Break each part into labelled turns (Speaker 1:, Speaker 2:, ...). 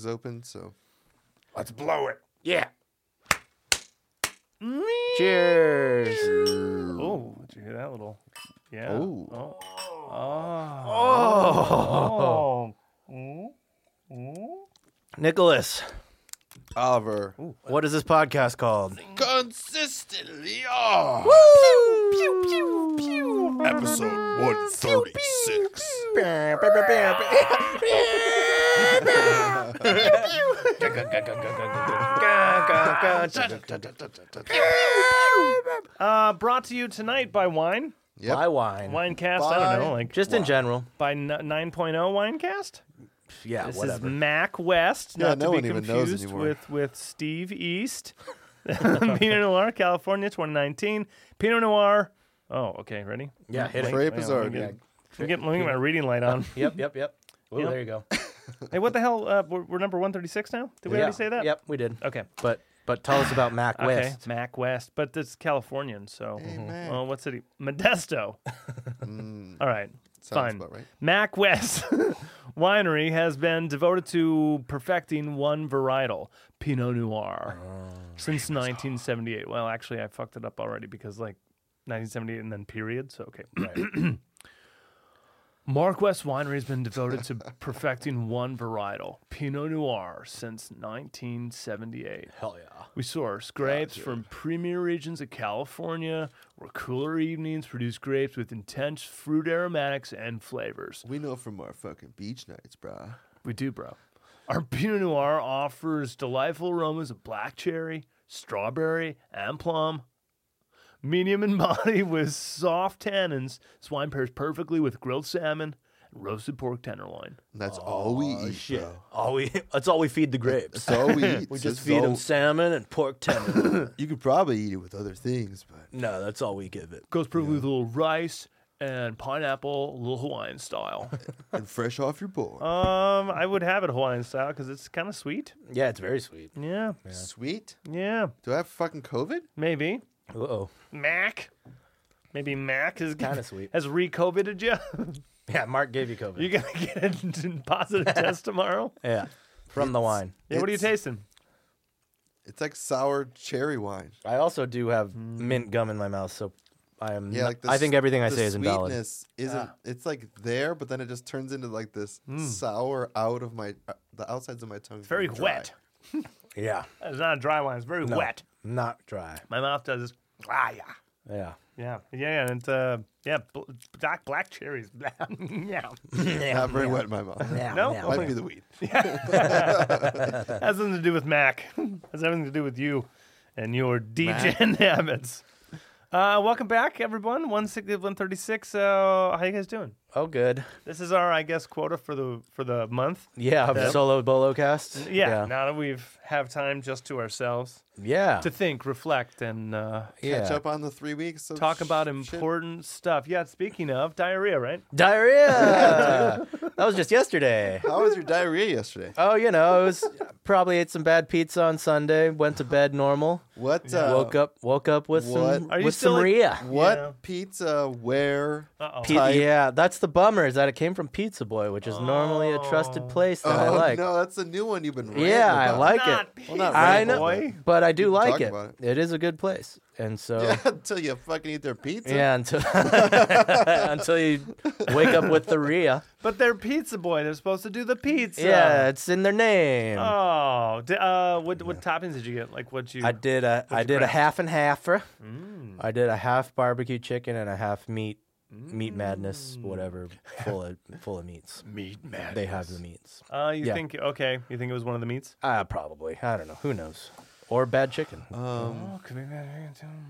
Speaker 1: is open, so
Speaker 2: Let's blow it.
Speaker 3: Yeah. Cheers.
Speaker 2: Oh, did you hear that little? Yeah.
Speaker 1: Ooh.
Speaker 2: Oh. Oh. Oh. Mm. Mm.
Speaker 3: Nicholas,
Speaker 1: Oliver
Speaker 3: what is this podcast called?
Speaker 1: consistently off. Episode one thirty six.
Speaker 2: Uh, brought to you tonight by Wine.
Speaker 1: Yep.
Speaker 3: Why wine?
Speaker 2: Winecast, I don't know, like
Speaker 3: Just in general.
Speaker 2: by n- 9.0 Winecast.
Speaker 3: Yeah,
Speaker 2: This
Speaker 3: whatever.
Speaker 2: is Mac West,
Speaker 1: Yeah,
Speaker 2: not
Speaker 1: no
Speaker 2: to be
Speaker 1: one even knows
Speaker 2: confused
Speaker 1: anymore.
Speaker 2: with with Steve East. Pinot Noir, California, 2019. Pinot Noir. Oh, okay, ready?
Speaker 3: yeah, hit it.
Speaker 1: Trey
Speaker 2: Hang on, let
Speaker 1: Pizarro.
Speaker 2: me get- Let me get, let me get my reading light on.
Speaker 3: Yep, yep, yep. Oh,
Speaker 2: Yep.
Speaker 3: there you go.
Speaker 2: hey, what the hell? Uh, we're, we're number 136 now? Did we
Speaker 3: Yeah.
Speaker 2: already say that?
Speaker 3: Yep, we did.
Speaker 2: Okay.
Speaker 3: But but tell us about Mac
Speaker 2: Okay,
Speaker 3: West.
Speaker 2: Mac West, but it's Californian, so. Oh, what city? Modesto. All right,
Speaker 1: Sounds
Speaker 2: fine.
Speaker 1: about right.
Speaker 2: Mac West Winery has been devoted to perfecting one varietal, Pinot Noir, since 1978. Well, actually, I fucked it up already because like 1978 and then period. So okay. Mark West Winery has been devoted to perfecting one varietal, Pinot Noir, since 1978.
Speaker 3: Hell yeah.
Speaker 2: We source grapes from premier regions of California, where cooler evenings produce grapes with intense fruit aromatics and flavors.
Speaker 1: We know from our fucking beach nights, brah.
Speaker 2: We do, bro. Our Pinot Noir offers delightful aromas of black cherry, strawberry, and plum. Medium in body with soft tannins, this wine pairs perfectly with grilled salmon and roasted pork tenderloin.
Speaker 1: And that's all we eat,
Speaker 3: Shit.
Speaker 1: bro.
Speaker 3: All we that's all we feed the grapes.
Speaker 1: That's all we eat.
Speaker 3: We
Speaker 1: This is
Speaker 3: just feed
Speaker 1: all-
Speaker 3: them salmon and pork tenderloin.
Speaker 1: You could probably eat it with other things, but
Speaker 3: no, that's all we give it.
Speaker 2: Goes perfectly with a little rice and pineapple, a little Hawaiian style.
Speaker 1: and fresh off your board.
Speaker 2: um, I would have it Hawaiian style because it's kind of sweet.
Speaker 3: Yeah, it's very sweet.
Speaker 2: Yeah.
Speaker 1: Sweet.
Speaker 2: Yeah.
Speaker 1: Do I have fucking COVID?
Speaker 2: Maybe.
Speaker 3: Uh oh.
Speaker 2: Mac. Maybe Mac is
Speaker 3: Kinda sweet.
Speaker 2: Has re-covided you.
Speaker 3: Yeah, Mark gave you COVID.
Speaker 2: you gonna get a positive test tomorrow.
Speaker 3: yeah. From the wine.
Speaker 2: Yeah. what are you
Speaker 1: It's-
Speaker 2: tasting?
Speaker 1: It's like sour cherry wine.
Speaker 3: I also do have mint gum in my mouth, so I am.
Speaker 1: Mm. Yeah,
Speaker 3: not-
Speaker 1: like the
Speaker 3: I think
Speaker 1: s-
Speaker 3: everything I
Speaker 1: the
Speaker 3: say is invalid.
Speaker 1: sweetness Isn't it's like there, but then it just turns into like this
Speaker 3: Hmm.
Speaker 1: sour out of my uh, the outsides of my tongue. It's
Speaker 2: Very wet.
Speaker 3: Yeah,
Speaker 2: It's not a dry wine. It's very wet.
Speaker 3: not dry.
Speaker 2: My mouth does this. Ah, yeah.
Speaker 3: Yeah.
Speaker 2: Yeah, yeah, and it's, uh, yeah, bl- black black cherries. yeah,
Speaker 1: Not very wet in my mouth.
Speaker 2: No?
Speaker 3: yeah.
Speaker 1: Might be the weed.
Speaker 2: has nothing to do with Mac. has everything to do with you and your DJ habits. Uh, welcome back, everyone. One sixty one thirty six. Uh, how you guys doing?
Speaker 3: Oh, good.
Speaker 2: This is our, I guess, quota for the for the month.
Speaker 3: Yeah, of solo bolo cast.
Speaker 2: Yeah,
Speaker 3: yeah.
Speaker 2: now that we've have time just to ourselves
Speaker 3: Yeah.
Speaker 2: to think, reflect, and uh,
Speaker 1: Catch
Speaker 3: Yeah.
Speaker 1: up on the three weeks. Of
Speaker 2: talk about
Speaker 1: sh- shit.
Speaker 2: important stuff. Yeah, speaking of diarrhea, right?
Speaker 3: Diarrhea. that was just yesterday.
Speaker 1: How was your diarrhea yesterday?
Speaker 3: Oh, you know, it was probably ate some bad pizza on Sunday. Went to bed normal.
Speaker 1: What? Uh,
Speaker 3: woke up. Woke up with some
Speaker 1: What?
Speaker 2: Are you
Speaker 3: with
Speaker 2: still,
Speaker 3: some
Speaker 2: like-
Speaker 3: Rhea.
Speaker 1: What
Speaker 2: Yeah.
Speaker 1: pizza? Where?
Speaker 2: Uh
Speaker 3: Pe-
Speaker 1: type?
Speaker 3: yeah, that's the bummer. Is that it came from Pizza Boy, which is normally a trusted place that I
Speaker 1: oh
Speaker 3: like.
Speaker 1: no, that's a new one you've been. ranting
Speaker 3: Yeah, I
Speaker 1: about.
Speaker 3: like it.
Speaker 2: Not Well, not
Speaker 3: I
Speaker 2: Rebel,
Speaker 3: know,
Speaker 2: but-
Speaker 3: but I do like
Speaker 1: talk
Speaker 3: it.
Speaker 1: about
Speaker 3: It is a good place, and so
Speaker 1: Yeah,
Speaker 3: yeah,
Speaker 1: until you fucking eat their pizza.
Speaker 3: until until you wake up with the Rhea.
Speaker 2: But they're Pizza Boy. They're supposed to do the pizza.
Speaker 3: Yeah, it's in their name.
Speaker 2: Oh, d- uh, what what toppings did you get? Like what you?
Speaker 3: I did a I did a
Speaker 2: crack?
Speaker 3: half and half. uh.
Speaker 1: Mm.
Speaker 3: I did a half barbecue chicken and a half meat meat madness,
Speaker 1: Mm.
Speaker 3: whatever, full of full of meats.
Speaker 2: meat man.
Speaker 3: They have the meats.
Speaker 2: Uh, you
Speaker 3: yeah.
Speaker 2: think okay? You think it was one of the meats?
Speaker 3: Uh, probably. I don't know. Who knows? Or bad chicken.
Speaker 1: Um,
Speaker 2: Oh, could be bad.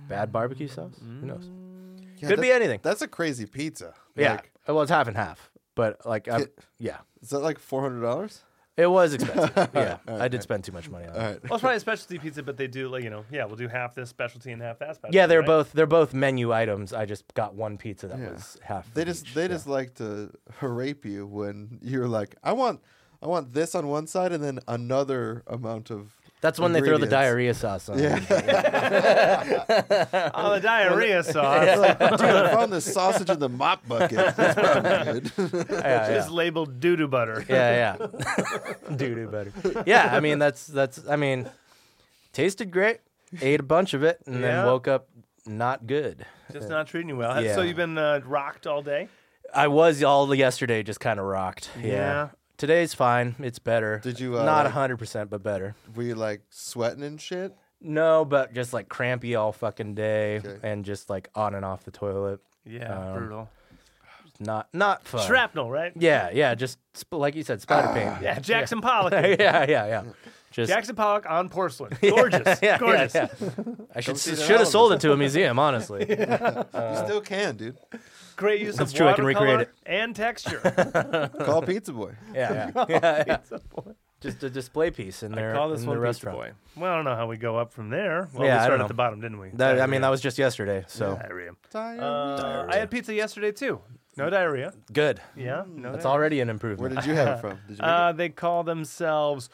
Speaker 3: bad barbecue sauce. Who knows?
Speaker 1: mm. yeah,
Speaker 3: Could
Speaker 1: that-
Speaker 3: be anything.
Speaker 1: That's a crazy pizza.
Speaker 3: Yeah.
Speaker 1: Like,
Speaker 3: well, it's half and half, but like, I,
Speaker 1: Ki-
Speaker 3: yeah.
Speaker 1: is that like four hundred dollars?
Speaker 3: It was expensive. yeah, I did spend too much money on it.
Speaker 1: All right.
Speaker 2: Well, it's probably a specialty pizza, but they do like you know, yeah, we'll do half this specialty and half that specialty.
Speaker 3: Yeah, they're
Speaker 2: right?
Speaker 3: both they're both menu items. I just got one pizza that
Speaker 1: Yeah.
Speaker 3: was half.
Speaker 1: They
Speaker 3: of
Speaker 1: just
Speaker 3: each.
Speaker 1: they
Speaker 3: Yeah.
Speaker 1: just like to rape you when you're like, I want I want this on one side and then another amount of
Speaker 3: That's when they throw the
Speaker 1: Ingredients.
Speaker 3: diarrhea sauce
Speaker 2: Uh,
Speaker 3: on.
Speaker 2: Oh, the diarrhea sauce
Speaker 1: Dude, I found this sausage in the mop bucket. That's probably good.
Speaker 3: Yeah, yeah.
Speaker 2: is labeled doo doo butter.
Speaker 3: yeah, yeah. Doo doo butter. Yeah, I mean that's that's I mean tasted great, ate a bunch of it, and
Speaker 2: Yeah.
Speaker 3: then woke up not good.
Speaker 2: Just not treating you well.
Speaker 3: Yeah.
Speaker 2: So you've been uh, rocked all day.
Speaker 3: I was all yesterday just kind of rocked. Yeah.
Speaker 2: Yeah.
Speaker 3: Today's fine. It's better.
Speaker 1: Did you, uh,
Speaker 3: Not
Speaker 1: like-
Speaker 3: hundred percent, but better.
Speaker 1: Were you like sweating and shit?
Speaker 3: No, but just like crampy all fucking day,
Speaker 1: Okay.
Speaker 3: and just like on and off the toilet.
Speaker 2: Yeah,
Speaker 3: Um,
Speaker 2: brutal.
Speaker 3: Not not fun.
Speaker 2: Shrapnel, right?
Speaker 3: Yeah, yeah. Just sp- like you said, spider paint.
Speaker 2: Yeah, Jackson Pollock.
Speaker 1: Ah.
Speaker 3: yeah, yeah, yeah. Just
Speaker 2: Jackson Pollock on porcelain. Gorgeous.
Speaker 3: yeah,
Speaker 2: Gorgeous.
Speaker 3: Yeah, yeah. I should
Speaker 1: see that
Speaker 3: should have
Speaker 1: album.
Speaker 3: sold it to a museum, honestly.
Speaker 2: Uh,
Speaker 1: you still can, dude.
Speaker 2: Great use
Speaker 3: That's
Speaker 2: of
Speaker 3: true, I can
Speaker 2: watercolor
Speaker 3: recreate it.
Speaker 2: and texture.
Speaker 1: Call Pizza Boy.
Speaker 3: Yeah, yeah, yeah, yeah. Just a display piece in their
Speaker 2: Call this
Speaker 3: in
Speaker 2: one
Speaker 3: the
Speaker 2: Pizza
Speaker 3: restaurant.
Speaker 2: Boy. Well, I don't know how we go up from there. Well,
Speaker 3: Yeah, I
Speaker 2: we
Speaker 3: don't
Speaker 2: started
Speaker 3: know.
Speaker 2: at the bottom, didn't we?
Speaker 3: That, I mean, that was just yesterday, so
Speaker 2: diarrhea.
Speaker 1: Diarrhea.
Speaker 2: Uh, I had pizza yesterday too. No diarrhea.
Speaker 3: good.
Speaker 2: Yeah, no.
Speaker 3: That's
Speaker 2: diarrhea.
Speaker 3: already an
Speaker 1: Where
Speaker 3: improvement.
Speaker 1: did you have it from? Did you make
Speaker 2: Uh, they call themselves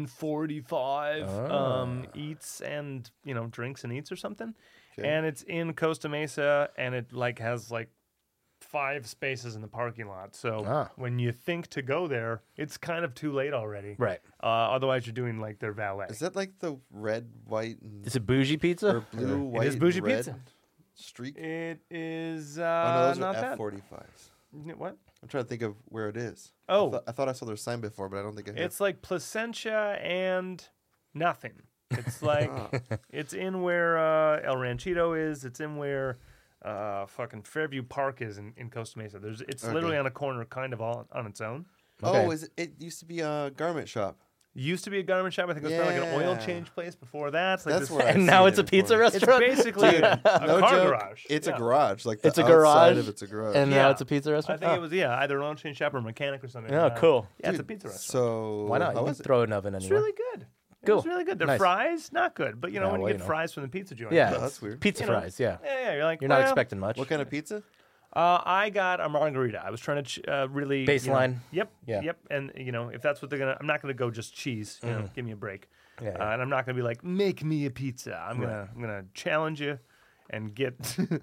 Speaker 2: 2145 um, eats and you know drinks and eats or something,
Speaker 1: Ah. Okay.
Speaker 2: and it's in Costa Mesa, and it like has like five spaces in the parking lot. So
Speaker 3: Ah.
Speaker 2: when you think to go there, it's kind of too late already.
Speaker 3: Right.
Speaker 2: Uh, otherwise, you're doing like their valet.
Speaker 1: it? Is that like the red, white, and
Speaker 3: Is it bougie pizza?
Speaker 1: or blue, white,
Speaker 2: is bougie
Speaker 1: and red
Speaker 2: pizza.
Speaker 1: streak?
Speaker 2: It is
Speaker 1: oh, no,
Speaker 2: uh,
Speaker 1: those
Speaker 2: not
Speaker 1: are
Speaker 2: that.
Speaker 1: F45s.
Speaker 2: N- What?
Speaker 1: I'm trying to think of where it is.
Speaker 2: Oh.
Speaker 1: I, thought- I thought I saw their sign before, but I don't think I
Speaker 2: It's like Placentia and nothing. It's like it's in where uh, El Ranchito is. It's in where uh, fucking Fairview Park is in, in Costa Mesa. There's it's literally
Speaker 1: Okay.
Speaker 2: on a corner, kind of all on its own.
Speaker 1: Oh,
Speaker 3: okay.
Speaker 1: is it, it used to be a garment shop.
Speaker 2: Used to be a garment shop. I think it was probably like an oil
Speaker 1: Yeah.
Speaker 2: change place before that. It's like
Speaker 1: That's
Speaker 2: this,
Speaker 1: where I-
Speaker 3: and now
Speaker 1: seen
Speaker 3: it's
Speaker 1: it
Speaker 3: a pizza
Speaker 1: before.
Speaker 2: It's
Speaker 3: restaurant.
Speaker 2: basically a, a
Speaker 1: no
Speaker 2: car
Speaker 1: joke.
Speaker 2: garage.
Speaker 1: It's
Speaker 2: Yeah.
Speaker 1: a garage. Like the
Speaker 3: It's a
Speaker 1: outside
Speaker 3: garage,
Speaker 1: Of it's a garage.
Speaker 3: and
Speaker 2: Yeah.
Speaker 3: now it's a pizza
Speaker 2: I
Speaker 3: restaurant.
Speaker 2: think
Speaker 3: Oh.
Speaker 2: it was yeah either an oil change shop or mechanic or something.
Speaker 3: Oh,
Speaker 2: Uh,
Speaker 3: cool.
Speaker 2: Yeah, it's a
Speaker 1: Dude,
Speaker 2: pizza restaurant.
Speaker 1: So
Speaker 3: Oh. Why not?
Speaker 1: How
Speaker 3: You can
Speaker 1: was it?
Speaker 3: throw an oven
Speaker 2: It's
Speaker 3: anywhere.
Speaker 2: really good.
Speaker 3: Cool.
Speaker 2: It's really good. The
Speaker 3: Nice.
Speaker 2: fries, not good, but you know
Speaker 3: Yeah,
Speaker 2: when you
Speaker 3: well,
Speaker 2: get
Speaker 3: you know.
Speaker 2: fries from the pizza joint,
Speaker 3: yeah,
Speaker 1: that's
Speaker 3: it's
Speaker 1: weird.
Speaker 3: Pizza
Speaker 2: Oh, You know.
Speaker 3: fries. Yeah,
Speaker 2: yeah, yeah. You're like
Speaker 3: you're not
Speaker 2: well,
Speaker 3: expecting much.
Speaker 1: What kind of pizza?
Speaker 2: Uh, I got a margarita. I was trying to ch- uh, really you know-
Speaker 3: Baseline.
Speaker 2: yep.
Speaker 3: Yeah.
Speaker 2: Yep. And you know, if that's what they're gonna, I'm not gonna go just cheese. You know, give me a break.
Speaker 3: Mm-hmm. Yeah,
Speaker 2: Uh,
Speaker 3: yeah.
Speaker 2: and I'm not gonna be like, make me a pizza. I'm gonna, I'm gonna challenge you, and get.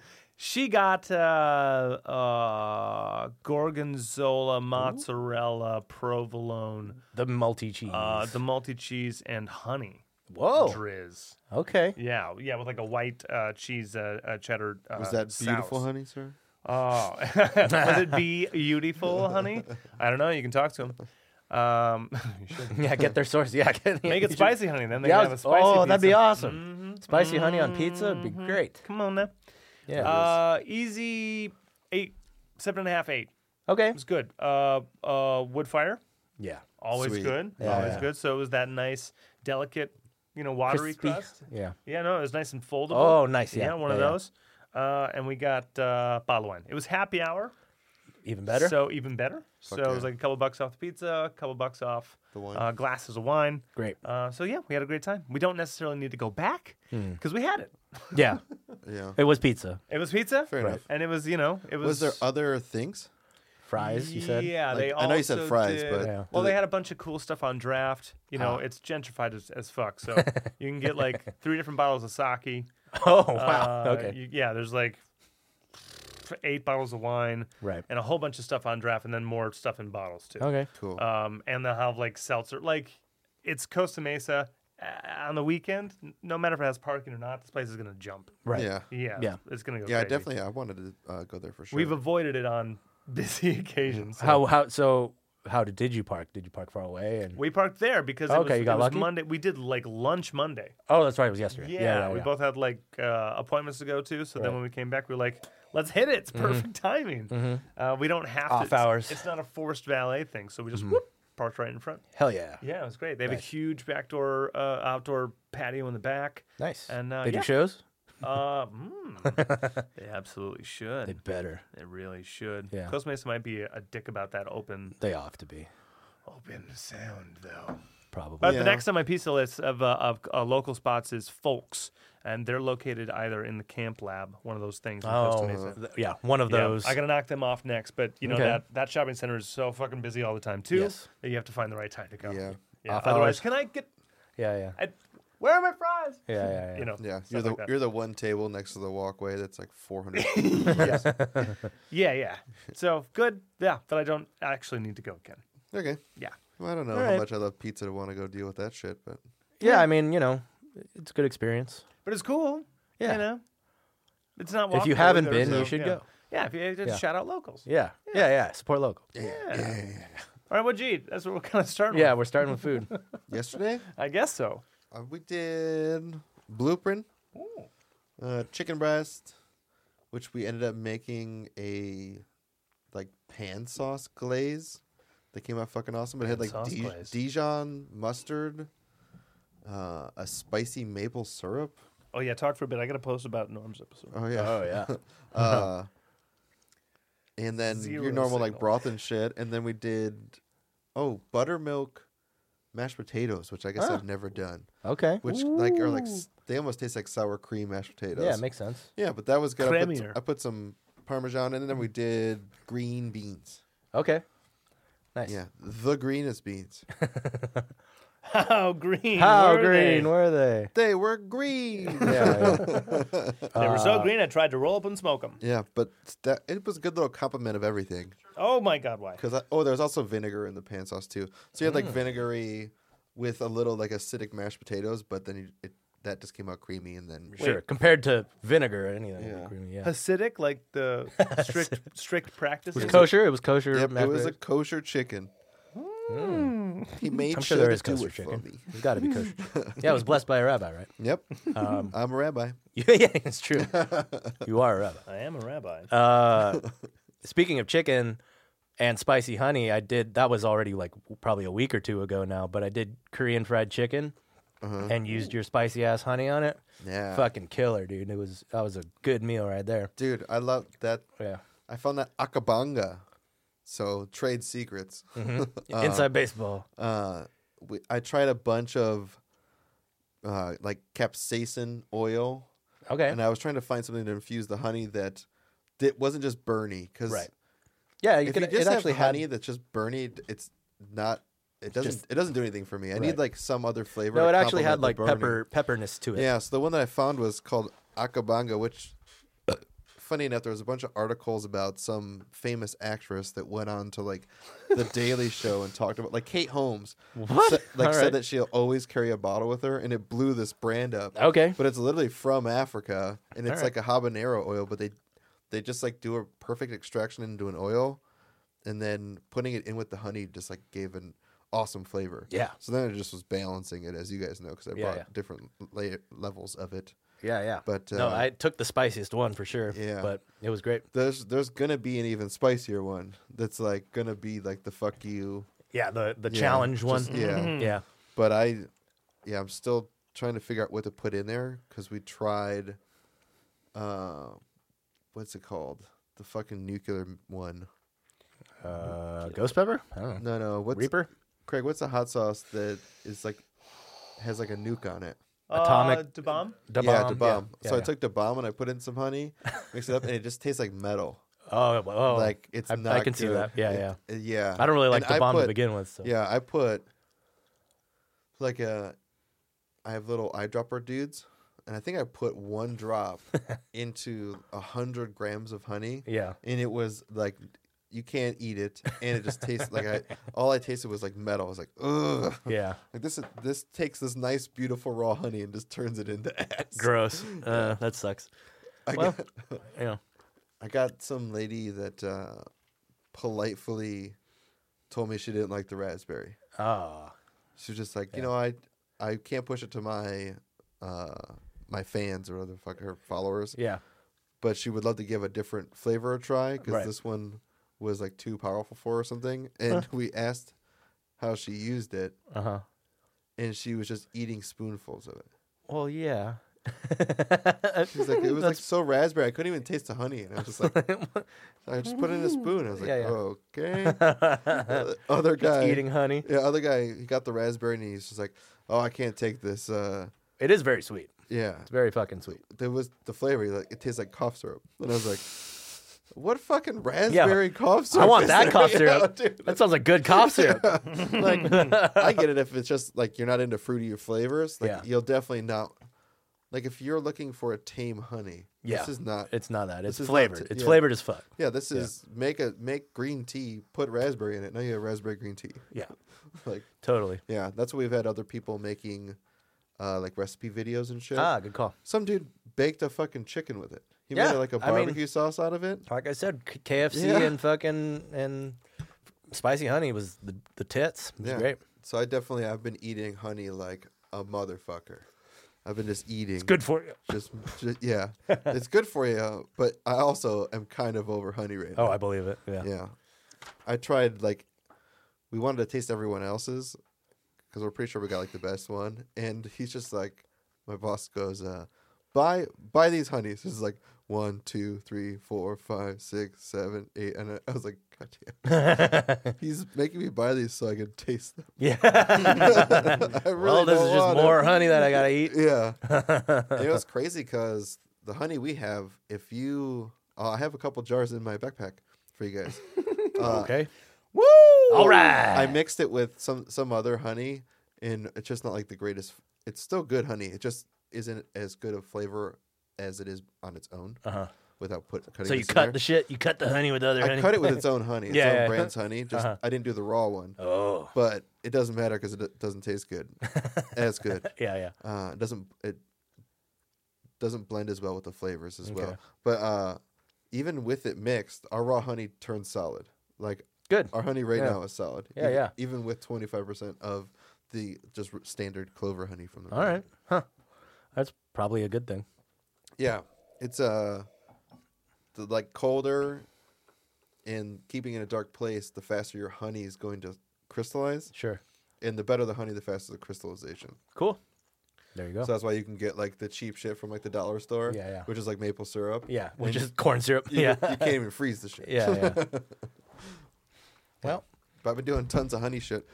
Speaker 2: she got uh, uh, gorgonzola, mozzarella, provolone,
Speaker 3: The multi cheese.
Speaker 2: uh, the multi cheese, and honey
Speaker 3: Whoa.
Speaker 2: drizz.
Speaker 3: Okay.
Speaker 2: Yeah, yeah, with like a white uh, cheese uh, uh, cheddar. Uh,
Speaker 1: Was that beautiful,
Speaker 2: sauce.
Speaker 1: honey, sir?
Speaker 2: Oh, was it be beautiful, honey? I don't know. You can talk to him. Um, you should.
Speaker 3: Yeah, get their source. Yeah, get,
Speaker 2: make it spicy, honey. Then they
Speaker 3: Yeah,
Speaker 2: can have a spicy.
Speaker 3: oh, that'd be
Speaker 2: pizza. Mm-hmm.
Speaker 3: awesome. Spicy honey on pizza would be great.
Speaker 2: Come on now.
Speaker 3: Yeah.
Speaker 2: Uh, easy eight, seven and a half, eight.
Speaker 3: okay.
Speaker 2: It was good. Uh, uh, wood fire,
Speaker 3: Yeah.
Speaker 2: always
Speaker 1: Sweet.
Speaker 2: good,
Speaker 3: Yeah,
Speaker 2: always
Speaker 3: yeah.
Speaker 2: good. So it was that nice, delicate, you know, watery
Speaker 3: Crispy.
Speaker 2: crust.
Speaker 3: Yeah.
Speaker 2: Yeah, no, it was nice and foldable.
Speaker 3: Oh, nice, yeah.
Speaker 2: one of
Speaker 3: Yeah, yeah.
Speaker 2: those. Uh, and we got uh, bottle wine. It was happy hour.
Speaker 3: Even better.
Speaker 2: So even better. so it was
Speaker 1: yeah.
Speaker 2: like a couple bucks off the pizza, a couple bucks off
Speaker 1: The wine.
Speaker 2: Uh, glasses of wine.
Speaker 3: Great.
Speaker 2: Uh, so yeah, we had a great time. We don't necessarily need to go back
Speaker 1: Hmm.
Speaker 2: because we had it.
Speaker 3: yeah.
Speaker 1: Yeah.
Speaker 3: It was pizza.
Speaker 2: It was pizza,
Speaker 1: Fair enough.
Speaker 2: and it was you know it
Speaker 1: Was
Speaker 2: was.
Speaker 1: there other things?
Speaker 3: Fries, you said?
Speaker 2: Yeah, they.
Speaker 1: Like, I know you said
Speaker 2: also
Speaker 1: fries,
Speaker 2: did-
Speaker 1: but Ah.
Speaker 3: Yeah.
Speaker 2: well, they had a bunch of cool stuff on draft. You know, it's gentrified as, as fuck, so you can get like three different bottles of sake.
Speaker 3: Oh, wow.
Speaker 2: Uh,
Speaker 3: okay.
Speaker 2: you- yeah, there's like eight bottles of wine,
Speaker 3: Right.
Speaker 2: and a whole bunch of stuff on draft, and then more stuff in bottles too.
Speaker 3: Okay.
Speaker 1: Cool.
Speaker 2: um, and they'll have like seltzer. Like it's Costa Mesa uh, on the weekend. n- No matter if it has parking or not, this place is gonna jump.
Speaker 3: Right.
Speaker 1: yeah.
Speaker 2: Yeah,
Speaker 3: Yeah.
Speaker 2: it's gonna go.
Speaker 1: Yeah, I
Speaker 2: crazy.
Speaker 1: definitely. I wanted to uh, go there for sure.
Speaker 2: We've avoided it on busy occasions.
Speaker 3: How how so how did, did you park? Did you park far away? And
Speaker 2: we parked there because it
Speaker 3: Oh, Okay,
Speaker 2: was,
Speaker 3: you got
Speaker 2: it was
Speaker 3: lucky?
Speaker 2: Monday. We did like lunch Monday.
Speaker 3: oh, that's right. It was yesterday.
Speaker 2: Yeah,
Speaker 3: Yeah. yeah,
Speaker 2: we
Speaker 3: yeah.
Speaker 2: both had like uh, appointments to go to. So then
Speaker 3: Right. Mm-hmm.
Speaker 2: when we came back, we were like, "Let's hit it. It's perfect timing. Uh, we don't have
Speaker 3: Off
Speaker 2: to, it's-
Speaker 3: hours. Mm-hmm.
Speaker 2: It's, not a forced valet thing. So we just whoop, parked right in front.
Speaker 3: Hell yeah.
Speaker 2: Yeah, it was great. They have a huge backdoor uh, outdoor patio in the back.
Speaker 3: Nice.
Speaker 2: And, uh,
Speaker 3: they
Speaker 2: yeah.
Speaker 3: do shows?
Speaker 2: Uh, mm, they absolutely should.
Speaker 3: They
Speaker 2: They,
Speaker 3: better.
Speaker 2: really should.
Speaker 3: Yeah.
Speaker 2: Costa Mesa might be a dick about that open
Speaker 3: They ought to be.
Speaker 2: open sound though.
Speaker 3: Probably.
Speaker 2: But the
Speaker 1: Yeah.
Speaker 2: next on my pizza list of, uh, of uh, local spots is Folks, and they're located either in the Camp Lab, one of those things in Costa Mesa.
Speaker 3: th- yeah, one of
Speaker 2: Yeah,
Speaker 3: Oh, those.
Speaker 2: I gotta knock them off next, but you know
Speaker 3: Okay.
Speaker 2: that that shopping center is so fucking busy all the time too
Speaker 3: Yes.
Speaker 2: that you have to find the right time to go.
Speaker 1: Yeah.
Speaker 2: yeah
Speaker 3: Off
Speaker 2: otherwise,
Speaker 3: hours.
Speaker 2: can I get?
Speaker 3: Yeah, yeah.
Speaker 4: I, where are my fries?
Speaker 3: Yeah, yeah, yeah.
Speaker 4: You know,
Speaker 1: Yeah,
Speaker 4: stuff
Speaker 1: you're the
Speaker 4: like that.
Speaker 1: you're the one table next to the walkway that's like 400.
Speaker 4: yeah, yeah. So good, yeah. That I don't actually need to go again.
Speaker 1: okay,
Speaker 4: Yeah,
Speaker 1: well, I don't know
Speaker 3: All
Speaker 1: how
Speaker 3: right.
Speaker 1: much I love pizza to want to go deal with that shit, but
Speaker 3: Yeah, I mean, you know, it's a good experience.
Speaker 4: but it's cool.
Speaker 3: Yeah.
Speaker 4: you know, it's not.
Speaker 3: If you
Speaker 4: walkable,
Speaker 3: haven't
Speaker 4: there's
Speaker 3: been, you
Speaker 4: no-
Speaker 3: should
Speaker 4: yeah.
Speaker 3: go.
Speaker 4: Yeah, if you, uh, just
Speaker 3: Yeah.
Speaker 4: shout out locals.
Speaker 3: Yeah. Yeah, yeah. Support local.
Speaker 4: Yeah. All right, what'd you eat? That's what we're kind of starting
Speaker 3: Yeah,
Speaker 4: with.
Speaker 3: we're starting with food.
Speaker 1: yesterday
Speaker 4: I guess so.
Speaker 1: uh, we did blueprint, uh, chicken breast, which we ended up making a like pan sauce glaze that came out fucking awesome. It had
Speaker 4: Pan
Speaker 1: like
Speaker 4: sauce
Speaker 1: Dij-
Speaker 4: glaze.
Speaker 1: Dijon mustard, uh, a spicy maple syrup.
Speaker 4: Oh, yeah, talk for a bit. I got to post about Norm's episode.
Speaker 1: Oh yeah.
Speaker 3: yeah.
Speaker 1: Uh, and then
Speaker 4: Zero
Speaker 1: your normal
Speaker 4: signal.
Speaker 1: like broth and shit. And then we did oh buttermilk mashed potatoes, which I guess
Speaker 3: Ah.
Speaker 1: I've never done.
Speaker 3: Okay.
Speaker 1: Which like are like
Speaker 4: Ooh.
Speaker 1: s- they almost taste like sour cream mashed potatoes.
Speaker 3: Yeah, it makes sense.
Speaker 1: yeah. But that was good. I put, s-
Speaker 4: Creamier.
Speaker 1: I put some parmesan in, and then we did green beans.
Speaker 3: Okay. Nice.
Speaker 1: Yeah, the greenest beans.
Speaker 4: How green.
Speaker 3: How
Speaker 4: were
Speaker 3: green
Speaker 4: They?
Speaker 3: were they?
Speaker 1: They were green.
Speaker 3: Yeah, yeah.
Speaker 4: They were
Speaker 3: Uh,
Speaker 4: so green, I tried to roll up and smoke them.
Speaker 1: yeah, but that, it was a good little compliment of everything.
Speaker 4: Oh, my God, why?
Speaker 1: Because oh, there's also vinegar in the pan sauce too. So you had like
Speaker 3: Mm.
Speaker 1: vinegary with a little like acidic mashed potatoes, but then you, it, that just came out creamy, and then
Speaker 3: sure. Compared to vinegar or anything. Yeah. Green, yeah.
Speaker 4: Hasidic, like the strict strict practices.
Speaker 3: It's kosher. It was kosher.
Speaker 1: Yep, it
Speaker 3: mashed
Speaker 1: was a
Speaker 3: potatoes. Hmm.
Speaker 1: kosher chicken. He made
Speaker 3: I'm
Speaker 1: sure,
Speaker 3: sure there
Speaker 1: to
Speaker 3: is
Speaker 1: do
Speaker 3: kosher
Speaker 1: it for
Speaker 3: chicken.
Speaker 1: me.
Speaker 3: It's got to be kosher. yeah, it was blessed by a rabbi, right?
Speaker 1: Yep,
Speaker 3: Um,
Speaker 1: I'm a rabbi.
Speaker 3: Yeah, yeah, it's true. you are a rabbi.
Speaker 4: I am a rabbi.
Speaker 3: Uh, speaking of chicken and spicy honey, I did that was already like probably a week or two ago now, but I did Korean fried chicken and used your spicy ass honey on it.
Speaker 1: Uh-huh. Yeah,
Speaker 3: Fucking killer, dude. It was that was a good meal right there.
Speaker 1: dude, I love that.
Speaker 3: Yeah.
Speaker 1: I found that akabanga, so trade secrets.
Speaker 3: Mm-hmm. Inside baseball.
Speaker 1: uh, we, I tried a bunch of uh, like capsaicin oil.
Speaker 3: Okay.
Speaker 1: and uh, I was trying to find something to infuse the honey that that wasn't just Bernie because
Speaker 3: Right. Yeah, you
Speaker 1: if
Speaker 3: can
Speaker 1: you just
Speaker 3: it actually
Speaker 1: have honey
Speaker 3: had
Speaker 1: that's just Bernie, d- it's not. It doesn't.
Speaker 3: just-
Speaker 1: it doesn't do anything for me. I
Speaker 3: Right.
Speaker 1: need like some other flavor.
Speaker 3: No,
Speaker 1: to
Speaker 3: it actually had like
Speaker 1: complement the Bernie.
Speaker 3: pepper pepperness to it.
Speaker 1: Yeah, so the one that I found was called Akabanga, which, funny enough, there was a bunch of articles about some famous actress that went on to like the Daily Show and talked about like Kate Holmes, what? like
Speaker 3: All
Speaker 1: said
Speaker 3: right.
Speaker 1: that she'll always carry a bottle with her, and it blew this brand up.
Speaker 3: Okay.
Speaker 1: but it's literally from Africa, and it's
Speaker 3: All right.
Speaker 1: like a habanero oil, but they they just like do a perfect extraction into an oil, and then putting it in with the honey just like gave an awesome flavor.
Speaker 3: Yeah.
Speaker 1: So then it just was balancing it, as you guys know, because I
Speaker 3: Yeah,
Speaker 1: bought
Speaker 3: yeah.
Speaker 1: different la- levels of it.
Speaker 3: Yeah, yeah.
Speaker 1: But,
Speaker 3: no,
Speaker 1: uh,
Speaker 3: I took the spiciest one for sure.
Speaker 1: Yeah.
Speaker 3: But it was great.
Speaker 1: There's there's gonna be an even spicier one that's like gonna be like the fuck you.
Speaker 3: Yeah, the the
Speaker 1: Yeah,
Speaker 3: challenge one.
Speaker 1: just- yeah.
Speaker 3: Yeah.
Speaker 1: But I, yeah, I'm still trying to figure out what to put in there because we tried, uh, what's it called? The fucking nuclear one.
Speaker 3: Uh, ghost pepper? I don't know.
Speaker 1: No, no. What's
Speaker 3: Reaper?
Speaker 1: Craig? What's the hot sauce that is like has like a nuke on it?
Speaker 4: Uh,
Speaker 3: Atomic-
Speaker 4: da bomb?
Speaker 3: Da
Speaker 1: yeah,
Speaker 3: bomb,
Speaker 1: the bomb.
Speaker 3: yeah,
Speaker 1: so
Speaker 3: yeah.
Speaker 1: I took the bomb and I put in some honey, mixed it up, and it just tastes like metal.
Speaker 3: Oh, oh,
Speaker 1: Like it's
Speaker 3: I,
Speaker 1: not.
Speaker 3: I can see
Speaker 1: good.
Speaker 3: that. Yeah,
Speaker 1: It-
Speaker 3: yeah.
Speaker 1: uh, yeah.
Speaker 3: I don't really like
Speaker 1: And
Speaker 3: the
Speaker 1: I
Speaker 3: bomb to
Speaker 1: put-
Speaker 3: begin with. So.
Speaker 1: Yeah, I put like a. I have little eyedropper dudes, and I think I put one drop into a hundred grams of honey.
Speaker 3: Yeah.
Speaker 1: and it was like you can't eat it, and it just tastes like I. All I tasted was like metal. I was like, ugh.
Speaker 3: Yeah.
Speaker 1: Like this, is, this takes this nice, beautiful raw honey and just turns it into ass.
Speaker 3: Gross. Uh, that sucks.
Speaker 1: I
Speaker 3: Well,
Speaker 1: got,
Speaker 3: you know.
Speaker 1: I got some lady that uh, politely told me she didn't like the raspberry.
Speaker 3: Oh.
Speaker 1: She was just like, you know, I, I can't push it to my, uh, my fans or whatever the fuck her followers,
Speaker 3: Yeah.
Speaker 1: but she would love to give a different flavor a try because
Speaker 3: Right.
Speaker 1: this one was like too powerful for her or something. And we asked how she used it,
Speaker 3: Uh huh.
Speaker 1: and she was just eating spoonfuls of it.
Speaker 3: Well, yeah.
Speaker 1: She's like, it was like so raspberry. I couldn't even taste the honey. And I was just like, I just put it in a spoon. I was like,
Speaker 3: Yeah, yeah.
Speaker 1: okay. Uh, other guy.
Speaker 3: eating honey.
Speaker 1: Yeah, other guy, he got the raspberry and he's just like, oh, I can't take this. Uh,
Speaker 3: It is very sweet.
Speaker 1: yeah.
Speaker 3: It's very fucking sweet.
Speaker 1: There was the flavor. Like, it tastes like cough syrup. And I was like, What fucking raspberry cough syrup?
Speaker 3: I want
Speaker 1: is
Speaker 3: that
Speaker 1: there?
Speaker 3: cough
Speaker 1: Yeah,
Speaker 3: syrup.
Speaker 1: dude.
Speaker 3: that sounds like good cough syrup.
Speaker 1: like I get it if it's just like you're not into fruity flavors. Like
Speaker 3: Yeah.
Speaker 1: you'll definitely not like if you're looking for a tame honey.
Speaker 3: Yeah.
Speaker 1: This is not
Speaker 3: It's not that. It's
Speaker 1: is not
Speaker 3: flavored.
Speaker 1: t-
Speaker 3: it's
Speaker 1: yeah.
Speaker 3: flavored as fuck.
Speaker 1: yeah, this is make a make green tea, put raspberry in it. Now you have raspberry green tea.
Speaker 3: Yeah,
Speaker 1: Like
Speaker 3: totally.
Speaker 1: yeah, that's what we've had other people making uh like recipe videos and shit.
Speaker 3: Ah, good call.
Speaker 1: Some dude baked a fucking chicken with it. He
Speaker 3: Yeah,
Speaker 1: made like a
Speaker 3: I mean-
Speaker 1: barbecue sauce out of it.
Speaker 3: Like I said, K- KFC
Speaker 1: Yeah.
Speaker 3: and fucking and spicy honey was the, the tits. It was great.
Speaker 1: So I definitely I've been eating honey like a motherfucker. I've been just eating. It's
Speaker 4: Good for you.
Speaker 1: Just, ju- yeah, it's good for you. But I also am kind of over honey right
Speaker 3: Oh,
Speaker 1: now.
Speaker 3: I believe it. Yeah.
Speaker 1: yeah. I tried like we wanted to taste everyone else's because we're pretty sure we got like the best one. And he's just like, my boss goes, uh, buy buy these honeys. This is like one, two, three, four, five, six, seven, eight. And I, I was like, God damn. he's making me buy these so I can taste them.
Speaker 3: Yeah.
Speaker 1: I really
Speaker 3: well, this
Speaker 1: don't
Speaker 3: is just
Speaker 1: want it.
Speaker 3: more honey that I gotta eat.
Speaker 1: Yeah. And it was crazy because the honey we have, if you, uh, I have a couple jars in my backpack for you guys. Uh,
Speaker 3: Okay.
Speaker 4: Woo!
Speaker 3: All right.
Speaker 1: I mixed it with some some other honey, and it's just not like the greatest. It's still good honey. It just isn't as good of flavor as it is on its own
Speaker 3: Uh-huh.
Speaker 1: without put, cutting.
Speaker 3: So you
Speaker 1: this in
Speaker 3: cut
Speaker 1: there.
Speaker 3: the shit. You cut the honey with other
Speaker 1: I
Speaker 3: honey.
Speaker 1: cut it with its own honey, its
Speaker 3: Yeah,
Speaker 1: own
Speaker 3: yeah.
Speaker 1: brand's honey. Just
Speaker 3: Uh-huh.
Speaker 1: I didn't do the raw one,
Speaker 3: oh.
Speaker 1: but it doesn't matter because it do- doesn't taste good as good.
Speaker 3: Yeah, yeah.
Speaker 1: uh, it doesn't it doesn't blend as well with the flavors as well.
Speaker 3: Okay.
Speaker 1: But uh, even with it mixed, our raw honey turns solid. Like
Speaker 3: Good.
Speaker 1: our honey right
Speaker 3: Yeah.
Speaker 1: now is solid.
Speaker 3: Yeah,
Speaker 1: even,
Speaker 3: yeah.
Speaker 1: Even with twenty five percent of the just r- standard clover honey from the.
Speaker 3: All right. Huh. That's probably a good thing.
Speaker 1: Yeah, it's uh, the, like colder, and keeping in a dark place, the faster your honey is going to crystallize,
Speaker 3: Sure.
Speaker 1: and the better the honey, the faster the crystallization.
Speaker 3: Cool. There you go.
Speaker 1: So that's why you can get like the cheap shit from like the dollar store,
Speaker 3: Yeah, yeah.
Speaker 1: which is like maple syrup.
Speaker 3: yeah.
Speaker 1: which
Speaker 3: Which
Speaker 1: is
Speaker 3: is corn syrup.
Speaker 1: you,
Speaker 3: yeah.
Speaker 1: you can't even freeze the shit.
Speaker 3: yeah. Yeah. well,
Speaker 1: But I've been doing tons of honey shit.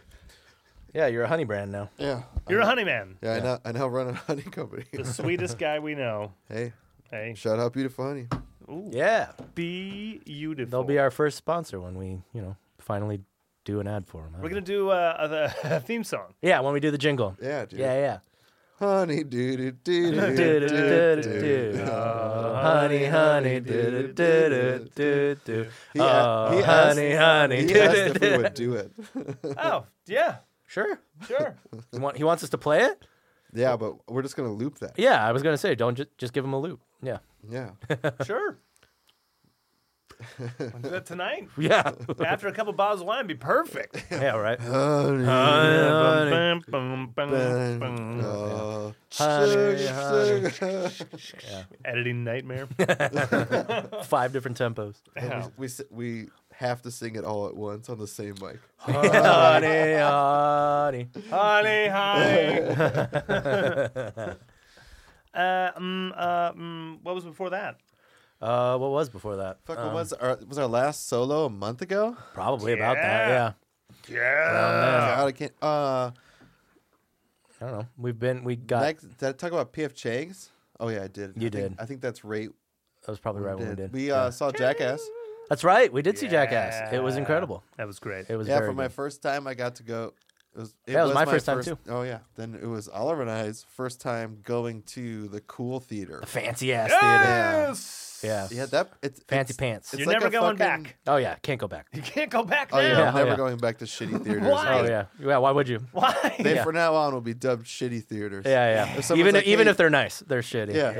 Speaker 3: yeah. You're a honey brand now.
Speaker 1: Yeah,
Speaker 4: You're
Speaker 1: I,
Speaker 4: a honey man.
Speaker 1: yeah. I now, I now run a honey company.
Speaker 4: The sweetest guy we know.
Speaker 1: hey,
Speaker 4: Hey.
Speaker 1: shout out beautiful honey.
Speaker 4: Ooh,
Speaker 3: Yeah.
Speaker 4: Be beautiful.
Speaker 3: They'll be our first sponsor when we, you know, finally do an ad for them.
Speaker 4: We're gonna do uh, a, a theme song.
Speaker 3: Yeah, when we do the jingle.
Speaker 1: Yeah, dude.
Speaker 3: Yeah, yeah.
Speaker 1: Honey, doo doo doo doo doo doo doo.
Speaker 3: Do-do-do-do-do. Oh, Honey, honey, do-do-do-do-do.
Speaker 1: He a-
Speaker 3: Oh,
Speaker 1: he
Speaker 3: honey,
Speaker 1: asked-
Speaker 3: honey.
Speaker 1: He asked if we
Speaker 3: do-do-do.
Speaker 1: would do it.
Speaker 4: Oh yeah,
Speaker 3: Sure.
Speaker 4: sure.
Speaker 3: You want- He wants us to play it?
Speaker 1: yeah, but we're just gonna loop that.
Speaker 3: Yeah, I was going to say, don't ju- just give him a loop. Yeah.
Speaker 1: Yeah,
Speaker 4: Sure. Wanna do that tonight.
Speaker 3: Yeah.
Speaker 4: After a couple bottles of wine, be perfect.
Speaker 3: yeah, right.
Speaker 1: honey,
Speaker 3: Honey,
Speaker 4: Bum, bum, bum, bum, bum.
Speaker 1: uh,
Speaker 3: honey,
Speaker 1: sugar,
Speaker 3: honey.
Speaker 1: sugar.
Speaker 4: Editing nightmare.
Speaker 3: Five different tempos.
Speaker 1: And we, we s- we have to sing it all at once on the same mic.
Speaker 3: honey, honey.
Speaker 4: honey, honey. uh, um, uh, um, what was before that?
Speaker 3: Uh, what was before that? Um,
Speaker 1: Fuck, what was our was our last solo a month ago?
Speaker 3: Probably about that.
Speaker 4: Yeah.
Speaker 3: Yeah.
Speaker 4: Yeah.
Speaker 1: God, I can't. Uh,
Speaker 3: I don't know. We've been, we got,
Speaker 1: next, did I talk about PF Chang's? Oh yeah, I did.
Speaker 3: You
Speaker 1: I think,
Speaker 3: did.
Speaker 1: I think that's right.
Speaker 3: that was probably right when we
Speaker 1: did.
Speaker 3: did.
Speaker 1: We uh, saw Jackass.
Speaker 3: That's right. We did see Jackass. It was incredible.
Speaker 4: That was great.
Speaker 3: It was
Speaker 1: Yeah,
Speaker 3: very
Speaker 1: for my
Speaker 3: good.
Speaker 1: first time, I got to go. It was, it
Speaker 3: That was my first time, too.
Speaker 1: Oh yeah, then it was Oliver and I's first time going to the cool theater.
Speaker 3: fancy ass
Speaker 4: yes.
Speaker 3: theater. Yeah.
Speaker 1: Yeah, that it's
Speaker 3: Fancy
Speaker 1: it's-
Speaker 3: pants.
Speaker 1: it's
Speaker 4: You're
Speaker 1: like
Speaker 4: never
Speaker 1: a
Speaker 4: going
Speaker 1: fucking-
Speaker 4: back.
Speaker 3: Oh yeah, can't go back.
Speaker 4: You can't go back now.
Speaker 1: Oh yeah,
Speaker 3: Yeah,
Speaker 1: I'm
Speaker 3: oh,
Speaker 1: never
Speaker 3: yeah.
Speaker 1: going back to shitty theaters.
Speaker 4: Why?
Speaker 3: Oh yeah. Yeah, why would you?
Speaker 4: Why?
Speaker 1: They
Speaker 3: Yeah.
Speaker 1: from now on will be dubbed shitty theaters.
Speaker 3: Yeah,
Speaker 1: If
Speaker 3: yeah.
Speaker 1: someone's
Speaker 3: Even
Speaker 1: like,
Speaker 3: even
Speaker 1: "Hey,"
Speaker 3: if they're nice, they're shitty.
Speaker 1: yeah.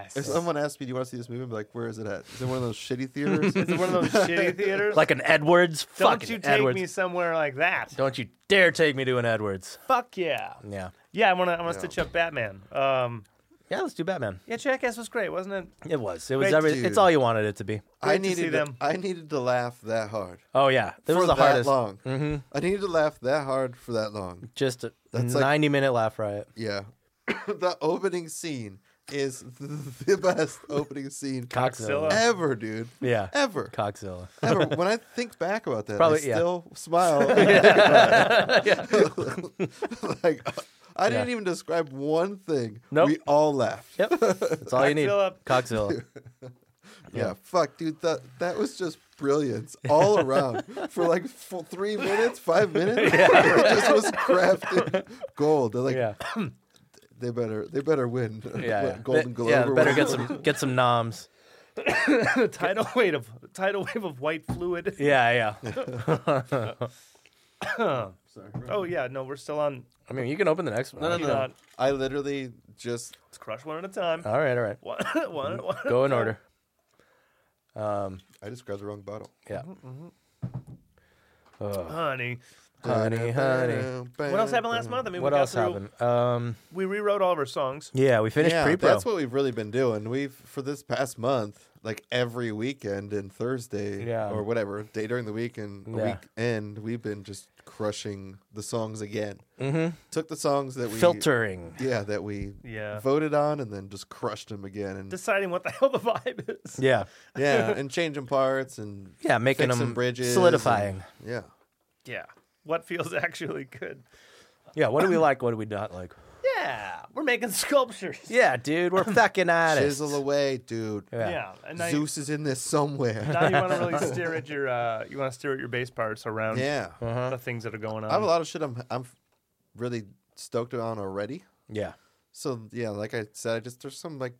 Speaker 4: Yes.
Speaker 1: If someone asks me, "Do you want to see this movie?" I'm like, "Where is it at? Is it one of those shitty theaters?"
Speaker 4: Is it one of those shitty theaters?
Speaker 3: Like an Edwards.
Speaker 4: don't
Speaker 3: Fucking
Speaker 4: you take
Speaker 3: Edwards.
Speaker 4: me somewhere like that?
Speaker 3: Don't you dare take me to an Edwards.
Speaker 4: Fuck yeah.
Speaker 3: Yeah.
Speaker 4: Yeah, I want to. I want to stitch up Batman. Um,
Speaker 3: Yeah, let's do Batman.
Speaker 4: yeah, Jackass was great, wasn't it?
Speaker 3: It was. It was
Speaker 4: Great
Speaker 3: every,
Speaker 1: dude.
Speaker 3: it's all you wanted it to be.
Speaker 1: I
Speaker 4: Great to
Speaker 1: needed
Speaker 4: see them.
Speaker 1: I needed to laugh that hard.
Speaker 3: Oh yeah. This
Speaker 1: for
Speaker 3: was the
Speaker 1: that
Speaker 3: hardest. Mm-hmm.
Speaker 1: long. I needed to laugh that hard for that long.
Speaker 3: Just a
Speaker 1: That's like-
Speaker 3: 90 minute laugh riot.
Speaker 1: Yeah. the opening scene is the best opening scene
Speaker 3: Coxzilla.
Speaker 1: ever, dude.
Speaker 3: Yeah.
Speaker 1: Ever.
Speaker 3: Coxzilla.
Speaker 1: Ever. When I think back about that,
Speaker 3: Probably,
Speaker 1: I
Speaker 3: yeah.
Speaker 1: still smile. like I didn't
Speaker 3: Yeah.
Speaker 1: even describe one thing.
Speaker 3: Nope.
Speaker 1: We all laughed.
Speaker 3: Yep. That's all you need.
Speaker 4: Coxzilla.
Speaker 3: Coxzilla.
Speaker 1: Yeah, fuck, dude. That that was just brilliance all around for like f- three minutes, five minutes. it just was crafted gold. They're like,
Speaker 3: yeah,
Speaker 1: they better, they better win.
Speaker 3: yeah, yeah.
Speaker 1: Golden
Speaker 3: Be-
Speaker 1: Globe.
Speaker 3: Yeah,
Speaker 1: or
Speaker 3: better get
Speaker 1: whatever.
Speaker 3: some get some noms.
Speaker 2: the tidal wave of tidal wave of white fluid.
Speaker 3: Yeah, yeah.
Speaker 2: Oh yeah, no, we're still on.
Speaker 3: I mean, you can open the next one.
Speaker 1: No,
Speaker 2: you
Speaker 1: no,
Speaker 2: know,
Speaker 1: no. I literally just
Speaker 2: Let's crush one at a time.
Speaker 3: All right, all right.
Speaker 2: One, one, one.
Speaker 3: Go in order. Um,
Speaker 1: I just grabbed the wrong bottle.
Speaker 3: Yeah.
Speaker 1: Mm-hmm,
Speaker 2: Honey,
Speaker 3: Honey, honey.
Speaker 2: what else happened last month? I mean,
Speaker 3: Uh, What
Speaker 2: we got
Speaker 3: else
Speaker 2: through,
Speaker 3: happened? Um,
Speaker 2: We rewrote all of our songs.
Speaker 3: yeah, we finished
Speaker 1: yeah,
Speaker 3: pre-pro.
Speaker 1: that's what we've really been doing. We've for this past month, like every weekend and Thursday,
Speaker 3: Yeah.
Speaker 1: or whatever day during the week and
Speaker 3: Yeah.
Speaker 1: weekend, we've been just crushing the songs again. Mm-hmm. Took the songs that we
Speaker 3: Filtering.
Speaker 1: yeah, that we
Speaker 2: Yeah.
Speaker 1: voted on, and then just crushed them again, and
Speaker 2: Deciding what the hell the vibe is.
Speaker 3: Yeah,
Speaker 1: yeah, and changing parts and
Speaker 3: yeah, making
Speaker 1: fixing
Speaker 3: them
Speaker 1: bridges, and-
Speaker 3: solidifying.
Speaker 1: yeah,
Speaker 2: Yeah. What feels actually good?
Speaker 3: Yeah, what do we like? What do we not like?
Speaker 2: Yeah, we're making sculptures.
Speaker 3: Yeah, dude, we're fucking artists.
Speaker 1: chisel away, dude.
Speaker 3: Yeah.
Speaker 2: Yeah, and now you,
Speaker 1: Zeus is in this somewhere.
Speaker 2: now you want to really stare at your uh, you want to stare at your bass parts around
Speaker 1: yeah,
Speaker 3: Uh-huh.
Speaker 2: the things that are going on.
Speaker 1: I have a lot of shit. I'm I'm really stoked on already.
Speaker 3: Yeah,
Speaker 1: So yeah, like I said, I just there's some like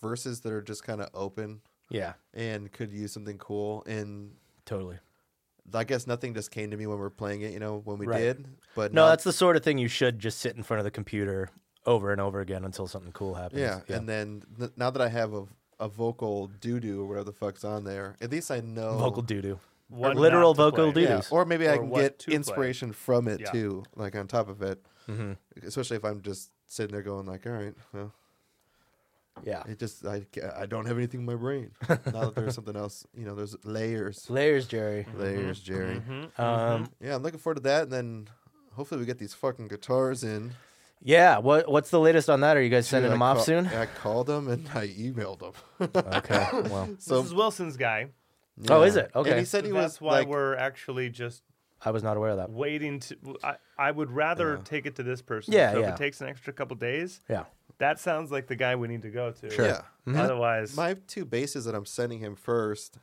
Speaker 1: verses that are just kind of open
Speaker 3: yeah,
Speaker 1: and could use something cool. And
Speaker 3: totally.
Speaker 1: I guess nothing just came to me when we were playing it. You know, when we
Speaker 3: Right.
Speaker 1: did. But
Speaker 3: No,
Speaker 1: now-
Speaker 3: that's the sort of thing you should just sit in front of the computer over and over again until something cool happens.
Speaker 1: yeah. And then n- now that I have a a vocal doo doo or whatever the fuck's on there, at least I know
Speaker 3: vocal doo doo.
Speaker 2: What not
Speaker 3: literal
Speaker 2: to
Speaker 3: vocal doo-doo.
Speaker 2: play.
Speaker 1: Yeah,
Speaker 3: doo-doos.
Speaker 1: or maybe I
Speaker 2: Or
Speaker 1: can
Speaker 2: what
Speaker 1: get
Speaker 2: to play.
Speaker 1: inspiration from it
Speaker 2: Yeah.
Speaker 1: too, like on top of it. Especially if I'm just sitting there going like, "All right, well,
Speaker 3: Yeah,
Speaker 1: it just I, ca- I don't have anything in my brain." now that there's something else, you know, there's layers,
Speaker 3: layers, Jerry.
Speaker 1: layers, Jerry.
Speaker 2: Mm-hmm.
Speaker 3: Um,
Speaker 1: Yeah, I'm looking forward to that, and then hopefully we get these fucking guitars in.
Speaker 3: yeah. What What's the latest on that? Are you guys sending
Speaker 1: Dude, I
Speaker 3: them off
Speaker 1: call-
Speaker 3: soon?
Speaker 1: I called them and I emailed them.
Speaker 3: Okay. Well,
Speaker 1: so,
Speaker 2: This is Wilson's guy.
Speaker 3: Oh, is it?
Speaker 1: And
Speaker 3: Okay.
Speaker 1: he said he was
Speaker 2: That's why
Speaker 1: like,
Speaker 2: we're actually just
Speaker 3: I was not aware of that.
Speaker 2: waiting to. I, I would rather take it to this person.
Speaker 3: Yeah,
Speaker 2: so If
Speaker 3: yeah.
Speaker 2: it takes an extra couple days,
Speaker 3: Yeah.
Speaker 2: that sounds like the guy we need to go to.
Speaker 1: Sure. Yeah.
Speaker 3: Mm-hmm.
Speaker 1: Mhm.
Speaker 2: Otherwise,
Speaker 1: my two bases that I'm sending him first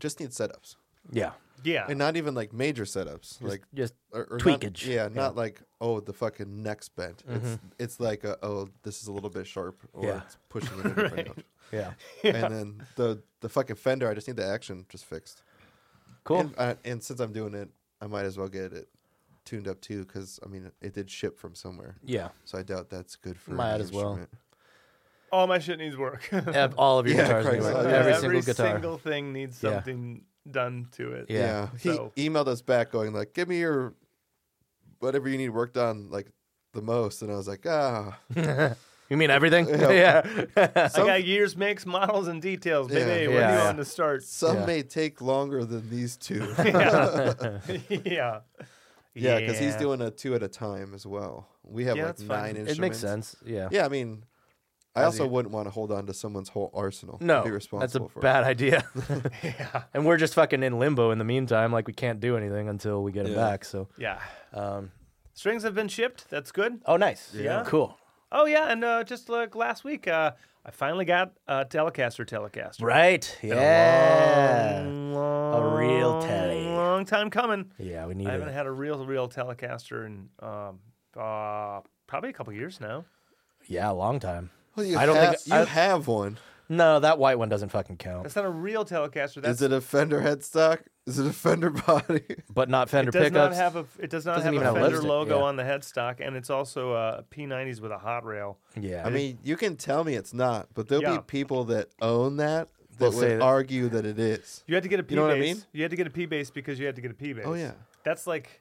Speaker 1: just need setups,
Speaker 3: Yeah.
Speaker 2: yeah.
Speaker 1: and not even like major setups, like
Speaker 3: Ah. Just
Speaker 1: or, or not-
Speaker 3: tweakage. Mm-hmm.
Speaker 1: yeah, not like oh the fucking neck's bent. It's it's like a, oh this is a little bit sharp or
Speaker 3: Yeah.
Speaker 1: it's pushing in a different note.
Speaker 3: yeah.
Speaker 1: And then the the fucking fender, I just need the action just fixed.
Speaker 3: Cool.
Speaker 1: And, uh, and since I'm doing it, I might as well get it tuned up too, because I mean, it did ship from somewhere.
Speaker 3: yeah.
Speaker 1: So I doubt that's good for.
Speaker 3: Might
Speaker 1: any
Speaker 3: as well.
Speaker 1: instrument.
Speaker 2: All my shit needs work.
Speaker 3: Have all of your
Speaker 1: Yeah,
Speaker 3: guitars.
Speaker 1: Christ.
Speaker 3: anyway.
Speaker 1: Uh,
Speaker 3: Every, single guitar.
Speaker 2: single thing needs
Speaker 3: Yeah.
Speaker 2: something done to it.
Speaker 3: Yeah.
Speaker 1: Yeah.
Speaker 2: So-
Speaker 1: He emailed us back going like, "Give me your whatever you need worked on like the most," and I was like, "Ah,
Speaker 3: You mean everything?
Speaker 1: Yeah.
Speaker 3: yeah.
Speaker 2: I got years, makes, models, and details,
Speaker 1: Yeah.
Speaker 2: baby. When
Speaker 3: Yeah,
Speaker 2: you
Speaker 3: yeah.
Speaker 2: on to start?
Speaker 1: some
Speaker 3: Yeah.
Speaker 1: may take longer than these two.
Speaker 2: yeah.
Speaker 1: yeah, because he's doing a two at a time as well. We have
Speaker 2: Yeah,
Speaker 1: like
Speaker 2: that's
Speaker 1: nine
Speaker 2: fine.
Speaker 1: instruments.
Speaker 3: it makes sense. Yeah.
Speaker 1: Yeah, I mean, I
Speaker 3: How's
Speaker 1: also
Speaker 3: he-
Speaker 1: wouldn't want to hold on to someone's whole arsenal. and
Speaker 3: No,
Speaker 1: be
Speaker 3: that's a
Speaker 1: responsible for it.
Speaker 3: bad idea.
Speaker 2: Yeah.
Speaker 3: and we're just fucking in limbo in the meantime. Like we can't do anything until we get him
Speaker 1: Yeah.
Speaker 3: back. So,
Speaker 2: Yeah.
Speaker 3: um,
Speaker 2: Strings have been shipped. That's good.
Speaker 3: oh, nice.
Speaker 2: Yeah.
Speaker 3: cool.
Speaker 2: Oh yeah, and uh, just like last week, uh, I finally got a Telecaster Telecaster.
Speaker 3: Right. Yeah.
Speaker 2: Long,
Speaker 3: A real telly.
Speaker 2: Long time coming.
Speaker 3: Yeah, we need
Speaker 2: I haven't
Speaker 3: it.
Speaker 2: had a real, real Telecaster in um, uh, probably a couple years now.
Speaker 3: Yeah, a long time.
Speaker 1: Well, you
Speaker 3: I don't
Speaker 1: have,
Speaker 3: think-
Speaker 1: you
Speaker 3: I-
Speaker 1: have one.
Speaker 3: No, that white one doesn't fucking count.
Speaker 2: That's not a real Telecaster. That's
Speaker 1: Is it a Fender headstock? Is it a Fender body?
Speaker 3: But not Fender
Speaker 2: it does not
Speaker 3: pickups.
Speaker 2: have a it does not
Speaker 3: Doesn't
Speaker 2: have a
Speaker 3: even have
Speaker 2: Fender
Speaker 3: lipstick,
Speaker 2: logo
Speaker 3: yeah.
Speaker 2: on the headstock, and it's also a P90s with a hot rail.
Speaker 3: yeah.
Speaker 1: I mean, you can tell me it's not, but there'll
Speaker 2: Yeah.
Speaker 1: be people that own that that
Speaker 3: Will
Speaker 1: would
Speaker 3: say that-
Speaker 1: argue that it is.
Speaker 2: You had to get a P
Speaker 1: You know what I
Speaker 2: bass.
Speaker 1: mean?
Speaker 2: You had to get a P bass because you had to get a P bass.
Speaker 1: Oh, yeah.
Speaker 2: that's like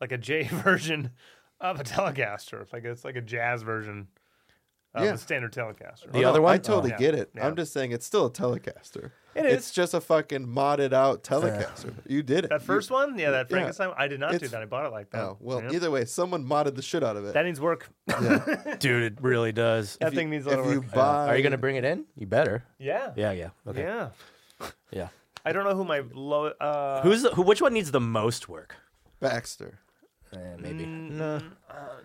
Speaker 2: like a J version of a Telecaster. Like it's like a jazz version of
Speaker 1: Yeah.
Speaker 2: a standard Telecaster.
Speaker 3: The other one?
Speaker 1: I totally
Speaker 2: Oh.
Speaker 1: get it.
Speaker 2: Yeah.
Speaker 1: I'm just saying it's still a Telecaster.
Speaker 2: It
Speaker 1: It's
Speaker 2: is.
Speaker 1: just a fucking modded out
Speaker 3: Uh,
Speaker 1: Telecaster. you did it.
Speaker 2: that first one, yeah, that Frankenstein. I did not do
Speaker 1: It's-
Speaker 2: that. I bought it like that.
Speaker 1: Oh, well,
Speaker 2: Yeah.
Speaker 1: either way, someone modded the shit out of it.
Speaker 2: that needs work.
Speaker 3: dude, it really does.
Speaker 2: that thing needs a lot of
Speaker 1: if you
Speaker 2: work.
Speaker 1: buy,
Speaker 3: Are you gonna bring it in? You better.
Speaker 2: yeah.
Speaker 3: Yeah, yeah. Okay.
Speaker 2: Yeah.
Speaker 3: Yeah.
Speaker 2: I don't know who my low. Uh,
Speaker 3: Who's the, who? Which one needs the most work?
Speaker 1: Baxter?
Speaker 3: Eh, maybe.
Speaker 2: Mm.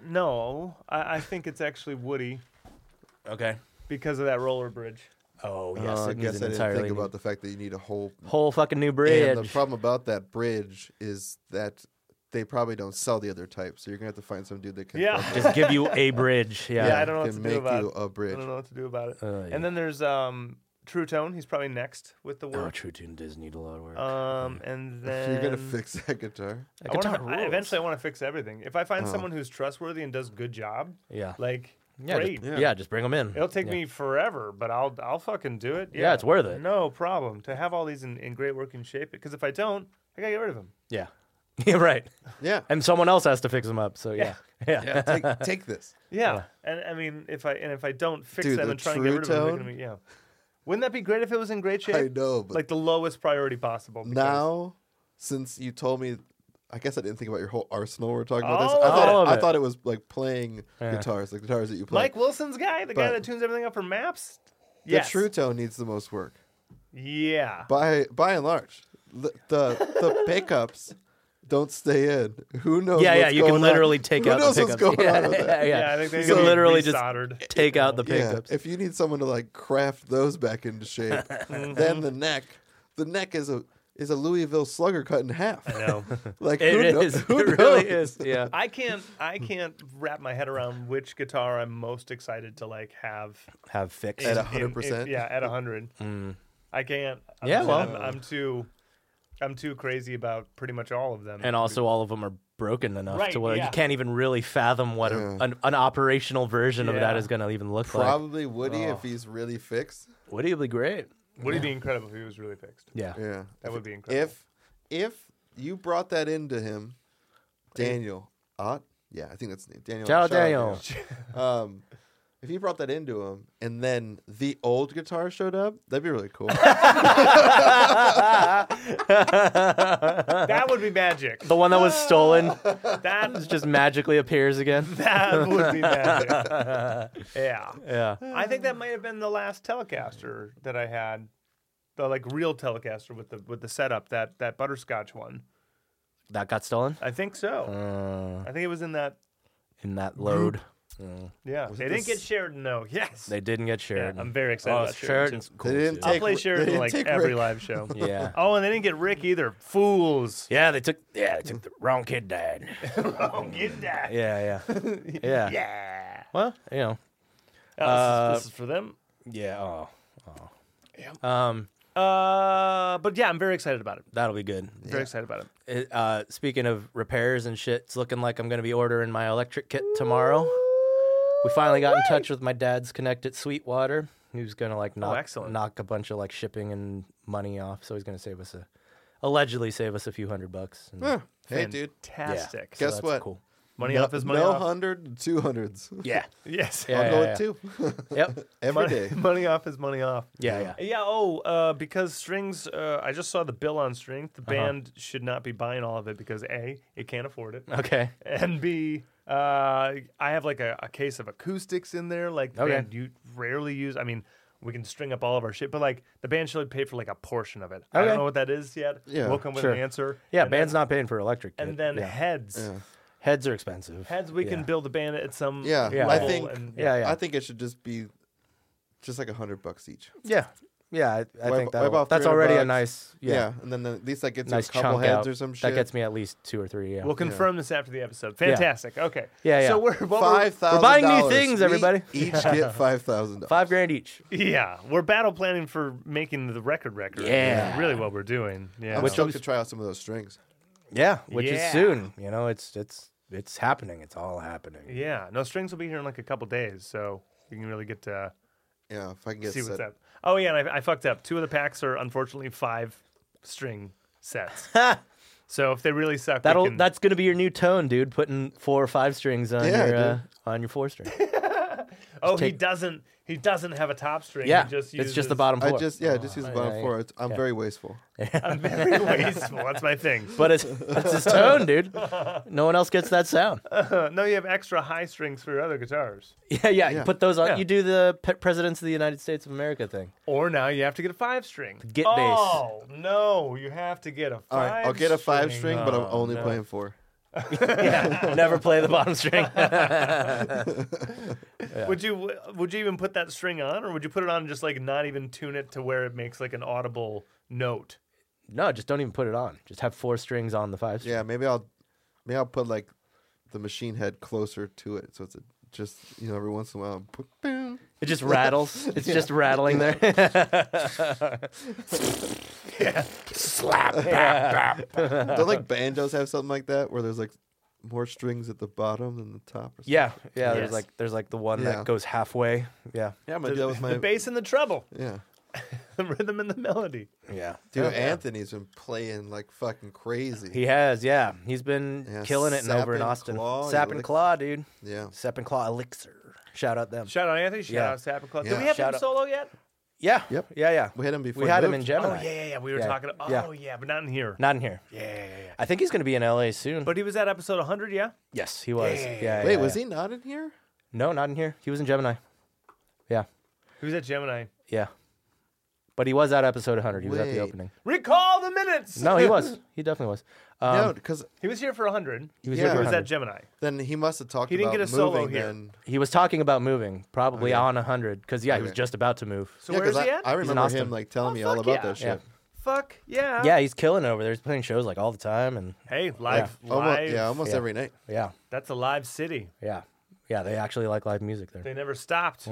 Speaker 2: no, I, I think it's actually Woody
Speaker 3: Okay.
Speaker 2: because of that roller bridge.
Speaker 3: Oh yes,
Speaker 1: Uh, I
Speaker 3: it needs
Speaker 1: guess
Speaker 3: an
Speaker 1: I didn't
Speaker 3: entirely
Speaker 1: think
Speaker 3: new-
Speaker 1: about the fact that you need a whole
Speaker 3: whole fucking new bridge.
Speaker 1: And the problem about that bridge is that they probably don't sell the other type, so you're gonna have to find some dude that can
Speaker 2: Yeah.
Speaker 1: fucking-
Speaker 3: Just give you a bridge. Yeah.
Speaker 2: Yeah, I don't know what
Speaker 1: can
Speaker 2: to do
Speaker 1: make
Speaker 2: about
Speaker 1: you
Speaker 2: it.
Speaker 1: a
Speaker 2: I don't
Speaker 1: bridge.
Speaker 2: know what to do about it.
Speaker 3: Uh, yeah.
Speaker 2: And then there's um, True Tone. He's probably next with the
Speaker 3: Oh,
Speaker 2: work.
Speaker 3: True Tune does need a lot of work.
Speaker 2: um, and then
Speaker 1: You're gonna fix that guitar.
Speaker 3: That
Speaker 2: I wanna,
Speaker 3: guitar
Speaker 2: I-
Speaker 3: rules.
Speaker 2: eventually, I want to fix everything. If I
Speaker 1: Oh.
Speaker 2: find someone who's trustworthy and does good job,
Speaker 3: Yeah.
Speaker 2: like
Speaker 3: yeah,
Speaker 2: great.
Speaker 3: Just, yeah. just bring them in.
Speaker 2: It'll take
Speaker 3: Yeah.
Speaker 2: me forever, but I'll I'll fucking do it. Yeah,
Speaker 3: it's worth it.
Speaker 2: No problem to have all these in, in great working shape. Because if I don't, I gotta get rid of them.
Speaker 3: Yeah. Yeah, right.
Speaker 1: Yeah.
Speaker 3: And someone else has to fix them up. So yeah. Yeah.
Speaker 1: Yeah, take, take this.
Speaker 2: Yeah. and I mean, if I and if I don't fix
Speaker 1: Dude,
Speaker 2: them
Speaker 1: the
Speaker 2: and try and get rid of them, they're
Speaker 1: Trutone?
Speaker 2: gonna be, yeah. Wouldn't that be great if it was in great shape?
Speaker 1: I know, but
Speaker 2: like the lowest priority possible. because-
Speaker 1: now since you told me, I guess I didn't think about your whole arsenal. We're talking about this.
Speaker 2: All
Speaker 1: I
Speaker 3: All
Speaker 1: thought
Speaker 3: of
Speaker 1: it, I
Speaker 3: it.
Speaker 1: thought it was like playing guitars, like guitars that you play.
Speaker 2: Mike Wilson's guy, the guy
Speaker 1: But-
Speaker 2: that tunes everything up for maps.
Speaker 1: the
Speaker 2: Yes.
Speaker 1: true tone needs the most work.
Speaker 2: Yeah.
Speaker 1: By by and large, the the, the pickups don't stay in. Who knows?
Speaker 3: Yeah, yeah,
Speaker 1: what's
Speaker 3: you can
Speaker 1: going on?
Speaker 3: literally take
Speaker 1: Who
Speaker 3: out the
Speaker 1: knows what's
Speaker 3: pickups.
Speaker 1: going
Speaker 3: Yeah,
Speaker 1: on with
Speaker 3: yeah,
Speaker 1: that?
Speaker 3: yeah.
Speaker 2: Yeah, I think they
Speaker 3: you
Speaker 2: gotta
Speaker 3: can
Speaker 2: be
Speaker 3: literally just
Speaker 2: resoldered.
Speaker 3: take out the
Speaker 1: Yeah,
Speaker 3: pickups.
Speaker 1: if you need someone to like craft those back into shape,
Speaker 3: Mm-hmm.
Speaker 1: then the neck, the neck is a is a Louisville Slugger cut in half.
Speaker 2: I know.
Speaker 1: Like who
Speaker 3: It
Speaker 1: kno-
Speaker 3: is.
Speaker 1: who
Speaker 3: It really
Speaker 1: knows?
Speaker 3: is. Yeah.
Speaker 2: I can't. I can't wrap my head around which guitar I'm most excited to like have.
Speaker 3: Have fixed.
Speaker 1: At
Speaker 2: in-
Speaker 1: a
Speaker 2: in-
Speaker 1: 100%?
Speaker 2: in- Yeah, at hundred. I can't. I'm
Speaker 3: Mm. Yeah,
Speaker 2: just-
Speaker 3: well-
Speaker 2: I'm, I'm too. I'm too crazy about pretty much all of them.
Speaker 3: and also all of them are broken enough
Speaker 2: Right,
Speaker 3: to where
Speaker 2: yeah.
Speaker 3: you can't even really fathom what a-
Speaker 1: Yeah.
Speaker 3: an, an operational version of that
Speaker 2: Yeah.
Speaker 3: is going to even look like.
Speaker 1: Probably Woody
Speaker 3: Oh.
Speaker 1: if he's really fixed.
Speaker 3: Would it be great?
Speaker 2: would it be incredible if he was really fixed?
Speaker 3: Yeah.
Speaker 1: Yeah,
Speaker 2: That
Speaker 1: If-
Speaker 2: would be incredible.
Speaker 1: If if you brought that into him, Daniel Ott. Yeah, I think that's the name. Daniel.
Speaker 3: Shout out
Speaker 1: Ott.
Speaker 3: Daniel.
Speaker 1: Daniel. um, if you brought that into him, and then the old guitar showed up, that'd be really cool.
Speaker 2: that would be magic.
Speaker 3: The one that was stolen
Speaker 2: That
Speaker 3: just magically appears again.
Speaker 2: that would be magic. Yeah.
Speaker 3: Yeah.
Speaker 2: I think that might have been the last Telecaster that I had, the like real Telecaster with the with the setup that that butterscotch one.
Speaker 3: That got stolen
Speaker 2: I think so.
Speaker 3: uh,
Speaker 2: I think it was in that.
Speaker 3: in that load.
Speaker 2: Mm-hmm.
Speaker 3: Uh,
Speaker 2: Yeah,
Speaker 1: Was
Speaker 2: they
Speaker 1: it
Speaker 2: didn't
Speaker 1: the
Speaker 2: get Sheridan though. Yes,
Speaker 3: they didn't get
Speaker 2: yeah,
Speaker 3: shared.
Speaker 2: I'm very excited
Speaker 3: oh,
Speaker 2: about Sheridan.
Speaker 3: Sheridan's
Speaker 2: too.
Speaker 3: cool.
Speaker 1: They didn't
Speaker 3: too.
Speaker 2: I'll
Speaker 1: take-
Speaker 2: play
Speaker 1: Rick- they
Speaker 2: Sheridan
Speaker 1: didn't
Speaker 2: like
Speaker 1: take
Speaker 2: every
Speaker 1: Rick.
Speaker 2: live show.
Speaker 3: Yeah.
Speaker 2: Oh, and they didn't get Rick either. Fools.
Speaker 3: Yeah, they took. Yeah, they took the wrong kid. Died.
Speaker 2: Oh, get that.
Speaker 3: Yeah, yeah, yeah.
Speaker 2: Yeah.
Speaker 3: Well, you know.
Speaker 2: Uh, this, is, this is for them.
Speaker 3: Yeah. Oh. oh.
Speaker 2: Yeah.
Speaker 3: Um.
Speaker 2: Uh, but yeah, I'm very excited about it.
Speaker 3: That'll be good.
Speaker 2: Very excited about it.
Speaker 3: It- Uh, speaking of repairs and shit, it's looking like I'm gonna be ordering my electric kit tomorrow. We finally got in touch with my dad's connect at Sweetwater, who's gonna
Speaker 1: Oh,
Speaker 3: like knock
Speaker 2: excellent.
Speaker 3: knock a bunch of like shipping and money off. So he's gonna save us a, allegedly save us a few hundred bucks. And,
Speaker 1: Huh. hey, dude.
Speaker 2: Fantastic.
Speaker 1: Guess
Speaker 3: that's
Speaker 1: what?
Speaker 3: Cool.
Speaker 2: Money
Speaker 1: No,
Speaker 2: off is money
Speaker 1: no
Speaker 2: off.
Speaker 1: hundred, two hundreds.
Speaker 3: Yeah.
Speaker 2: Yes.
Speaker 3: Yeah,
Speaker 1: I'll go
Speaker 3: yeah,
Speaker 1: with two
Speaker 3: Yep.
Speaker 1: every
Speaker 2: Money,
Speaker 1: day.
Speaker 2: money off is money off.
Speaker 3: Yeah. Yeah.
Speaker 2: Yeah. Oh, uh, because strings. Uh, I just saw the bill on strings.
Speaker 1: Uh-huh.
Speaker 2: The band should not be buying all of it because a, it can't afford it,
Speaker 3: Okay.
Speaker 2: and b, uh, I have like a, a case of acoustics in there. Like the
Speaker 3: Okay.
Speaker 2: band you rarely use. I mean, we can string up all of our shit, but like the band should pay for like a portion of it. I
Speaker 3: Okay.
Speaker 2: don't know what that is yet.
Speaker 1: Yeah,
Speaker 2: We'll come with
Speaker 3: sure.
Speaker 2: an answer.
Speaker 3: Yeah.
Speaker 2: And
Speaker 3: band's
Speaker 2: then,
Speaker 3: not paying for electric. Kit.
Speaker 2: And then
Speaker 3: Yeah.
Speaker 2: heads.
Speaker 3: heads are expensive.
Speaker 2: Heads. We can
Speaker 3: Yeah.
Speaker 2: build a band at some.
Speaker 1: Yeah,
Speaker 3: Yeah.
Speaker 1: I
Speaker 2: level
Speaker 1: think.
Speaker 2: and-
Speaker 3: Yeah. Yeah.
Speaker 1: I think it should just be, just like a hundred bucks each.
Speaker 3: Yeah, yeah, I, I
Speaker 1: Wipe-
Speaker 3: think
Speaker 1: wipe
Speaker 3: that
Speaker 1: off
Speaker 3: that's
Speaker 1: 300
Speaker 3: already a
Speaker 1: bucks.
Speaker 3: nice, yeah,
Speaker 1: Yeah. and then at least that gets you
Speaker 3: nice
Speaker 1: a couple
Speaker 3: chunk
Speaker 1: heads
Speaker 3: out.
Speaker 1: or some shit.
Speaker 3: That gets me at least two or three. Yeah,
Speaker 2: We'll confirm this after the episode.
Speaker 3: Yeah.
Speaker 2: Fantastic. Okay.
Speaker 3: Yeah, yeah.
Speaker 2: So we're what we're-
Speaker 1: five thousand.
Speaker 3: buying new things, everybody.
Speaker 1: Each get five thousand dollars.
Speaker 3: five grand each,
Speaker 2: Yeah, we're battle planning for making the record record. is
Speaker 3: Yeah.
Speaker 2: really what we're doing. Yeah,
Speaker 1: I'm
Speaker 3: Which
Speaker 1: stoked
Speaker 3: one's-
Speaker 1: to try out some of those strings.
Speaker 3: yeah, which
Speaker 2: Yeah.
Speaker 3: is soon. You know, it's it's it's happening. It's all happening.
Speaker 2: yeah. No strings will be here in like a couple days, so you can really get to
Speaker 1: Yeah, if I can get
Speaker 2: see what's
Speaker 1: set.
Speaker 2: up. Oh yeah, and I, I fucked up. Two of the packs are unfortunately five string sets. so if they really suck, we
Speaker 3: That'll
Speaker 2: can-
Speaker 3: that's gonna be your new tone, dude. Putting four or five strings on
Speaker 1: Yeah,
Speaker 3: your uh,
Speaker 1: dude.
Speaker 3: on your four string.
Speaker 2: oh he
Speaker 3: take-
Speaker 2: doesn't he doesn't have a top string.
Speaker 3: yeah,
Speaker 2: he just
Speaker 3: it's just
Speaker 2: uses- Oh,
Speaker 3: the bottom
Speaker 1: I
Speaker 3: four.
Speaker 1: just yeah, just use the bottom
Speaker 3: Oh, yeah,
Speaker 1: four. It's, I'm very wasteful.
Speaker 2: I'm very wasteful. That's my thing.
Speaker 3: but it's it's his tone, dude. No one else gets that sound.
Speaker 2: Uh, no, you have extra high strings for your other guitars.
Speaker 3: Yeah, yeah. You
Speaker 1: Yeah.
Speaker 3: put those on.
Speaker 2: Yeah.
Speaker 3: You do the pe- presidents of the United States of America thing.
Speaker 2: Or now you have to get a five string.
Speaker 3: Get
Speaker 2: oh,
Speaker 3: bass.
Speaker 2: no, you have to get a five.
Speaker 1: All right, I'll get a five
Speaker 2: string.
Speaker 3: Oh,
Speaker 2: Oh,
Speaker 1: string, but I'm only playing four.
Speaker 3: yeah, never play the bottom string.
Speaker 2: Would you would you even put that string on, or would you put it on and just like not even tune it to where it makes like an audible note?
Speaker 3: no, just don't even put it on. Just have four strings on the five string.
Speaker 1: Yeah, maybe I'll maybe I'll put like the machine head closer to it, so it's a, just you know every once in a while. boop, boom.
Speaker 3: It just rattles. It's just rattling there.
Speaker 2: Slap.
Speaker 1: Don't like banjos have something like that where there's like more strings at the bottom than the top. Or something?
Speaker 3: Yeah, yeah.
Speaker 2: Yes.
Speaker 3: There's like there's like the one
Speaker 1: Yeah.
Speaker 3: that goes halfway. Yeah,
Speaker 1: yeah, I'm gonna do that
Speaker 2: The,
Speaker 1: with my
Speaker 2: the bass and the treble,
Speaker 1: yeah.
Speaker 2: the rhythm and the melody.
Speaker 3: yeah.
Speaker 1: Dude, Anthony's been playing like fucking crazy.
Speaker 3: He has, yeah. He's been
Speaker 1: Yeah,
Speaker 3: killing it and
Speaker 1: Sap
Speaker 3: over in
Speaker 1: and
Speaker 3: Austin.
Speaker 1: Claw,
Speaker 3: Sap
Speaker 1: Elixir.
Speaker 3: and Claw, dude.
Speaker 1: yeah,
Speaker 3: Sap and Claw Elixir. Shout out them.
Speaker 2: Shout out Anthony. Shout
Speaker 3: Yeah.
Speaker 2: out Sap and Club.
Speaker 1: Yeah.
Speaker 2: Did we have
Speaker 3: Shout
Speaker 2: him
Speaker 3: out-
Speaker 2: solo yet?
Speaker 3: Yeah.
Speaker 1: Yep.
Speaker 3: Yeah, yeah.
Speaker 1: we had him before.
Speaker 3: We
Speaker 1: he
Speaker 3: had him
Speaker 1: moved.
Speaker 3: in Gemini.
Speaker 2: Oh yeah, yeah, yeah. We were
Speaker 3: Yeah.
Speaker 2: talking. Oh yeah.
Speaker 3: Yeah.
Speaker 2: but not in here.
Speaker 3: Not in here.
Speaker 2: Yeah, yeah, yeah, yeah.
Speaker 3: I think he's going to be in LA soon.
Speaker 2: But he was at episode 100, yeah.
Speaker 3: yes, he was.
Speaker 2: yeah,
Speaker 3: Yeah.
Speaker 2: yeah,
Speaker 3: yeah,
Speaker 1: Wait,
Speaker 3: yeah.
Speaker 1: was he not in here?
Speaker 3: No, not in here. He was in Gemini. Yeah.
Speaker 2: He was at Gemini.
Speaker 3: Yeah. But he was at episode 100. He was at
Speaker 1: Wait.
Speaker 3: the opening.
Speaker 2: Recall the minutes.
Speaker 3: No, he was. He definitely was. Um,
Speaker 1: No, because
Speaker 2: he was here for 100.
Speaker 3: he was
Speaker 1: yeah.
Speaker 3: here for
Speaker 2: He was
Speaker 3: 100.
Speaker 2: at Gemini.
Speaker 1: then he must have talked.
Speaker 2: He didn't
Speaker 1: about
Speaker 2: get a solo
Speaker 1: moving
Speaker 2: here.
Speaker 1: Then.
Speaker 3: He was talking about moving, probably
Speaker 1: Okay.
Speaker 3: on 100, because, yeah, he was
Speaker 1: Okay.
Speaker 3: just about to move.
Speaker 2: So
Speaker 1: yeah,
Speaker 2: where's
Speaker 1: 'cause
Speaker 2: he
Speaker 1: I,
Speaker 2: at?
Speaker 1: I remember
Speaker 3: Austin.
Speaker 1: him like telling
Speaker 2: Oh,
Speaker 1: me all
Speaker 2: fuck
Speaker 1: about
Speaker 2: yeah.
Speaker 1: that shit.
Speaker 3: Yeah.
Speaker 2: Fuck yeah.
Speaker 3: Yeah, he's killing it over there. He's playing shows like all the time, and
Speaker 2: Hey, live,
Speaker 1: Almost,
Speaker 2: live.
Speaker 1: yeah, almost
Speaker 3: Yeah.
Speaker 1: every night.
Speaker 3: yeah,
Speaker 2: That's a live city.
Speaker 3: yeah, yeah. They actually like live music there.
Speaker 2: They never stopped.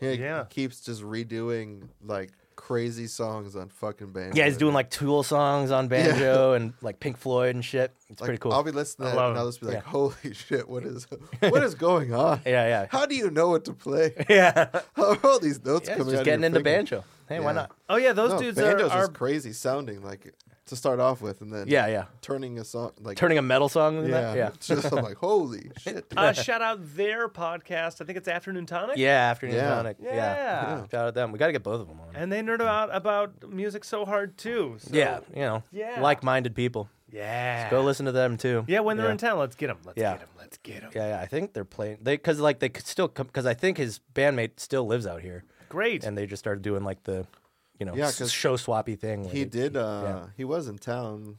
Speaker 1: He
Speaker 2: Yeah.
Speaker 1: keeps just redoing like crazy songs on fucking banjo.
Speaker 3: Yeah, he's doing like Tool songs on banjo and like Pink Floyd and shit. It's
Speaker 1: Like,
Speaker 3: pretty cool.
Speaker 1: I'll be listening to that
Speaker 2: love
Speaker 1: and
Speaker 2: it.
Speaker 1: I'll just be like,
Speaker 3: Yeah.
Speaker 1: "Holy shit, what is what is going on?
Speaker 3: yeah, yeah,
Speaker 1: How do you know what to play?
Speaker 3: yeah.
Speaker 1: How are all these notes
Speaker 3: yeah
Speaker 1: coming
Speaker 3: just
Speaker 1: out
Speaker 3: getting
Speaker 1: of
Speaker 3: into
Speaker 1: your finger?
Speaker 3: banjo. Hey, why
Speaker 1: Yeah.
Speaker 3: not?
Speaker 2: Oh yeah, those
Speaker 1: no,
Speaker 2: dudes
Speaker 1: banjo's
Speaker 2: are, are
Speaker 1: just crazy sounding like to start off with, and then
Speaker 3: Yeah, yeah.
Speaker 1: turning a song like
Speaker 3: Turning a metal song, into
Speaker 1: yeah,
Speaker 3: that? yeah,
Speaker 1: It's just I'm like, holy shit, dude.
Speaker 2: uh, shout out their podcast. I think it's Afternoon Tonic.
Speaker 3: yeah. Afternoon
Speaker 1: Yeah.
Speaker 3: Sonic. Yeah.
Speaker 2: Yeah.
Speaker 3: shout out them. We got to get both of them on.
Speaker 2: And they nerd out about music so hard too. So,
Speaker 3: yeah, you know,
Speaker 2: Yeah.
Speaker 3: like-minded people.
Speaker 2: yeah.
Speaker 3: Go listen to them too.
Speaker 2: Yeah, when they're in town, let's get them. Let's
Speaker 3: Yeah.
Speaker 2: get them. Let's get them.
Speaker 3: Yeah, yeah. I think they're playing. They because like they could still come because I think his bandmate still lives out here.
Speaker 2: Great.
Speaker 3: and they just started doing like the, you know,
Speaker 1: Yeah,
Speaker 3: s-
Speaker 1: 'cause
Speaker 3: show swappy thing. where
Speaker 1: he
Speaker 3: they-
Speaker 1: did. Uh, He was in town,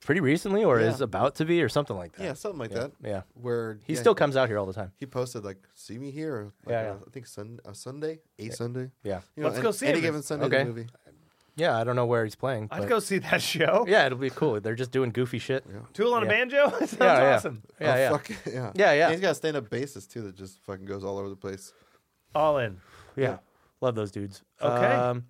Speaker 3: pretty recently, or is
Speaker 1: Yeah.
Speaker 3: about to be, or something like that.
Speaker 1: yeah, something like that.
Speaker 3: yeah.
Speaker 1: Where
Speaker 3: He
Speaker 1: yeah,
Speaker 3: still comes out here all the time.
Speaker 1: he posted like, "See me here." Like,
Speaker 3: Yeah, yeah.
Speaker 1: uh, I think sun, a Sunday, a Sunday.
Speaker 3: Yeah,
Speaker 1: You know,
Speaker 2: Let's
Speaker 1: an-
Speaker 2: go see
Speaker 1: any
Speaker 2: him.
Speaker 1: given Sunday the
Speaker 3: Okay.
Speaker 1: movie.
Speaker 3: yeah. I don't know where he's playing.
Speaker 2: I'd
Speaker 3: but-
Speaker 2: go see that show.
Speaker 3: Yeah, it'll be cool. They're just doing goofy shit. Yeah,
Speaker 2: Tool on a
Speaker 3: Yeah.
Speaker 2: banjo. Sounds
Speaker 3: yeah, yeah.
Speaker 2: awesome.
Speaker 3: Yeah,
Speaker 1: oh,
Speaker 3: yeah.
Speaker 1: Fuck, yeah,
Speaker 3: Yeah, yeah.
Speaker 1: And he's got a stand-up bassist too that just fucking goes all over the place.
Speaker 2: All in.
Speaker 3: Yeah. love those dudes.
Speaker 2: Okay.
Speaker 3: Um,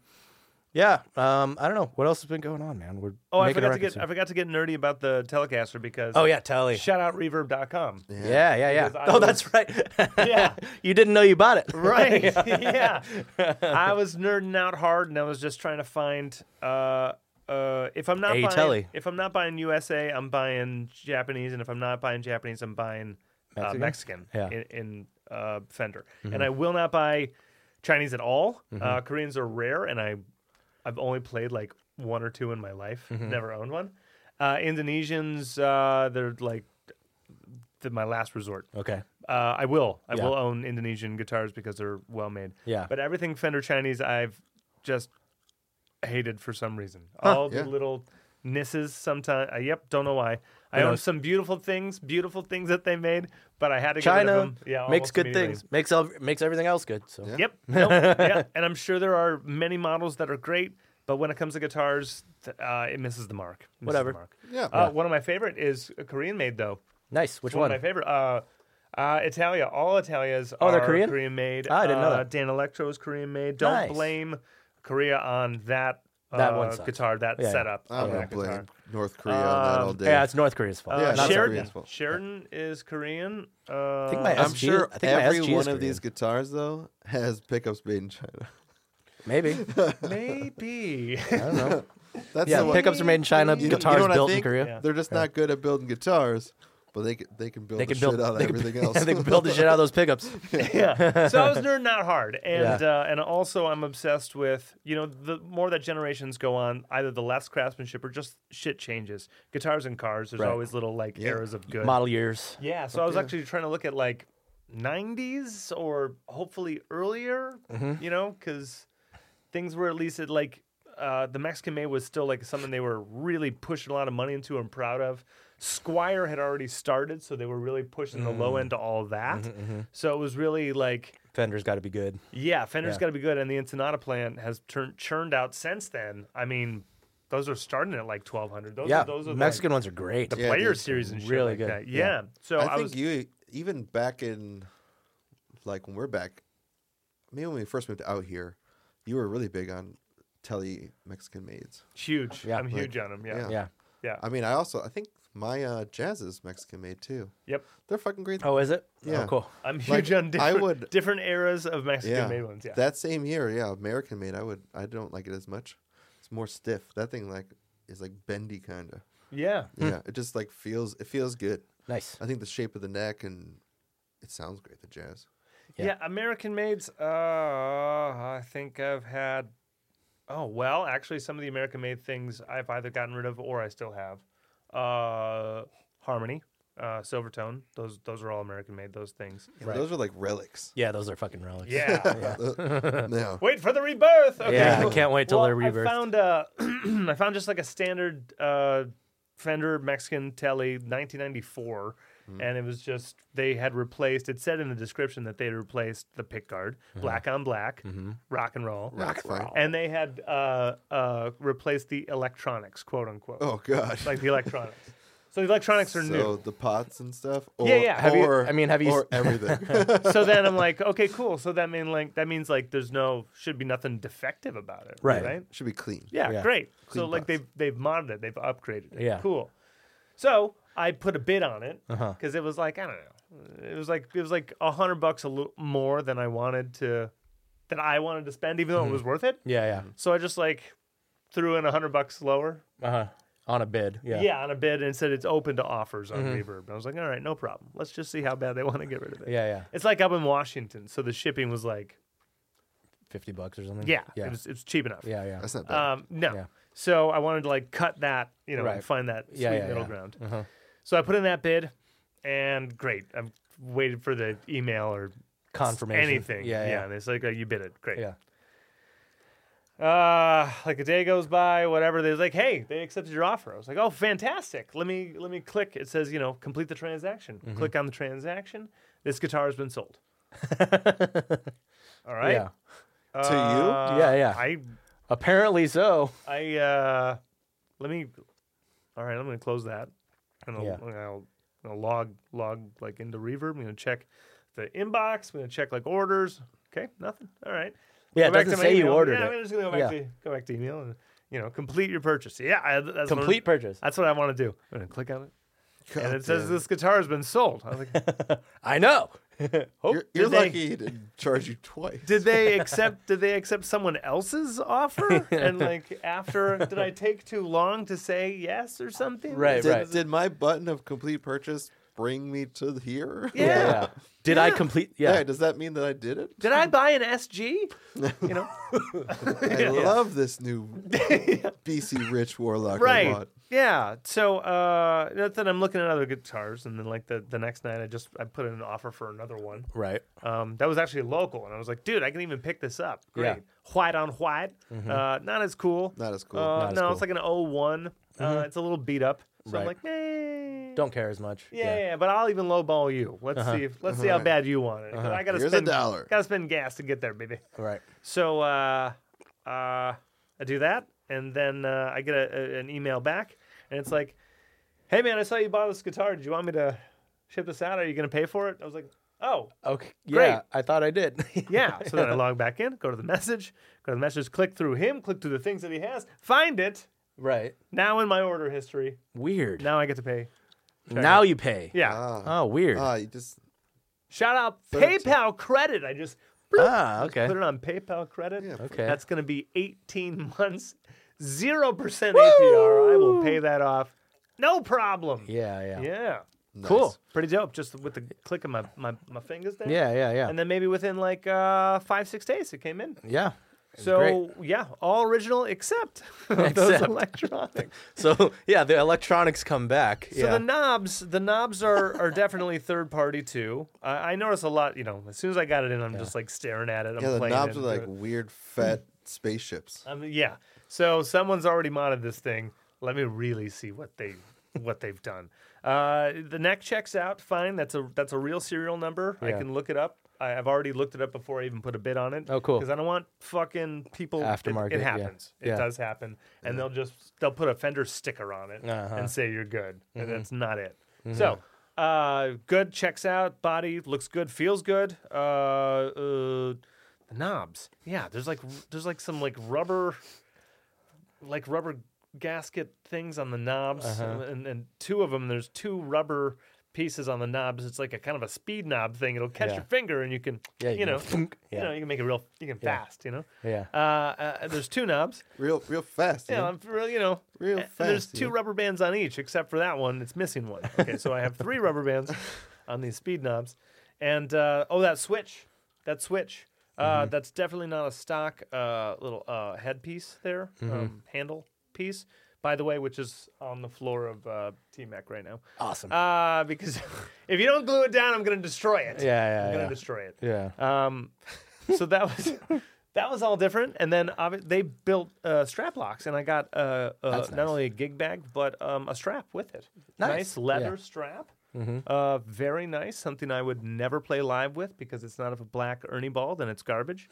Speaker 3: yeah, um, I don't know what else has been going on, man. We're
Speaker 2: Oh, I
Speaker 3: making a
Speaker 2: forgot to
Speaker 3: record
Speaker 2: get
Speaker 3: soon.
Speaker 2: I forgot to get nerdy about the Telecaster because
Speaker 3: oh yeah, Tally.
Speaker 2: shout out reverb.com.
Speaker 3: yeah, yeah, yeah.
Speaker 2: Because I
Speaker 3: Oh,
Speaker 2: was-
Speaker 3: that's right.
Speaker 2: Yeah.
Speaker 3: you didn't know you bought it,
Speaker 2: Right. yeah. I was nerding out hard and I was just trying to find uh uh if I'm not
Speaker 3: Hey,
Speaker 2: buying
Speaker 3: Telly.
Speaker 2: if I'm not buying USA, I'm buying Japanese and if I'm not buying Japanese, I'm buying Mexican, uh,
Speaker 3: Mexican?
Speaker 2: Mexican
Speaker 3: Yeah. Mm-hmm.
Speaker 2: in, in uh, Fender. And I will not buy Chinese at all. Uh, Koreans are rare and I I've only played like one or two in my life.
Speaker 3: Mm-hmm.
Speaker 2: Never owned one. Uh, Indonesians uh, they're like th- my last resort.
Speaker 3: Okay.
Speaker 2: Uh, I will. I
Speaker 3: Yeah.
Speaker 2: will own Indonesian guitars because they're well made.
Speaker 3: Yeah.
Speaker 2: But everything Fender Chinese, I've just hated for some reason. All
Speaker 1: yeah.
Speaker 2: the little nisses. Sometimes. Uh, yep. Don't know why. I
Speaker 3: Who
Speaker 2: own
Speaker 3: knows?
Speaker 2: some beautiful things, beautiful things that they made, but I had to get rid of
Speaker 3: China
Speaker 2: them. Yeah.
Speaker 3: makes
Speaker 2: almost
Speaker 3: good
Speaker 2: immediately.
Speaker 3: things. Makes all, makes everything else good. So
Speaker 1: Yeah.
Speaker 2: Yep. Nope. yeah. And I'm sure there are many models that are great, but when it comes to guitars, th- uh, it misses the mark. Misses the
Speaker 3: Whatever.
Speaker 2: mark.
Speaker 1: Yeah.
Speaker 2: Uh, One of my favorite is Korean made though.
Speaker 3: nice. Which
Speaker 2: It's one,
Speaker 3: one?
Speaker 2: of my favorite. Uh, uh, Italia. All Italias
Speaker 3: Oh,
Speaker 2: are
Speaker 3: they're Korean?
Speaker 2: made.
Speaker 3: Ah, I didn't know
Speaker 2: Uh,
Speaker 3: that.
Speaker 2: Dan Electro is Korean made. Don't
Speaker 3: Nice.
Speaker 2: blame Korea on that. Uh,
Speaker 3: That one sucks.
Speaker 2: guitar, that
Speaker 3: Yeah, yeah.
Speaker 2: setup.
Speaker 1: I
Speaker 2: of
Speaker 1: don't
Speaker 2: that
Speaker 1: blame
Speaker 2: guitar.
Speaker 1: North Korea on that all day.
Speaker 3: Um, Yeah, it's North Korea's fault.
Speaker 2: Uh,
Speaker 1: Yeah, not South
Speaker 2: Sheridan.
Speaker 1: Korea's fault.
Speaker 2: Sheridan is Korean. Uh,
Speaker 3: think my-
Speaker 1: I'm
Speaker 3: SG
Speaker 1: sure
Speaker 3: I think my
Speaker 1: every
Speaker 3: SG is
Speaker 1: one of these
Speaker 3: Korean.
Speaker 1: guitars though has pickups made in China.
Speaker 3: Maybe.
Speaker 2: maybe.
Speaker 3: I don't know.
Speaker 1: That's
Speaker 3: yeah,
Speaker 1: the one.
Speaker 3: pickups are made in China.
Speaker 1: You know- you know
Speaker 3: guitars
Speaker 1: what I
Speaker 3: built in
Speaker 1: think?
Speaker 3: Korea.
Speaker 2: Yeah.
Speaker 1: They're just not good at building guitars, but they can, they can build
Speaker 3: They
Speaker 1: the
Speaker 3: can build
Speaker 1: shit out of
Speaker 3: they can-
Speaker 1: everything else.
Speaker 3: they can build the shit out of those pickups.
Speaker 2: yeah. So I was nerding out hard, and
Speaker 3: Yeah.
Speaker 2: uh, and also I'm obsessed with you know the more that generations go on, either the less craftsmanship or just shit changes. Guitars and cars, there's
Speaker 3: Right.
Speaker 2: always little like eras of good.
Speaker 3: Model years.
Speaker 2: Yeah, so I was actually trying to look at like 90s or hopefully earlier, you know, because things were at least at like uh, the Mexican May was still like something they were really pushing a lot of money into and proud of. Squire had already started, so they were really pushing the low end to all that. So it was really like,
Speaker 3: Fender's got to be good.
Speaker 2: yeah, Fender's
Speaker 3: Yeah.
Speaker 2: got to be good, and the Ensenada plant has turned churned out since then. I mean, those are starting at like twelve hundred. Those
Speaker 3: yeah,
Speaker 2: are, those are the-
Speaker 3: Mexican ones are great.
Speaker 2: the,
Speaker 1: Yeah,
Speaker 2: player
Speaker 1: dude,
Speaker 2: series and shit
Speaker 3: really
Speaker 2: like
Speaker 3: good.
Speaker 2: that. Yeah.
Speaker 3: Yeah.
Speaker 2: So
Speaker 1: I
Speaker 2: I,
Speaker 1: think
Speaker 2: was
Speaker 1: you even back in like when we're back, maybe when we first moved out here, you were really big on telly Mexican maids.
Speaker 2: huge.
Speaker 3: Yeah,
Speaker 2: I'm
Speaker 1: like-
Speaker 2: huge on them. Yeah.
Speaker 1: yeah.
Speaker 2: yeah.
Speaker 3: Yeah.
Speaker 2: Uh,
Speaker 1: I mean, I also I think my uh, jazz is Mexican made too.
Speaker 2: Yep.
Speaker 1: They're fucking great.
Speaker 3: Oh, is it?
Speaker 1: Yeah.
Speaker 3: Oh, cool.
Speaker 2: I'm
Speaker 1: Like,
Speaker 2: huge on different,
Speaker 1: I would-
Speaker 2: different eras of Mexican
Speaker 1: yeah.
Speaker 2: made ones. Yeah.
Speaker 1: That same year, yeah, American made. I would I don't like it as much. It's more stiff. That thing like is like bendy kind of.
Speaker 2: yeah.
Speaker 1: Yeah, it just like feels it feels good.
Speaker 3: Nice.
Speaker 1: I think the shape of the neck and it sounds great. The jazz.
Speaker 2: yeah.
Speaker 3: Yeah.
Speaker 2: American maids. Uh, I think I've had. Oh well, actually, some of the American made things I've either gotten rid of or I still have. Uh, Harmony, uh, Silvertone. Those those are all American made. Those things.
Speaker 1: Yeah, Those are like relics.
Speaker 3: Yeah, those are fucking relics.
Speaker 2: Yeah.
Speaker 1: yeah.
Speaker 2: Wait for the rebirth. Okay.
Speaker 3: Yeah,
Speaker 2: cool.
Speaker 3: I can't wait till
Speaker 2: well,
Speaker 3: they're rebirthed.
Speaker 2: I found uh, I found just like a standard uh, Fender Mexican Tele 1994, and it was just they had replaced. It said in the description that they had replaced the pick guard, black on black, rock and roll,
Speaker 1: That's fine.
Speaker 2: and they had uh, uh, replaced the electronics, quote unquote,
Speaker 1: Oh god.
Speaker 2: like the electronics. so the electronics are
Speaker 1: so
Speaker 2: new.
Speaker 1: the pots and stuff. Or,
Speaker 2: Yeah, yeah.
Speaker 3: Have you-
Speaker 1: or-
Speaker 3: I mean, have you-
Speaker 1: Or everything.
Speaker 2: so then I'm like, okay, cool. So that mean like that means like there's no should be nothing defective about it,
Speaker 3: Right.
Speaker 2: Right.
Speaker 1: Should be clean.
Speaker 2: Yeah,
Speaker 3: Yeah.
Speaker 2: great. so
Speaker 1: Clean
Speaker 2: like
Speaker 1: box.
Speaker 2: they've they've modded it, they've upgraded it.
Speaker 3: Yeah.
Speaker 2: cool. So I put a bid on it
Speaker 3: Uh-huh.
Speaker 2: because it was like I don't know, it was like it was like a hundred bucks a little more than I wanted to, that I wanted to spend, even though
Speaker 3: Mm-hmm.
Speaker 2: it was worth it.
Speaker 3: Yeah,
Speaker 2: So I just like threw in a hundred bucks lower,
Speaker 3: yeah. Uh huh. On a bid. Yeah. Mm-hmm.
Speaker 2: yeah. on a bid and said it's open to offers on Reverb. And I was like, all right, no problem. Let's just see how bad they want to get rid of it.
Speaker 3: Yeah, yeah.
Speaker 2: It's like up in Washington, so the shipping was like,
Speaker 3: 50 bucks or something.
Speaker 2: yeah,
Speaker 3: Yeah.
Speaker 2: it was it's cheap enough.
Speaker 3: yeah, yeah.
Speaker 1: That's not bad.
Speaker 2: Um, no.
Speaker 3: Yeah.
Speaker 2: So I wanted to like cut that, you know, and
Speaker 3: Right.
Speaker 2: find that sweet
Speaker 3: Yeah, yeah,
Speaker 2: middle
Speaker 3: yeah.
Speaker 2: ground.
Speaker 3: Uh-huh.
Speaker 2: So I put in that bid, and great. I have waited for the email or
Speaker 3: Confirmation.
Speaker 2: anything.
Speaker 3: Yeah, yeah.
Speaker 2: And it's like, oh, you bid it. Great.
Speaker 3: Yeah.
Speaker 2: Uh, like a day goes by, whatever. They're like, hey, they accepted your offer. I was like, oh, fantastic. Let me let me click. It says, you know, complete the transaction.
Speaker 3: Mm-hmm.
Speaker 2: Click on the transaction. This guitar has been sold. All right.
Speaker 3: Yeah.
Speaker 2: Uh,
Speaker 1: To you?
Speaker 3: Yeah, yeah.
Speaker 2: I
Speaker 3: Apparently so.
Speaker 2: I uh let me all right, I'm gonna close that. And I'll,
Speaker 3: Yeah.
Speaker 2: and I'll, I'll log log like into reverb. I'm gonna check the inbox, I'm gonna check like orders. Okay, nothing. All right.
Speaker 3: Yeah, it
Speaker 2: Go back
Speaker 3: doesn't
Speaker 2: to my
Speaker 3: say you
Speaker 2: email.
Speaker 3: ordered
Speaker 2: yeah, I'm
Speaker 3: it.
Speaker 2: just gonna go back
Speaker 3: Yeah.
Speaker 2: to go back to email and you know, complete your purchase. Yeah, I, that's what I'm-
Speaker 3: Complete purchase.
Speaker 2: that's what I want to do. I'm gonna click on it, and it says
Speaker 1: Goddamn.
Speaker 2: this guitar has been sold. I was like,
Speaker 3: I know.
Speaker 1: You're,
Speaker 2: oh,
Speaker 1: you're
Speaker 2: did they-
Speaker 1: lucky he didn't charge you twice.
Speaker 2: did they accept did they accept someone else's offer and like after did i take too long to say yes or something
Speaker 3: Right,
Speaker 1: Did,
Speaker 3: right.
Speaker 1: did my button of complete purchase bring me to here?
Speaker 2: Yeah.
Speaker 3: Yeah. yeah. Did I complete? Yeah.
Speaker 1: does that mean that I did it?
Speaker 2: did i buy an sg you know
Speaker 1: I love this new BC Rich Warlock. I
Speaker 2: right
Speaker 1: bought.
Speaker 2: yeah so uh then i'm looking at other guitars and then like the, the next night i just i put in an offer for another one
Speaker 3: Right.
Speaker 2: um that was actually local and i was like dude i can even pick this up great
Speaker 3: Yeah.
Speaker 2: white on white uh not as cool
Speaker 1: Not as cool.
Speaker 2: uh,
Speaker 3: Not as
Speaker 2: no
Speaker 3: cool.
Speaker 2: it's like an one uh it's a little beat up so
Speaker 3: Right.
Speaker 2: i'm like eh.
Speaker 3: Don't care as much.
Speaker 2: Yeah, yeah, but I'll even lowball you. Let's see if let's see how bad you want it. 'cause I gotta
Speaker 1: Here's a
Speaker 2: spend
Speaker 1: dollar.
Speaker 2: Gotta spend gas to get there, baby.
Speaker 3: Right.
Speaker 2: So uh, uh, I do that, and then uh, I get a, a- an email back, and it's like, "Hey man, I saw you bought this guitar. Did you want me to ship this out? Are you gonna pay for it?" I was like, "Oh,
Speaker 3: Okay.
Speaker 2: Great.
Speaker 3: Yeah. I thought I did.
Speaker 2: yeah." So then I log back in, go to the message, go to the message, click through him, click through the things that he has, find it.
Speaker 3: right.
Speaker 2: Now in my order history,
Speaker 3: Weird.
Speaker 2: now I get to pay.
Speaker 3: Now you pay.
Speaker 2: Yeah. Uh,
Speaker 1: ah,
Speaker 3: Oh, weird.
Speaker 1: ah, you just
Speaker 2: Shout out
Speaker 1: Thirteen.
Speaker 2: PayPal credit. I just
Speaker 3: ah, okay.
Speaker 2: Put it on PayPal credit.
Speaker 1: Yeah,
Speaker 3: Okay.
Speaker 2: That's going to be 18 months, 0% APR. I will pay that off. No problem.
Speaker 3: yeah, yeah.
Speaker 2: Yeah.
Speaker 1: nice.
Speaker 3: Cool.
Speaker 2: Pretty dope. Just with the click of my, my, my fingers there.
Speaker 3: Yeah, yeah, yeah.
Speaker 2: And then maybe within like uh, five, six days, it came in.
Speaker 3: yeah. It's great.
Speaker 2: So, yeah, all original except those
Speaker 3: Except.
Speaker 2: electronics.
Speaker 3: so yeah, the electronics come back.
Speaker 2: So
Speaker 3: yeah.
Speaker 2: the knobs, the knobs are are definitely third party too. I, I notice a lot. You know, as soon as I got it in, I'm just like staring at it. I'm
Speaker 1: Yeah, the
Speaker 2: playing
Speaker 1: knobs are
Speaker 2: it and
Speaker 1: like
Speaker 2: doing it. Uh,
Speaker 1: weird fat spaceships.
Speaker 2: I mean, yeah. So someone's already modded this thing. Let me really see what they what they've done. Uh, the neck checks out fine. That's a that's a real serial number. I
Speaker 3: Yeah.
Speaker 2: can look it up. I, I've already looked it up before I even put a bid on it.
Speaker 3: Oh, cool.
Speaker 2: Because I don't want fucking people. it-
Speaker 3: Aftermarket,
Speaker 2: It,
Speaker 3: yeah.
Speaker 2: happens. It
Speaker 3: Yeah.
Speaker 2: does happen, and they'll just they'll put a fender sticker on it
Speaker 3: Uh-huh. Mm-hmm.
Speaker 2: and say you're good, and that's not it. So. Uh, good checks out. Body looks good, feels good. Uh, uh, the knobs, yeah. There's like there's like some like rubber like rubber gasket things on the knobs,
Speaker 3: Uh-huh.
Speaker 2: and, and two of them. There's two rubber pieces on the knobs. It's like a kind of a speed knob thing. It'll catch
Speaker 3: Yeah.
Speaker 2: your finger, and you can,
Speaker 3: Yeah,
Speaker 2: you,
Speaker 3: you
Speaker 2: know,
Speaker 3: can thunk.
Speaker 2: you
Speaker 3: Yeah.
Speaker 2: know, you can make it real, you can
Speaker 3: Yeah.
Speaker 2: fast, you know.
Speaker 3: Yeah.
Speaker 2: Uh, uh, there's two knobs.
Speaker 1: Real, real fast.
Speaker 2: Yeah,
Speaker 1: Yeah.
Speaker 2: I'm real, you know.
Speaker 1: Real
Speaker 2: and There's
Speaker 1: fast,
Speaker 2: two
Speaker 1: yeah.
Speaker 2: rubber bands on each, except for that one. It's missing one. Okay, so I have three rubber bands on these speed knobs, and uh, oh, that switch, that switch. Uh, That's definitely not a stock uh, little uh, headpiece there, um, handle piece, by the way, which is on the floor of uh, T-Mac right now.
Speaker 3: Awesome.
Speaker 2: Uh, because if you don't glue it down, I'm going to destroy it.
Speaker 3: Yeah, yeah,
Speaker 2: I'm going to
Speaker 3: yeah.
Speaker 2: destroy it.
Speaker 3: yeah.
Speaker 2: Um, so that was that was all different. And then obvi- they built uh, strap locks, and I got uh, uh,
Speaker 3: That's
Speaker 2: not
Speaker 3: nice.
Speaker 2: only a gig bag but um, a strap with it.
Speaker 3: Nice.
Speaker 2: leather
Speaker 3: Yeah. Mm-hmm.
Speaker 2: strap. Uh, very nice. Something I would never play live with because it's not of a black Ernie ball, then it's garbage.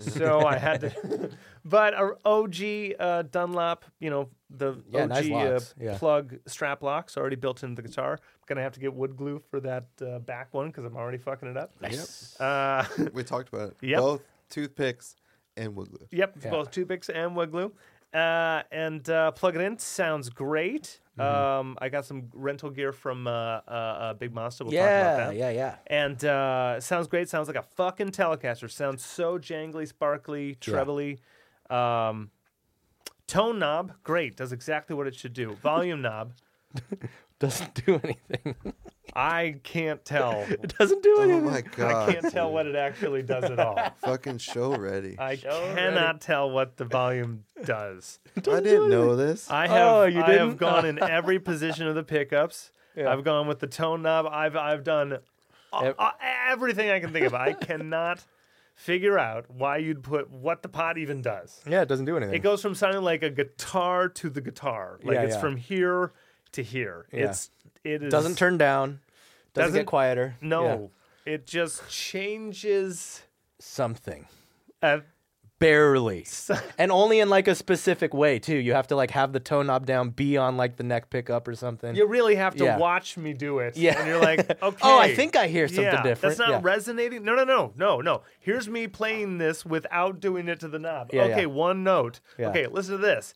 Speaker 2: so I had to. but a OG uh, Dunlop, you know the
Speaker 3: Yeah,
Speaker 2: OG
Speaker 3: nice
Speaker 2: uh,
Speaker 3: locks. Yeah.
Speaker 2: plug strap locks already built into the guitar. gonna have to get wood glue for that uh, back one because I'm already fucking it up.
Speaker 3: Nice.
Speaker 2: Uh,
Speaker 1: We talked about it.
Speaker 2: Yep.
Speaker 1: Both toothpicks and wood glue.
Speaker 2: Yep, it's
Speaker 3: Yeah.
Speaker 2: both Tubix and Wiggloo. Uh, and uh, plug it in. Sounds great.
Speaker 3: Mm-hmm.
Speaker 2: Um, I got some rental gear from uh, uh, uh, Big Monster. We'll talk
Speaker 3: yeah,
Speaker 2: about that.
Speaker 3: yeah, yeah.
Speaker 2: And uh, sounds great. Sounds like a fucking Telecaster. Sounds so jangly, sparkly, trebly. Um, tone knob, great. Does exactly what it should do. Volume knob,
Speaker 3: Doesn't do anything.
Speaker 2: I can't tell.
Speaker 3: It doesn't do
Speaker 1: Oh
Speaker 3: anything.
Speaker 1: my god!
Speaker 2: I can't tell what it actually does at all.
Speaker 1: Fucking show ready. I,
Speaker 2: I
Speaker 3: Show ready.
Speaker 2: cannot tell what the volume does.
Speaker 1: didn't know this.
Speaker 2: I have
Speaker 3: Oh, you
Speaker 2: I have
Speaker 3: didn't?
Speaker 2: gone in every position of the pickups.
Speaker 3: Yeah.
Speaker 2: I've gone with the tone knob. I've I've done a-
Speaker 3: Ev-
Speaker 2: a- everything I can think of. I cannot figure out why you'd put what the pot even does.
Speaker 3: Yeah, it doesn't do anything.
Speaker 2: It goes from sounding like a guitar to the guitar. Like
Speaker 3: Mm. Yeah,
Speaker 2: it's
Speaker 3: yeah.
Speaker 2: from here to here. It's it is
Speaker 3: doesn't turn down. Doesn't,
Speaker 2: Doesn't-
Speaker 3: get quieter. Yeah.
Speaker 2: No. It just changes
Speaker 3: Something.
Speaker 2: at
Speaker 3: Barely. and only in like a specific way too. You have to like have the tone knob down, be on like the neck pickup or something.
Speaker 2: You really have to
Speaker 3: Yeah.
Speaker 2: watch me do it.
Speaker 3: Yeah.
Speaker 2: And you're like, okay.
Speaker 3: Oh, I think I hear something
Speaker 2: yeah, That's
Speaker 3: different.
Speaker 2: not
Speaker 3: Yeah.
Speaker 2: resonating. No, no, no, no, no. Here's me playing this without doing it to the knob.
Speaker 3: Yeah,
Speaker 2: okay,
Speaker 3: yeah.
Speaker 2: one note.
Speaker 3: Yeah.
Speaker 2: Okay, listen to this.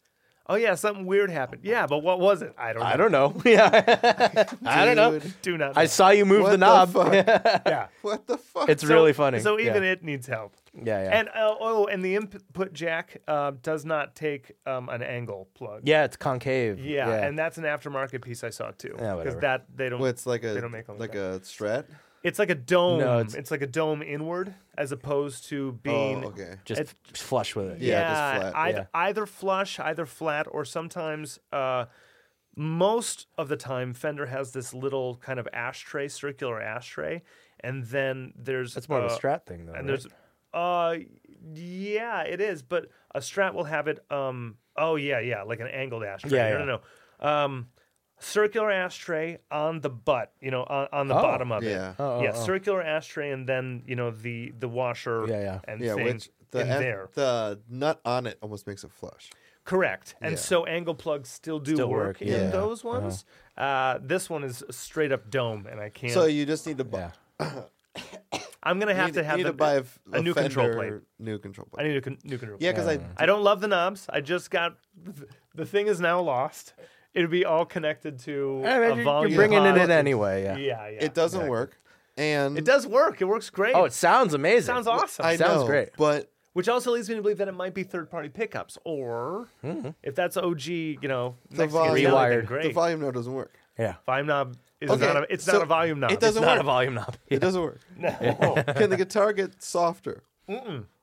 Speaker 2: Oh yeah, something weird happened. Yeah, but what was it? I don't. Know.
Speaker 3: I don't know. yeah. I don't know.
Speaker 1: Dude,
Speaker 2: Do not. Know.
Speaker 3: I saw you move
Speaker 1: What
Speaker 3: the knob.
Speaker 1: The fuck?
Speaker 2: yeah.
Speaker 1: what the fuck?
Speaker 3: It's
Speaker 2: So-
Speaker 3: really funny.
Speaker 2: So even
Speaker 3: yeah.
Speaker 2: it needs help.
Speaker 3: yeah, yeah.
Speaker 2: And uh, oh, and the input jack uh, does not take um, an angle plug.
Speaker 3: yeah, it's concave.
Speaker 2: Yeah, and that's an aftermarket piece I saw too.
Speaker 3: Yeah,
Speaker 2: because
Speaker 3: whatever.
Speaker 2: that they don't.
Speaker 1: Well, it's like
Speaker 2: they
Speaker 1: a
Speaker 2: don't make them
Speaker 1: like
Speaker 2: like
Speaker 1: a strat.
Speaker 2: It's like a dome.
Speaker 3: No,
Speaker 2: it's...
Speaker 3: it's-
Speaker 2: like a dome inward as opposed to being.
Speaker 1: Oh, okay.
Speaker 3: just
Speaker 2: it-
Speaker 3: flush with it.
Speaker 1: Yeah. just flat,
Speaker 2: Either,
Speaker 3: yeah.
Speaker 2: either flush, either flat, or sometimes, uh, most of the time, Fender has this little kind of ashtray, circular ashtray, and then there's
Speaker 3: That's more of
Speaker 2: uh,
Speaker 3: a strat thing though.
Speaker 2: And
Speaker 3: right?
Speaker 2: there's, uh, yeah, it is, but a strat will have it. Um, oh yeah, yeah, like an angled ashtray.
Speaker 3: Yeah,
Speaker 2: no, no, no. Um, circular ashtray on the butt, you know, on, on the
Speaker 3: Oh,
Speaker 2: bottom of it
Speaker 1: Yeah.
Speaker 3: Oh, oh,
Speaker 2: yeah,
Speaker 3: oh.
Speaker 2: circular ashtray, and then you know the the washer,
Speaker 3: Yeah, yeah.
Speaker 2: and
Speaker 1: Yeah,
Speaker 2: thing
Speaker 1: which the
Speaker 2: in
Speaker 1: F-
Speaker 2: there.
Speaker 1: the nut on it almost makes it flush.
Speaker 2: Correct, and
Speaker 1: Yeah.
Speaker 2: so angle plugs still do
Speaker 3: Still
Speaker 2: work,
Speaker 3: work, Uh-huh.
Speaker 2: in
Speaker 1: yeah.
Speaker 2: those ones. uh this one is straight up dome, and I can't.
Speaker 1: So you just need to buy.
Speaker 3: Yeah.
Speaker 2: I'm gonna have
Speaker 1: need,
Speaker 2: to have
Speaker 1: need
Speaker 2: the,
Speaker 1: to buy f-
Speaker 2: a new control plate.
Speaker 1: New control plate.
Speaker 2: I need a con- new control.
Speaker 1: yeah, because
Speaker 2: I don't love the knobs. I just got the thing is now lost. It'll be all connected to
Speaker 3: I mean,
Speaker 2: a
Speaker 3: you're- you're,
Speaker 2: volume.
Speaker 3: bringing it
Speaker 2: pod.
Speaker 3: in anyway. Yeah.
Speaker 2: Yeah, yeah.
Speaker 1: I it doesn't work, and
Speaker 2: It does work. It works great.
Speaker 3: Oh, it sounds amazing.
Speaker 2: sounds awesome.
Speaker 1: I
Speaker 3: Sounds
Speaker 1: know,
Speaker 3: great.
Speaker 1: But
Speaker 2: Which also leads me to believe that it might be third-party pickups, or if that's OG, you know, next to
Speaker 1: volume-
Speaker 2: Yellow, then
Speaker 3: Hmm. Rewired.
Speaker 2: Great.
Speaker 1: the volume note doesn't work.
Speaker 3: Yeah.
Speaker 2: volume knob is
Speaker 1: Okay,
Speaker 2: not a, it's
Speaker 1: so
Speaker 2: not a volume knob.
Speaker 1: It doesn't
Speaker 3: Not a
Speaker 1: work.
Speaker 3: volume knob.
Speaker 1: It doesn't work.
Speaker 2: No,
Speaker 1: Can the guitar get softer?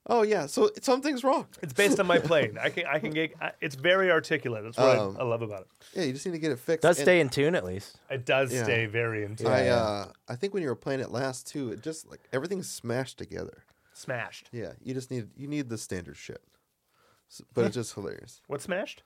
Speaker 1: Oh yeah, so something's wrong.
Speaker 2: it's based on my playing. I can I can get. I- It's very articulate. That's what I-
Speaker 1: Um,
Speaker 2: I, love about it.
Speaker 1: Yeah, you just need to get it fixed.
Speaker 3: Does
Speaker 1: And
Speaker 3: stay in tune at least.
Speaker 2: It does
Speaker 1: yeah.
Speaker 2: stay very in tune.
Speaker 1: I uh, I think when you were playing it last too, it just like everything's smashed together.
Speaker 2: smashed.
Speaker 1: Yeah, you just need you need the standard shit, S- but it's just hilarious.
Speaker 2: What smashed?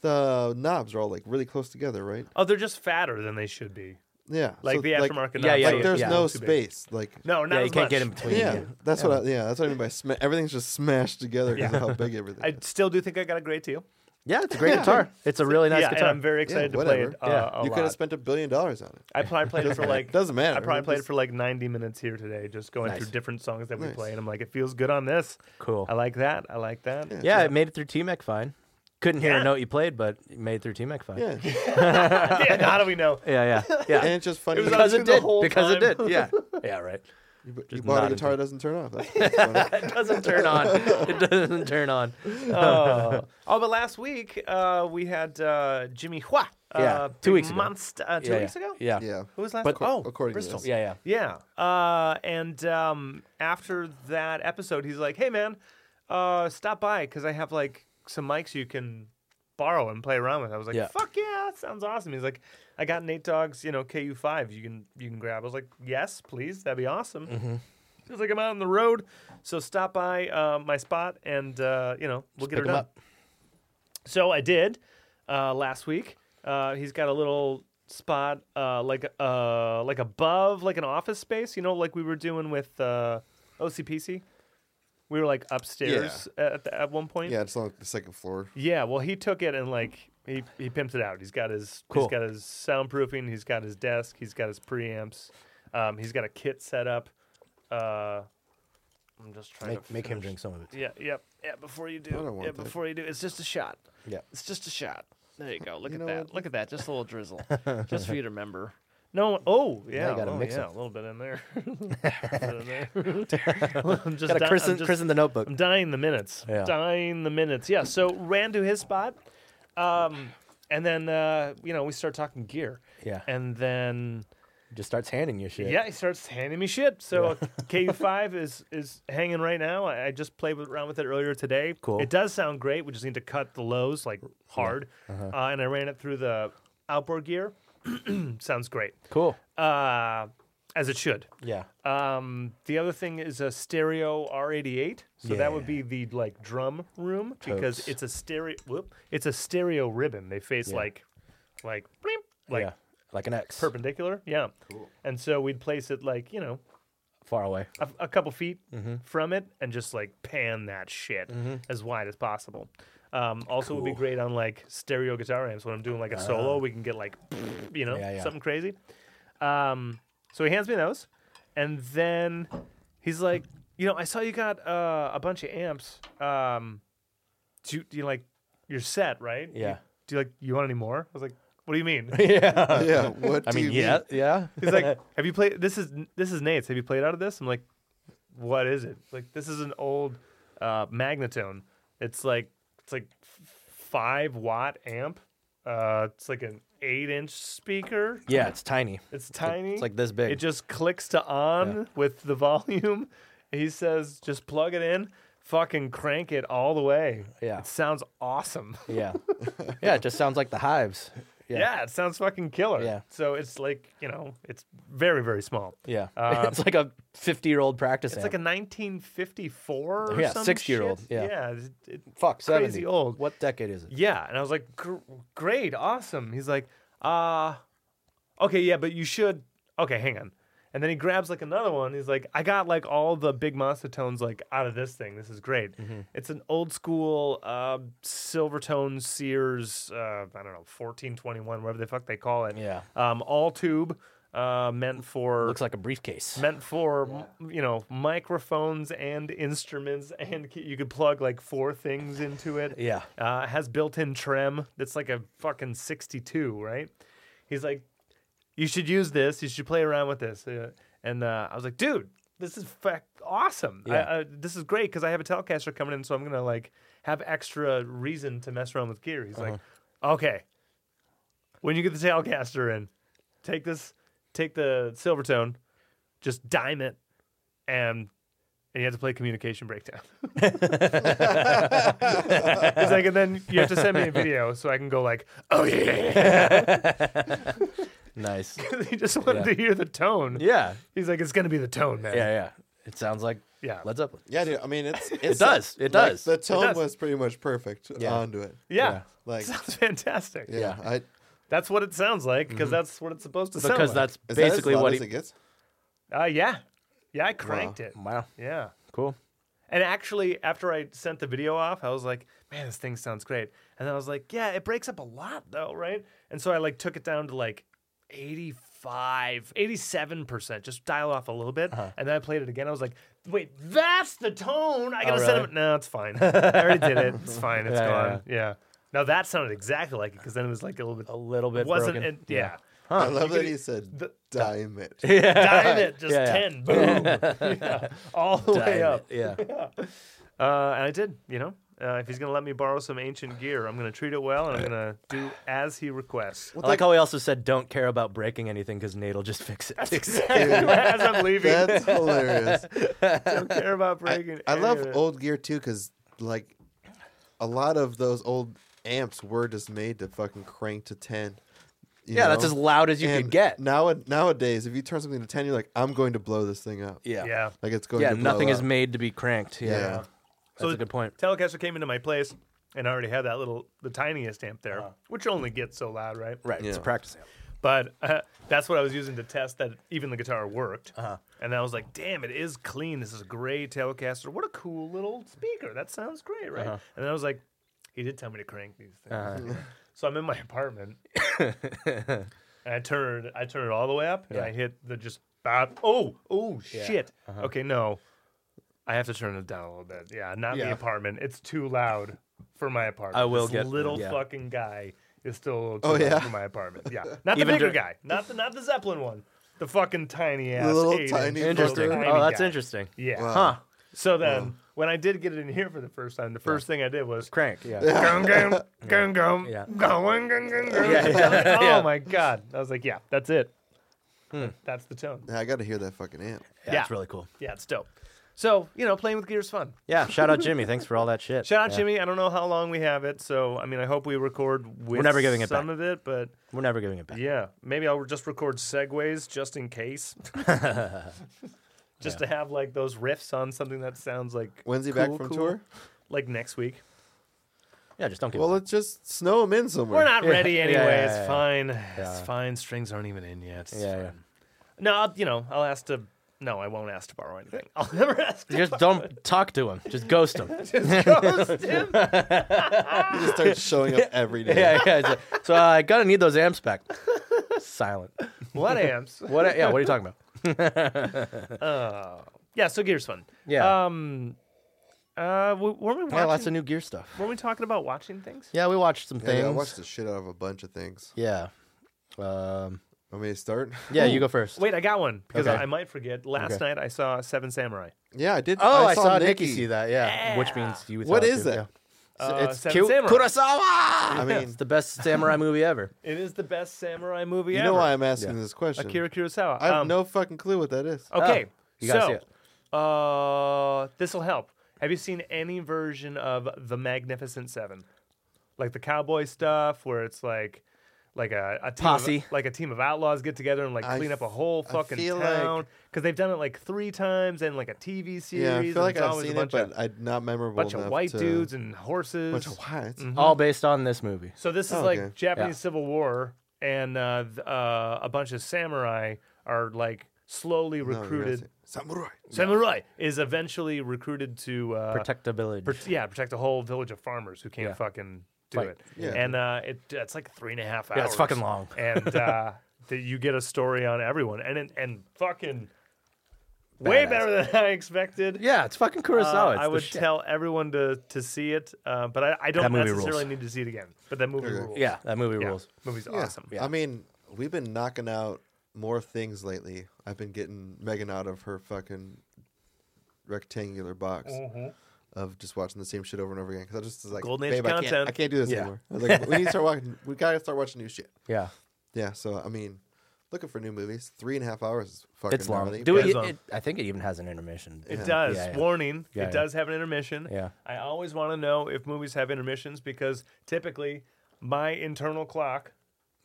Speaker 1: the knobs are all like really close together, right?
Speaker 2: Oh, they're just fatter than they should be.
Speaker 1: Yeah.
Speaker 2: Like
Speaker 1: so,
Speaker 2: the aftermarket.
Speaker 3: yeah,
Speaker 2: knobs
Speaker 1: Like,
Speaker 2: are
Speaker 1: there's
Speaker 3: yeah.
Speaker 1: no
Speaker 2: too big.
Speaker 1: space. Like
Speaker 2: No, not
Speaker 3: yeah, you
Speaker 2: as
Speaker 3: can't
Speaker 2: much.
Speaker 3: get in between.
Speaker 1: yeah, that's what. I, yeah, that's what I mean by sma- everything's just smashed together because
Speaker 2: Yeah.
Speaker 1: of how big everything.
Speaker 2: I
Speaker 1: is.
Speaker 2: still do think I got a great deal.
Speaker 3: Yeah, it's a great
Speaker 1: Yeah.
Speaker 3: guitar. It's a really nice
Speaker 2: yeah, and
Speaker 3: guitar.
Speaker 2: I'm very excited to play it.
Speaker 1: whatever.
Speaker 2: Uh,
Speaker 3: Yeah.
Speaker 2: a
Speaker 1: you could have
Speaker 2: lot.
Speaker 1: spent a billion dollars on it.
Speaker 2: I probably played it for like
Speaker 1: Doesn't matter.
Speaker 2: I probably
Speaker 1: It
Speaker 2: played it
Speaker 1: just-
Speaker 2: for like 90 minutes here today, just going
Speaker 3: Nice.
Speaker 2: through different songs that we
Speaker 1: Nice.
Speaker 2: play, and I'm like, it feels good on this.
Speaker 3: cool.
Speaker 2: I like that. I like that.
Speaker 1: Yeah.
Speaker 3: yeah, it made it through TMEC fine. Couldn't hear
Speaker 2: Yeah.
Speaker 3: a note you played, but it made it through TMEC fine.
Speaker 1: Yeah,
Speaker 2: Yeah, how do we know?
Speaker 3: yeah, yeah. yeah.
Speaker 1: and it's just funny.
Speaker 2: It was
Speaker 1: you-
Speaker 3: because
Speaker 2: on
Speaker 3: it
Speaker 2: the
Speaker 3: did.
Speaker 2: whole
Speaker 3: Because it
Speaker 2: time.
Speaker 3: did. Yeah. Yeah, right.
Speaker 1: you, you
Speaker 3: just
Speaker 1: bought a
Speaker 3: nodded.
Speaker 1: guitar, it doesn't turn off. That's that's funny.
Speaker 3: It doesn't turn on. It doesn't turn on.
Speaker 2: oh. oh, but last week uh, we had uh, Jimmy Hua. Uh,
Speaker 3: Yeah, two
Speaker 2: Big
Speaker 3: weeks ago.
Speaker 2: Monster, uh, two
Speaker 3: yeah,
Speaker 2: weeks
Speaker 3: yeah.
Speaker 2: ago?
Speaker 3: Yeah.
Speaker 1: yeah,
Speaker 2: Who was last?
Speaker 3: But-
Speaker 2: oh,
Speaker 1: according to
Speaker 2: Bristol.
Speaker 1: this.
Speaker 3: Yeah, yeah.
Speaker 2: Yeah. Uh, and um, after that episode, he's like, hey, man, uh, stop by because I have like some mics you can borrow and play around with. I was like,
Speaker 3: Yeah.
Speaker 2: fuck yeah, that sounds awesome. He's like, I got Nate Dogg's, you know, KU5 you can you can grab. I was like, yes, please. That'd be awesome.
Speaker 3: Mm-hmm.
Speaker 2: He was like, I'm out on the road. So stop by uh, my spot and, uh, you know, we'll get her
Speaker 3: pick 'em
Speaker 2: done.
Speaker 3: up.
Speaker 2: So I did uh, last week. Uh, he's got a little spot uh, like uh, like above like an office space, you know, like we were doing with uh, OCPC. We were like upstairs at, the, at one point.
Speaker 1: yeah, it's on the second floor.
Speaker 2: Yeah, Well, he took it and like he he pimps it out. He's got his
Speaker 3: Cool.
Speaker 2: he's got his soundproofing. He's got his desk. He's got his preamps. Um, he's got a kit set up. Uh, I'm just trying
Speaker 3: Make,
Speaker 2: to
Speaker 3: make him
Speaker 2: finish-
Speaker 3: drink some of it.
Speaker 2: Yeah, yep, yeah. Before you do,
Speaker 1: don't want
Speaker 2: yeah,
Speaker 1: that.
Speaker 2: before you do, it's just a shot.
Speaker 3: Yeah.
Speaker 2: It's just a shot. There you go. Look
Speaker 1: You
Speaker 2: at
Speaker 1: know
Speaker 2: that.
Speaker 1: what?
Speaker 2: Look at that. Just a little drizzle. just for you to remember. No. Oh, yeah.
Speaker 3: you gotta
Speaker 2: oh,
Speaker 3: mix
Speaker 2: yeah.
Speaker 3: it.
Speaker 2: A little bit in there. Little bit in there. I'm just
Speaker 3: Got
Speaker 2: di-
Speaker 3: to
Speaker 2: I'm
Speaker 3: christen,
Speaker 2: just-
Speaker 3: christen the notebook.
Speaker 2: I'm dying the minutes.
Speaker 3: Yeah.
Speaker 2: Dying the minutes. Yeah. So ran to his spot, um, and then uh, you know we start talking gear,
Speaker 3: Yeah.
Speaker 2: and then
Speaker 3: Just starts handing you shit.
Speaker 2: yeah, he starts handing me shit. So KU five is is hanging right now. I, I just played with, around with it earlier today.
Speaker 3: Cool.
Speaker 2: It does sound great. We just need to cut the lows like hard,
Speaker 3: Uh-huh.
Speaker 2: uh, and I ran it through the outboard gear. Sounds great,
Speaker 3: Cool.
Speaker 2: uh, as it should.
Speaker 3: Yeah.
Speaker 2: Um, the other thing is a stereo R88. So that would be the like drum room because
Speaker 3: Totes.
Speaker 2: it's a stereo. Whoop, it's a stereo ribbon. They face like, like, bleep, like
Speaker 3: yeah. Like an X.
Speaker 2: perpendicular. Yeah. Cool. And so we'd place it like you know
Speaker 3: Far away.
Speaker 2: a, a couple feet
Speaker 3: Mm-hmm.
Speaker 2: from it and just like pan that shit as wide as possible. Um, also, would be great on like stereo guitar amps when I'm doing like a solo. We can get like, you know,
Speaker 3: Ah. Yeah, yeah.
Speaker 2: something crazy. Um, so he hands me those, and then he's like, you know, I saw you got uh, a bunch of amps. Um, do, you, do you like you're set right? You-
Speaker 3: Yeah.
Speaker 2: do you like you want any more? I was like, what do you mean?
Speaker 3: yeah.
Speaker 1: Yeah, what
Speaker 3: I
Speaker 1: do
Speaker 3: mean,
Speaker 1: you
Speaker 3: yeah. Yeah.
Speaker 2: He's like, "Have you played? This is this is Nate's. Have you played out of this?" I'm like, "What is it? Like, this is an old uh, magnetone. It's like it's like f- five watt amp. Uh, it's like an eight inch speaker.
Speaker 3: yeah, it's tiny.
Speaker 2: It's tiny.
Speaker 3: It's like this big.
Speaker 2: It just clicks to on with the volume. He says, "Just plug it in." Fucking crank it all the way.
Speaker 3: Yeah.
Speaker 2: It sounds awesome.
Speaker 3: yeah. yeah, it just sounds like the hives.
Speaker 2: Yeah. it sounds fucking killer.
Speaker 3: Yeah.
Speaker 2: So it's like, you know, it's very, very small.
Speaker 3: Yeah.
Speaker 2: Uh,
Speaker 3: it's like a 50 year old practice.
Speaker 2: It's like a 1954 or
Speaker 3: Yeah,
Speaker 2: some
Speaker 3: 60-year-old,
Speaker 2: shit.
Speaker 3: yeah.
Speaker 2: it's- it-
Speaker 3: fuck, 70.
Speaker 2: crazy old.
Speaker 3: What decade is it?
Speaker 2: yeah. And I was like, "Gr- great, awesome. He's like, uh, okay, yeah, but you should. Okay, hang on. And then he grabs like another one. He's like, I got like all the big monster tones like out of this thing. This is great.
Speaker 3: Mm-hmm.
Speaker 2: It's an old school uh, Silvertone Sears, uh, I don't know, 1421, whatever the fuck they call it.
Speaker 3: Yeah.
Speaker 2: Um, all tube, uh, meant for
Speaker 3: Looks like a briefcase.
Speaker 2: meant for m- you know microphones and instruments and key- you could plug like four things into it
Speaker 3: Yeah.
Speaker 2: uh, it has built-in trem that's like a fucking 62 right he's like you should use this you should play around with this Uh, and uh, i was like dude this is fuck awesome I-
Speaker 3: Yeah.
Speaker 2: I, this is great because i have a telecaster coming in so i'm gonna like have extra reason to mess around with gear he's like okay when you get the Telecaster in, take this, take the Silvertone, just dime it, and and you have to play Communication Breakdown. He's like, and then you have to send me a video so I can go like, oh yeah.
Speaker 3: Nice.
Speaker 2: he just wanted
Speaker 3: Yeah.
Speaker 2: to hear the tone.
Speaker 3: Yeah.
Speaker 2: He's like, it's gonna be the tone, man.
Speaker 3: Yeah, yeah. It sounds like
Speaker 2: Yeah.
Speaker 3: Led Zeppelin.
Speaker 1: Yeah, dude. I mean, it's, it's
Speaker 3: does,
Speaker 1: like,
Speaker 3: it does.
Speaker 1: The tone
Speaker 2: does.
Speaker 1: was pretty much perfect
Speaker 3: Yeah.
Speaker 1: onto it.
Speaker 2: yeah.
Speaker 3: Yeah.
Speaker 1: Like,
Speaker 2: Sounds fantastic.
Speaker 1: yeah,
Speaker 3: Yeah. Mm-hmm.
Speaker 1: I, is
Speaker 2: That's what it sounds like because that's what it's supposed to sound
Speaker 3: Because
Speaker 2: like.
Speaker 3: that's
Speaker 1: that as
Speaker 3: basically
Speaker 1: loud
Speaker 3: what
Speaker 1: as
Speaker 3: he.
Speaker 1: it gets.
Speaker 2: Because that's. Uh, yeah. Yeah, I cranked it.
Speaker 3: Wow.
Speaker 2: Yeah.
Speaker 3: Cool.
Speaker 2: And actually, after I sent the video off, I was like, man, this thing sounds great. And then I was like, yeah, it breaks up a lot though, right? And so I like took it down to like 85, 87%, just dial off a little bit.
Speaker 3: Uh-huh.
Speaker 2: And then I played it again. I was like, wait, that's the tone. I gotta send
Speaker 3: Oh, really?
Speaker 2: it. No, it's fine. I already did it. It's fine. It's
Speaker 3: Yeah, yeah,
Speaker 2: gone. Yeah. Now that sounded exactly like it because then it was like a little bit.
Speaker 3: A little bit
Speaker 2: wasn't
Speaker 3: broken.
Speaker 2: it? Yeah.
Speaker 1: I love that he said
Speaker 2: The-
Speaker 1: diamond.
Speaker 2: Dime it, just
Speaker 3: Yeah, yeah.
Speaker 2: 10, boom. Yeah. All the way
Speaker 3: Dime
Speaker 2: up.
Speaker 3: it, Yeah.
Speaker 2: Uh, and I did, you know. Uh, if he's going to let me borrow some ancient gear, I'm going to treat it well and I'm going to do as he requests.
Speaker 3: I like how he also said, "Don't care about breaking anything because Nate'll just fix it."
Speaker 2: as I'm leaving,
Speaker 1: That's hilarious.
Speaker 2: don't care about breaking.
Speaker 1: I, I
Speaker 2: any
Speaker 1: love
Speaker 2: of it.
Speaker 1: old gear too, because like a lot of those old amps were just made to fucking crank to ten. you
Speaker 3: yeah, that's
Speaker 1: know?
Speaker 3: as loud as you
Speaker 1: and
Speaker 3: could get.
Speaker 1: Now nowadays, if you turn something to ten, you're like, I'm going to blow this thing up.
Speaker 3: Yeah.
Speaker 2: Yeah.
Speaker 1: Like it's going.
Speaker 3: Yeah,
Speaker 1: to blow
Speaker 3: Nothing is
Speaker 1: up.
Speaker 3: made to be cranked. Yeah.
Speaker 1: Yeah.
Speaker 3: That's
Speaker 2: So-
Speaker 3: a good point.
Speaker 2: Telecaster came into my place and I already had that little, the tiniest amp there,
Speaker 1: Uh-huh.
Speaker 2: which only gets so loud, right?
Speaker 3: Right. It's
Speaker 1: Yeah.
Speaker 3: a practice amp.
Speaker 2: But uh, that's what I was using to test that even the guitar worked.
Speaker 3: Uh-huh.
Speaker 2: And I was like, damn, it is clean. This is a gray Telecaster. What a cool little speaker. That sounds great, right?
Speaker 3: Uh-huh.
Speaker 2: And I was like, he did tell me to crank these things. so I'm in my apartment. and I turn I turn it all the way up and
Speaker 3: Yeah. Uh-huh.
Speaker 2: I hit the just bop. Oh, oh shit. Okay, no. I have to turn it down a little bit. Yeah, not the
Speaker 1: Yeah.
Speaker 2: apartment. It's too loud for my apartment.
Speaker 3: I will
Speaker 2: this
Speaker 3: get-
Speaker 2: little
Speaker 3: yeah.
Speaker 2: fucking guy is still a little too
Speaker 1: Oh,
Speaker 2: loud
Speaker 1: yeah?
Speaker 2: for my apartment. Yeah. Not the
Speaker 3: Even
Speaker 2: bigger
Speaker 3: dur-
Speaker 2: guy. Not the not the Zeppelin one. The fucking tiny ass.
Speaker 1: Little
Speaker 2: eight-inch
Speaker 1: tiny
Speaker 2: little
Speaker 3: Interesting.
Speaker 2: tiny
Speaker 3: Oh, that's
Speaker 2: guy.
Speaker 3: interesting.
Speaker 2: Yeah.
Speaker 1: Wow.
Speaker 3: Huh.
Speaker 2: So then when I did get it in here for the first time, the first thing I did was
Speaker 3: Crank. Yeah.
Speaker 2: gum gum gum gum
Speaker 3: Yeah.
Speaker 2: going gum gum gum.
Speaker 3: Yeah, yeah,
Speaker 2: Oh
Speaker 3: yeah. Hmm.
Speaker 2: my god! I was like, yeah, that's it. That's the tone.
Speaker 1: Yeah, I got to hear that fucking amp.
Speaker 3: Yeah. It's really cool.
Speaker 2: Yeah, it's dope. So you know, playing with gear is fun.
Speaker 3: Yeah. Shout out Jimmy. Thanks for all that shit.
Speaker 2: Shout out
Speaker 3: Yeah.
Speaker 2: Jimmy. I don't know how long we have it, so I mean, I hope we record with
Speaker 3: never giving it
Speaker 2: some
Speaker 3: back.
Speaker 2: of it, but
Speaker 3: We're never giving it back.
Speaker 2: yeah, maybe I'll just record segues just in case, just to have like those riffs on something that sounds like
Speaker 1: When's he
Speaker 2: cool,
Speaker 1: back from
Speaker 2: cool,
Speaker 1: tour?
Speaker 2: Like next week.
Speaker 3: Yeah. Just don't give
Speaker 1: Well,
Speaker 3: it.
Speaker 1: let's just snow him in somewhere.
Speaker 2: We're not
Speaker 3: Yeah,
Speaker 2: ready
Speaker 3: yeah,
Speaker 2: anyway.
Speaker 3: yeah,
Speaker 2: it's
Speaker 3: yeah.
Speaker 2: fine. It's
Speaker 3: Yeah.
Speaker 2: fine. Strings aren't even in yet. It's
Speaker 3: back. Yeah. yeah.
Speaker 2: fine. No, I'll, you know, I'll ask to. No, I won't ask to borrow anything. I'll never ask to
Speaker 3: Just don't talk to him. Just ghost him.
Speaker 2: ghost him.
Speaker 1: He just starts showing up every day.
Speaker 3: yeah, yeah. it's like, so uh, I gotta need those amps back. Silent.
Speaker 2: What amps?
Speaker 3: What? Yeah. What are you talking about?
Speaker 2: Uh, yeah, so Gears fun.
Speaker 3: Yeah.
Speaker 2: Um, uh, w- weren't we watching?
Speaker 3: Yeah. Lots of new gear stuff.
Speaker 2: Weren't we talking about watching things?
Speaker 3: Yeah. We watched some
Speaker 1: Yeah, dude, I
Speaker 3: things.
Speaker 1: watched the shit out of a bunch of things.
Speaker 3: Yeah. Um,
Speaker 1: Want me to start?
Speaker 3: yeah. You go first.
Speaker 2: Wait, I got one because
Speaker 3: Okay.
Speaker 2: I, I might forget. Last
Speaker 3: Okay.
Speaker 2: night I saw Seven Samurai.
Speaker 1: Yeah, I did.
Speaker 3: Oh, I,
Speaker 1: saw,
Speaker 3: saw, Nikki. see that. Yeah. Which means you.
Speaker 1: What
Speaker 3: saw it
Speaker 1: is
Speaker 3: too,
Speaker 1: that?
Speaker 3: yeah.
Speaker 2: Uh,
Speaker 3: it's
Speaker 2: Seven
Speaker 3: cute.
Speaker 2: Samurai.
Speaker 1: I
Speaker 3: Kurosawa.
Speaker 1: mean,
Speaker 3: It's the best samurai movie ever.
Speaker 2: It is the best samurai movie
Speaker 1: you
Speaker 2: ever.
Speaker 1: know why I'm asking this question?
Speaker 2: Akira Kurosawa.
Speaker 1: I have
Speaker 2: Um,
Speaker 1: no fucking clue what that is.
Speaker 2: Okay,
Speaker 3: Oh, you gotta see
Speaker 2: so uh, this will help. Have you seen any version of The Magnificent Seven, like the cowboy stuff, where it's like, like a, a team
Speaker 3: Posse.
Speaker 2: of, like a team of outlaws get together and like
Speaker 1: I
Speaker 2: clean up a
Speaker 1: f-
Speaker 2: whole
Speaker 1: I
Speaker 2: fucking
Speaker 1: feel like-
Speaker 2: town? Because they've done it like three times and like a TV series.
Speaker 1: Yeah, I
Speaker 2: and
Speaker 1: feel like
Speaker 2: it's
Speaker 1: I've
Speaker 2: always
Speaker 1: seen
Speaker 2: a
Speaker 1: it,
Speaker 2: bunch
Speaker 1: but
Speaker 2: of,
Speaker 1: I'm not memorable
Speaker 2: bunch
Speaker 1: enough
Speaker 2: of white
Speaker 1: to-
Speaker 2: dudes and horses.
Speaker 1: Bunch of whites.
Speaker 3: All based on this movie.
Speaker 2: So this is
Speaker 1: Oh,
Speaker 2: like
Speaker 1: okay.
Speaker 2: Japanese
Speaker 3: Yeah.
Speaker 2: Civil War, and uh, th- uh, a bunch of samurai are like slowly
Speaker 1: No, Oh, you're not
Speaker 2: recruited.
Speaker 1: saying- Samurai.
Speaker 2: Samurai is eventually recruited to uh,
Speaker 3: Protect the village.
Speaker 2: pr- yeah, protect a whole village of farmers who can't
Speaker 3: Yeah.
Speaker 2: fucking do
Speaker 3: Fight.
Speaker 2: it.
Speaker 1: Yeah.
Speaker 2: And uh, it it's like three and a half hours.
Speaker 3: Yeah, it's fucking long.
Speaker 2: And uh, that you get a story on everyone, and and, and fucking way
Speaker 3: Badass.
Speaker 2: better than I expected.
Speaker 3: yeah, it's fucking
Speaker 2: Uh,
Speaker 3: Kurosawa. It's
Speaker 2: I
Speaker 3: the
Speaker 2: would
Speaker 3: shit.
Speaker 2: tell everyone to to see it, uh, but I, I don't
Speaker 3: That movie
Speaker 2: necessarily
Speaker 3: rules.
Speaker 2: need to see it again. But that movie
Speaker 1: Okay.
Speaker 2: rules.
Speaker 3: Yeah, that movie
Speaker 2: Yeah,
Speaker 3: rules.
Speaker 2: Movie's
Speaker 1: Yeah.
Speaker 2: awesome.
Speaker 1: I mean, we've been knocking out more things lately. I've been getting Megan out of her fucking rectangular box of just watching the same shit over and over again. Because I just was like,
Speaker 2: Golden Age
Speaker 1: babe, I
Speaker 2: content."
Speaker 1: can't, I can't do this
Speaker 3: Yeah.
Speaker 1: anymore. I was like, we need to start watching. We gotta start watching new shit.
Speaker 3: Yeah.
Speaker 1: Yeah. So I mean, looking for new movies. Three and a half hours is fucking
Speaker 3: It's long.
Speaker 1: gnarly,
Speaker 3: Do
Speaker 1: but-
Speaker 3: it,
Speaker 2: It's long.
Speaker 3: it- I think it even has an intermission.
Speaker 2: It does.
Speaker 3: Yeah, yeah.
Speaker 2: Warning.
Speaker 3: Yeah,
Speaker 2: it
Speaker 3: yeah.
Speaker 2: does have an intermission.
Speaker 3: Yeah.
Speaker 2: I always want to know if movies have intermissions because typically my internal clock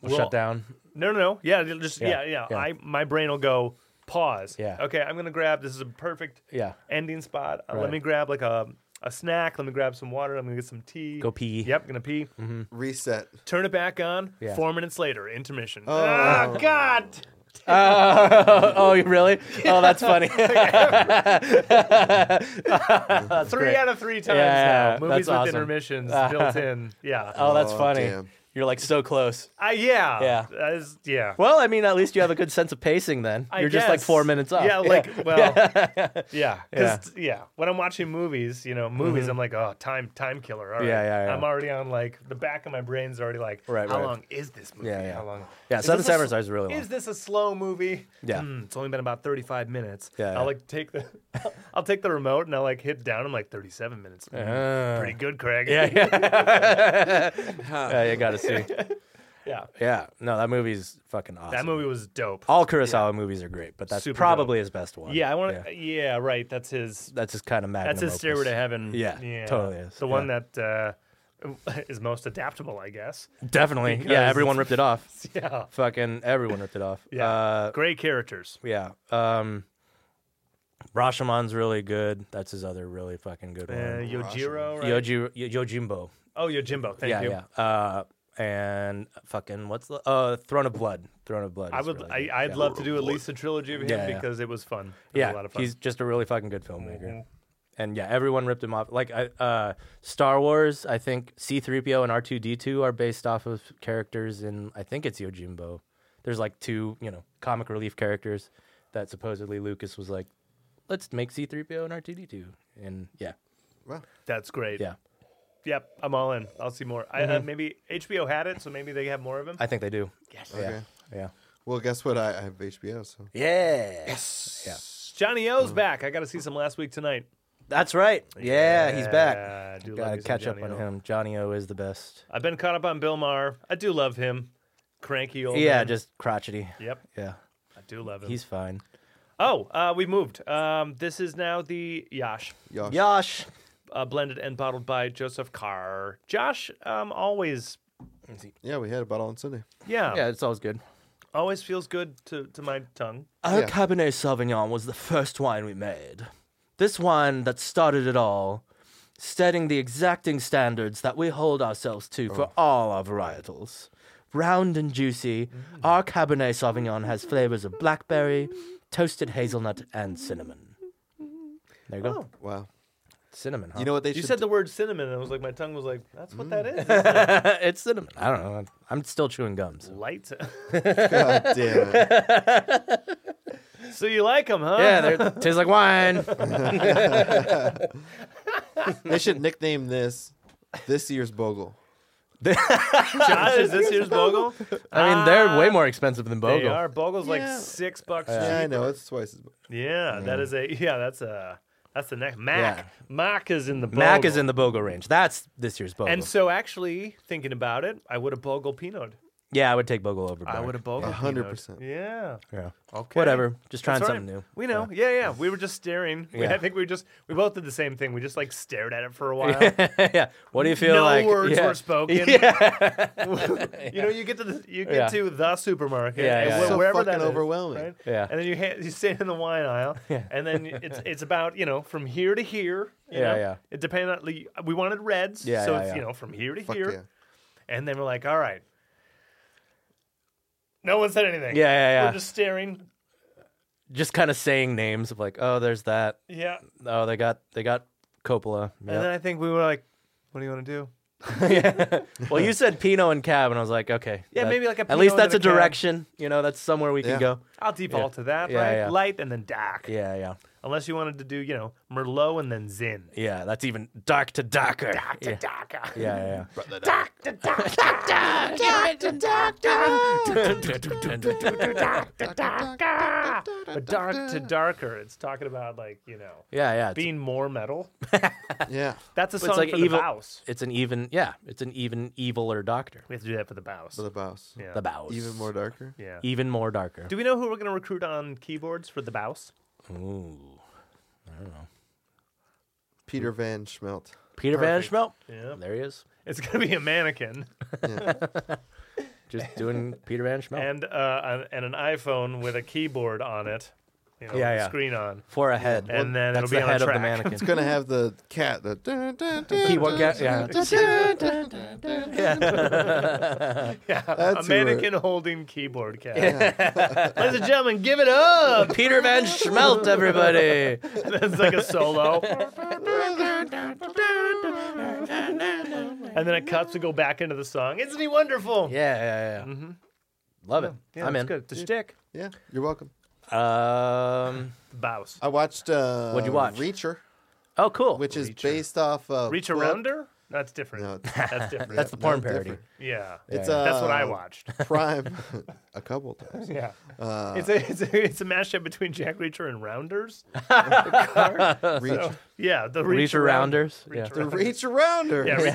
Speaker 3: We'll shut down.
Speaker 2: No, no, no. Yeah, it'll just yeah,
Speaker 3: Yeah,
Speaker 2: yeah.
Speaker 3: yeah.
Speaker 2: I my brain will go. pause.
Speaker 3: Yeah.
Speaker 2: Okay, I'm gonna grab. This is a perfect
Speaker 3: Yeah.
Speaker 2: ending spot. Uh, Let
Speaker 3: Right.
Speaker 2: me grab like a a snack. Let me grab some water. I'm gonna get some tea.
Speaker 3: Go pee. Mm-hmm.
Speaker 2: Yep, gonna pee.
Speaker 1: Reset.
Speaker 2: Turn it back on.
Speaker 3: Yeah.
Speaker 2: Four minutes later, intermission. Ah, God.
Speaker 3: Oh, oh, you really? Oh, that's funny.
Speaker 2: Three
Speaker 3: great.
Speaker 2: out of three times
Speaker 3: Yeah,
Speaker 2: now.
Speaker 3: that's
Speaker 2: Movies with
Speaker 3: awesome.
Speaker 2: intermissions built in. Yeah.
Speaker 3: oh, that's
Speaker 1: Oh,
Speaker 3: funny.
Speaker 1: damn.
Speaker 3: You're like so close.
Speaker 2: Uh, yeah.
Speaker 3: Yeah.
Speaker 2: That is, yeah.
Speaker 3: Well, I mean, at least you have a good sense of pacing then.
Speaker 2: I
Speaker 3: You're just like
Speaker 2: guess.
Speaker 3: four minutes off.
Speaker 2: Yeah, like well, yeah, 'cause,
Speaker 3: Yeah. Mm-hmm.
Speaker 2: yeah. When I'm watching movies, you know, movies, I'm like, oh, time, time killer. All right.
Speaker 3: Yeah, yeah, yeah.
Speaker 2: I'm already on like the back of my brain's already like,
Speaker 3: Right,
Speaker 2: how
Speaker 3: right.
Speaker 2: long is this movie?
Speaker 3: Yeah, yeah.
Speaker 2: How long?
Speaker 3: Yeah,
Speaker 2: is
Speaker 3: Seven
Speaker 2: this a
Speaker 3: Samurai
Speaker 2: s-
Speaker 3: is really long.
Speaker 2: Is this a slow movie?
Speaker 3: Yeah.
Speaker 2: Hmm, it's only been about 35 minutes.
Speaker 3: Yeah, yeah.
Speaker 2: I'll like take the, I'll take the remote and I'll like hit down. I'm like 37 minutes. Hmm,
Speaker 3: Ah.
Speaker 2: Pretty good, Craig.
Speaker 3: yeah, yeah. yeah, Uh, you gotta see.
Speaker 2: yeah.
Speaker 3: Yeah, no, that movie's fucking awesome.
Speaker 2: That movie was dope.
Speaker 3: All Kurosawa movies are great, but that's
Speaker 2: Super
Speaker 3: probably his best one.
Speaker 2: yeah, I want to. Yeah. right. That's his.
Speaker 3: That's his kind of mad.
Speaker 2: That's his stairway to heaven.
Speaker 3: Yeah, totally is.
Speaker 2: The one that uh, is most adaptable, I guess.
Speaker 3: Definitely.
Speaker 2: Because-
Speaker 3: Yeah, everyone ripped it off.
Speaker 2: Yeah.
Speaker 3: Fucking everyone ripped it off.
Speaker 2: Yeah.
Speaker 3: Uh,
Speaker 2: Great characters.
Speaker 3: yeah. Um, Rashomon's really good. That's his other really fucking good
Speaker 2: Uh,
Speaker 3: one.
Speaker 2: Yojiro. Right?
Speaker 3: Yoji, Yo- Yojimbo.
Speaker 2: oh, Yojimbo. Thank
Speaker 3: yeah,
Speaker 2: you.
Speaker 3: yeah. Uh, and fucking what's the uh, Throne of Blood? Throne of Blood.
Speaker 2: I
Speaker 3: is
Speaker 2: would.
Speaker 3: really good.
Speaker 2: I, I'd
Speaker 3: yeah.
Speaker 2: love to do at least a trilogy of him
Speaker 3: Yeah, yeah.
Speaker 2: because it was fun. It was
Speaker 3: Yeah,
Speaker 2: A lot of fun. Mm-hmm.
Speaker 3: he's just a really fucking good filmmaker. And yeah, everyone ripped him off. Like I, uh, Star Wars, I think C-3PO and R2-D2 are based off of characters in I think it's Yojimbo. There's like two, you know, comic relief characters that supposedly Lucas was like, "Let's make C-3PO and R2-D2." And yeah.
Speaker 1: Wow.
Speaker 2: That's great.
Speaker 3: Yeah. Mm-hmm.
Speaker 2: Yep. I'm all in. I'll see more. I, uh, maybe HBO had it, so maybe they have more of him.
Speaker 3: I think they do.
Speaker 2: yes.
Speaker 3: Yeah.
Speaker 1: Okay.
Speaker 3: Yeah.
Speaker 1: Well, guess what? I, I have HBO, so
Speaker 3: Yeah.
Speaker 2: Johnny O's
Speaker 3: Mm-hmm.
Speaker 2: back. I got to see some last week tonight.
Speaker 3: That's right. Yeah, he's back.
Speaker 2: Yeah, I do love
Speaker 3: Got to
Speaker 2: me some
Speaker 3: catch up
Speaker 2: Johnny
Speaker 3: on
Speaker 2: O.
Speaker 3: him. Johnny O is the best.
Speaker 2: I've been caught up on Bill Maher. I do love him. Cranky old.
Speaker 3: Yeah,
Speaker 2: man.
Speaker 3: just crotchety.
Speaker 2: Yep.
Speaker 3: Yeah.
Speaker 2: I do love him.
Speaker 3: He's fine.
Speaker 2: Oh, uh, we moved. Um, this is now the Yash,
Speaker 1: y'all.
Speaker 3: Yosh.
Speaker 2: uh, blended and bottled by Joseph Carr. Josh, um, always,
Speaker 1: Yeah, we had a bottle on Sunday.
Speaker 2: yeah,
Speaker 3: Yeah, it's always good.
Speaker 2: always feels good to, to my tongue.
Speaker 3: Our
Speaker 1: Yeah.
Speaker 3: Cabernet Sauvignon was the first wine we made. This wine that started it all, setting the exacting standards that we hold ourselves to for all our varietals. Round and juicy,
Speaker 2: Mm.
Speaker 3: our Cabernet Sauvignon has flavors of blackberry, toasted hazelnut, and cinnamon. There you go.
Speaker 1: Wow.
Speaker 3: Cinnamon, huh?
Speaker 1: You know what they
Speaker 2: You
Speaker 1: should
Speaker 2: said the word cinnamon, and I was like, my tongue was like, that's what that is.
Speaker 3: it's cinnamon. I don't know. I'm still chewing gums.
Speaker 2: Light.
Speaker 1: God damn it.
Speaker 2: so you like them, huh?
Speaker 3: Yeah, they're- tastes like wine.
Speaker 1: They should nickname this this year's Bogle.
Speaker 2: Josh is this year's Bogle.
Speaker 3: I mean, they're way more expensive than Bogle.
Speaker 2: They are. Bogle's
Speaker 1: Yeah.
Speaker 2: like six bucks.
Speaker 1: Yeah, I
Speaker 2: cheap.
Speaker 1: know. It's twice as much.
Speaker 2: Yeah, that is a. Yeah, that's a. That's the next. Mac.
Speaker 3: Yeah.
Speaker 2: Mac is in the. Bogle.
Speaker 3: Mac is in the Bogle range. That's this year's Bogle.
Speaker 2: And so, actually, thinking about it, I would have Bogle Pinot.
Speaker 3: yeah, I would take Bogle over.
Speaker 2: I
Speaker 3: Barrick.
Speaker 2: would have Bogle.
Speaker 1: A hundred
Speaker 2: Pinot.
Speaker 1: percent.
Speaker 2: Yeah.
Speaker 3: Yeah.
Speaker 2: Okay.
Speaker 3: Whatever. Just trying
Speaker 2: That's right.
Speaker 3: something new.
Speaker 2: We know. Yeah, yeah. We were just staring. We-
Speaker 3: Yeah.
Speaker 2: I think we just we both did the same thing. We just like stared at it for a while.
Speaker 3: yeah. What do you feel
Speaker 2: No
Speaker 3: like?
Speaker 2: words
Speaker 3: yeah.
Speaker 2: were spoken.
Speaker 3: Yeah.
Speaker 2: You know, you get to the you get
Speaker 3: Yeah.
Speaker 2: to the supermarket.
Speaker 3: Yeah,
Speaker 2: and
Speaker 3: yeah,
Speaker 2: wh-
Speaker 3: yeah. So
Speaker 2: wherever
Speaker 1: fucking
Speaker 2: that is,
Speaker 1: overwhelming.
Speaker 2: right?
Speaker 3: Yeah.
Speaker 2: And then you ha- you stand in the wine aisle, and then it's it's about you know from here to here.
Speaker 3: Yeah,
Speaker 2: you know?
Speaker 3: yeah.
Speaker 2: It depended on like, we wanted reds,
Speaker 3: Yeah,
Speaker 2: so
Speaker 3: yeah,
Speaker 2: it's
Speaker 3: yeah.
Speaker 2: you know from here to
Speaker 1: Fuck
Speaker 2: here,
Speaker 1: yeah.
Speaker 2: and then we're like, all right. No one said anything.
Speaker 3: Yeah, yeah, yeah.
Speaker 2: We're just staring.
Speaker 3: Just kind of saying names of like, oh, there's that.
Speaker 2: Yeah.
Speaker 3: Oh, they got they got Coppola.
Speaker 2: And then
Speaker 3: Yep.
Speaker 2: I think we were like, what do you want to do?
Speaker 3: well, you said Pinot and Cab, and I was like, okay.
Speaker 2: Yeah, maybe like a
Speaker 3: At least
Speaker 2: Pinot and
Speaker 3: that's a
Speaker 2: a Cab.
Speaker 3: direction. You know, that's somewhere we
Speaker 1: Yeah.
Speaker 3: can go.
Speaker 2: I'll default to that,
Speaker 3: Yeah,
Speaker 2: right?
Speaker 3: yeah.
Speaker 2: Light and then dark.
Speaker 3: Yeah, yeah,
Speaker 2: Unless you wanted to do, you know, Merlot and then Zin.
Speaker 3: yeah. That's even dark to darker. Dark
Speaker 2: To
Speaker 3: yeah.
Speaker 2: dark.
Speaker 3: Yeah,
Speaker 2: Dark to dark.
Speaker 3: yeah, yeah.
Speaker 2: But dark to darker, it's talking about like, you know,
Speaker 3: yeah, yeah. It's,
Speaker 2: being more metal.
Speaker 1: Yeah.
Speaker 2: That's a
Speaker 3: it's
Speaker 2: song
Speaker 3: like
Speaker 2: for
Speaker 3: evil-
Speaker 2: the Bows.
Speaker 3: it's an even, yeah, it's an even eviler doctor.
Speaker 2: We have to do that for the Bows.
Speaker 1: For the boss.
Speaker 2: yeah.
Speaker 3: The bows.
Speaker 1: Even more darker.
Speaker 2: Yeah.
Speaker 3: Even more darker.
Speaker 2: Do we know who we're going to recruit on keyboards for the Bows?
Speaker 3: Ooh.
Speaker 1: Peter Van Schmelt.
Speaker 3: Peter
Speaker 2: Perfect.
Speaker 3: Van Schmelt.
Speaker 2: Yeah.
Speaker 3: There he is.
Speaker 2: It's going to be a mannequin
Speaker 3: Just doing Peter Van Schmelt.
Speaker 2: and uh, an, and an iPhone with a keyboard on it. you know,
Speaker 3: Yeah, yeah.
Speaker 2: screen on.
Speaker 3: for a head.
Speaker 2: And then
Speaker 3: that's
Speaker 2: it'll
Speaker 3: the
Speaker 2: be on a
Speaker 3: head of the
Speaker 2: track.
Speaker 3: mannequin.
Speaker 1: It's gonna have the cat. The dun, dun, dun,
Speaker 3: He will get-
Speaker 1: dun,
Speaker 3: yeah.
Speaker 1: dun, dun, dun, dun, dun.
Speaker 2: Yeah,
Speaker 1: That's
Speaker 2: a
Speaker 1: who
Speaker 2: mannequin holding keyboard cat. Ladies and gentlemen, give it up.
Speaker 3: Peter Van Schmelt, everybody.
Speaker 2: That's like a solo. and then it cuts to go back into the song. Isn't he wonderful?
Speaker 3: Yeah, yeah, yeah. Love it.
Speaker 2: Mm-hmm. Yeah,
Speaker 3: I'm
Speaker 2: that's
Speaker 3: in.
Speaker 2: good. The shtick.
Speaker 1: Yeah, you're welcome.
Speaker 3: Um,
Speaker 2: Bows.
Speaker 1: I watched. Uh,
Speaker 3: What'd you watch?
Speaker 1: Reacher,
Speaker 3: oh, cool.
Speaker 1: which is based off. Uh,
Speaker 2: Reach
Speaker 1: book-
Speaker 2: arounder? That's different.
Speaker 1: No, it's-
Speaker 2: That's different.
Speaker 3: That's the
Speaker 1: no,
Speaker 3: porn
Speaker 1: different.
Speaker 3: parody.
Speaker 2: yeah.
Speaker 1: It's uh,
Speaker 2: That's what I watched.
Speaker 1: Prime, a couple times.
Speaker 2: Yeah.
Speaker 1: Uh,
Speaker 2: It's a, it's, a, it's a mashup between Jack Reacher and Rounders.
Speaker 1: Reach,
Speaker 2: Yeah, the
Speaker 3: Reach
Speaker 2: Reach around-
Speaker 3: arounders,
Speaker 2: Reach
Speaker 3: yeah.
Speaker 1: the
Speaker 2: around-
Speaker 1: Reach Arounder.
Speaker 2: Yeah, Reach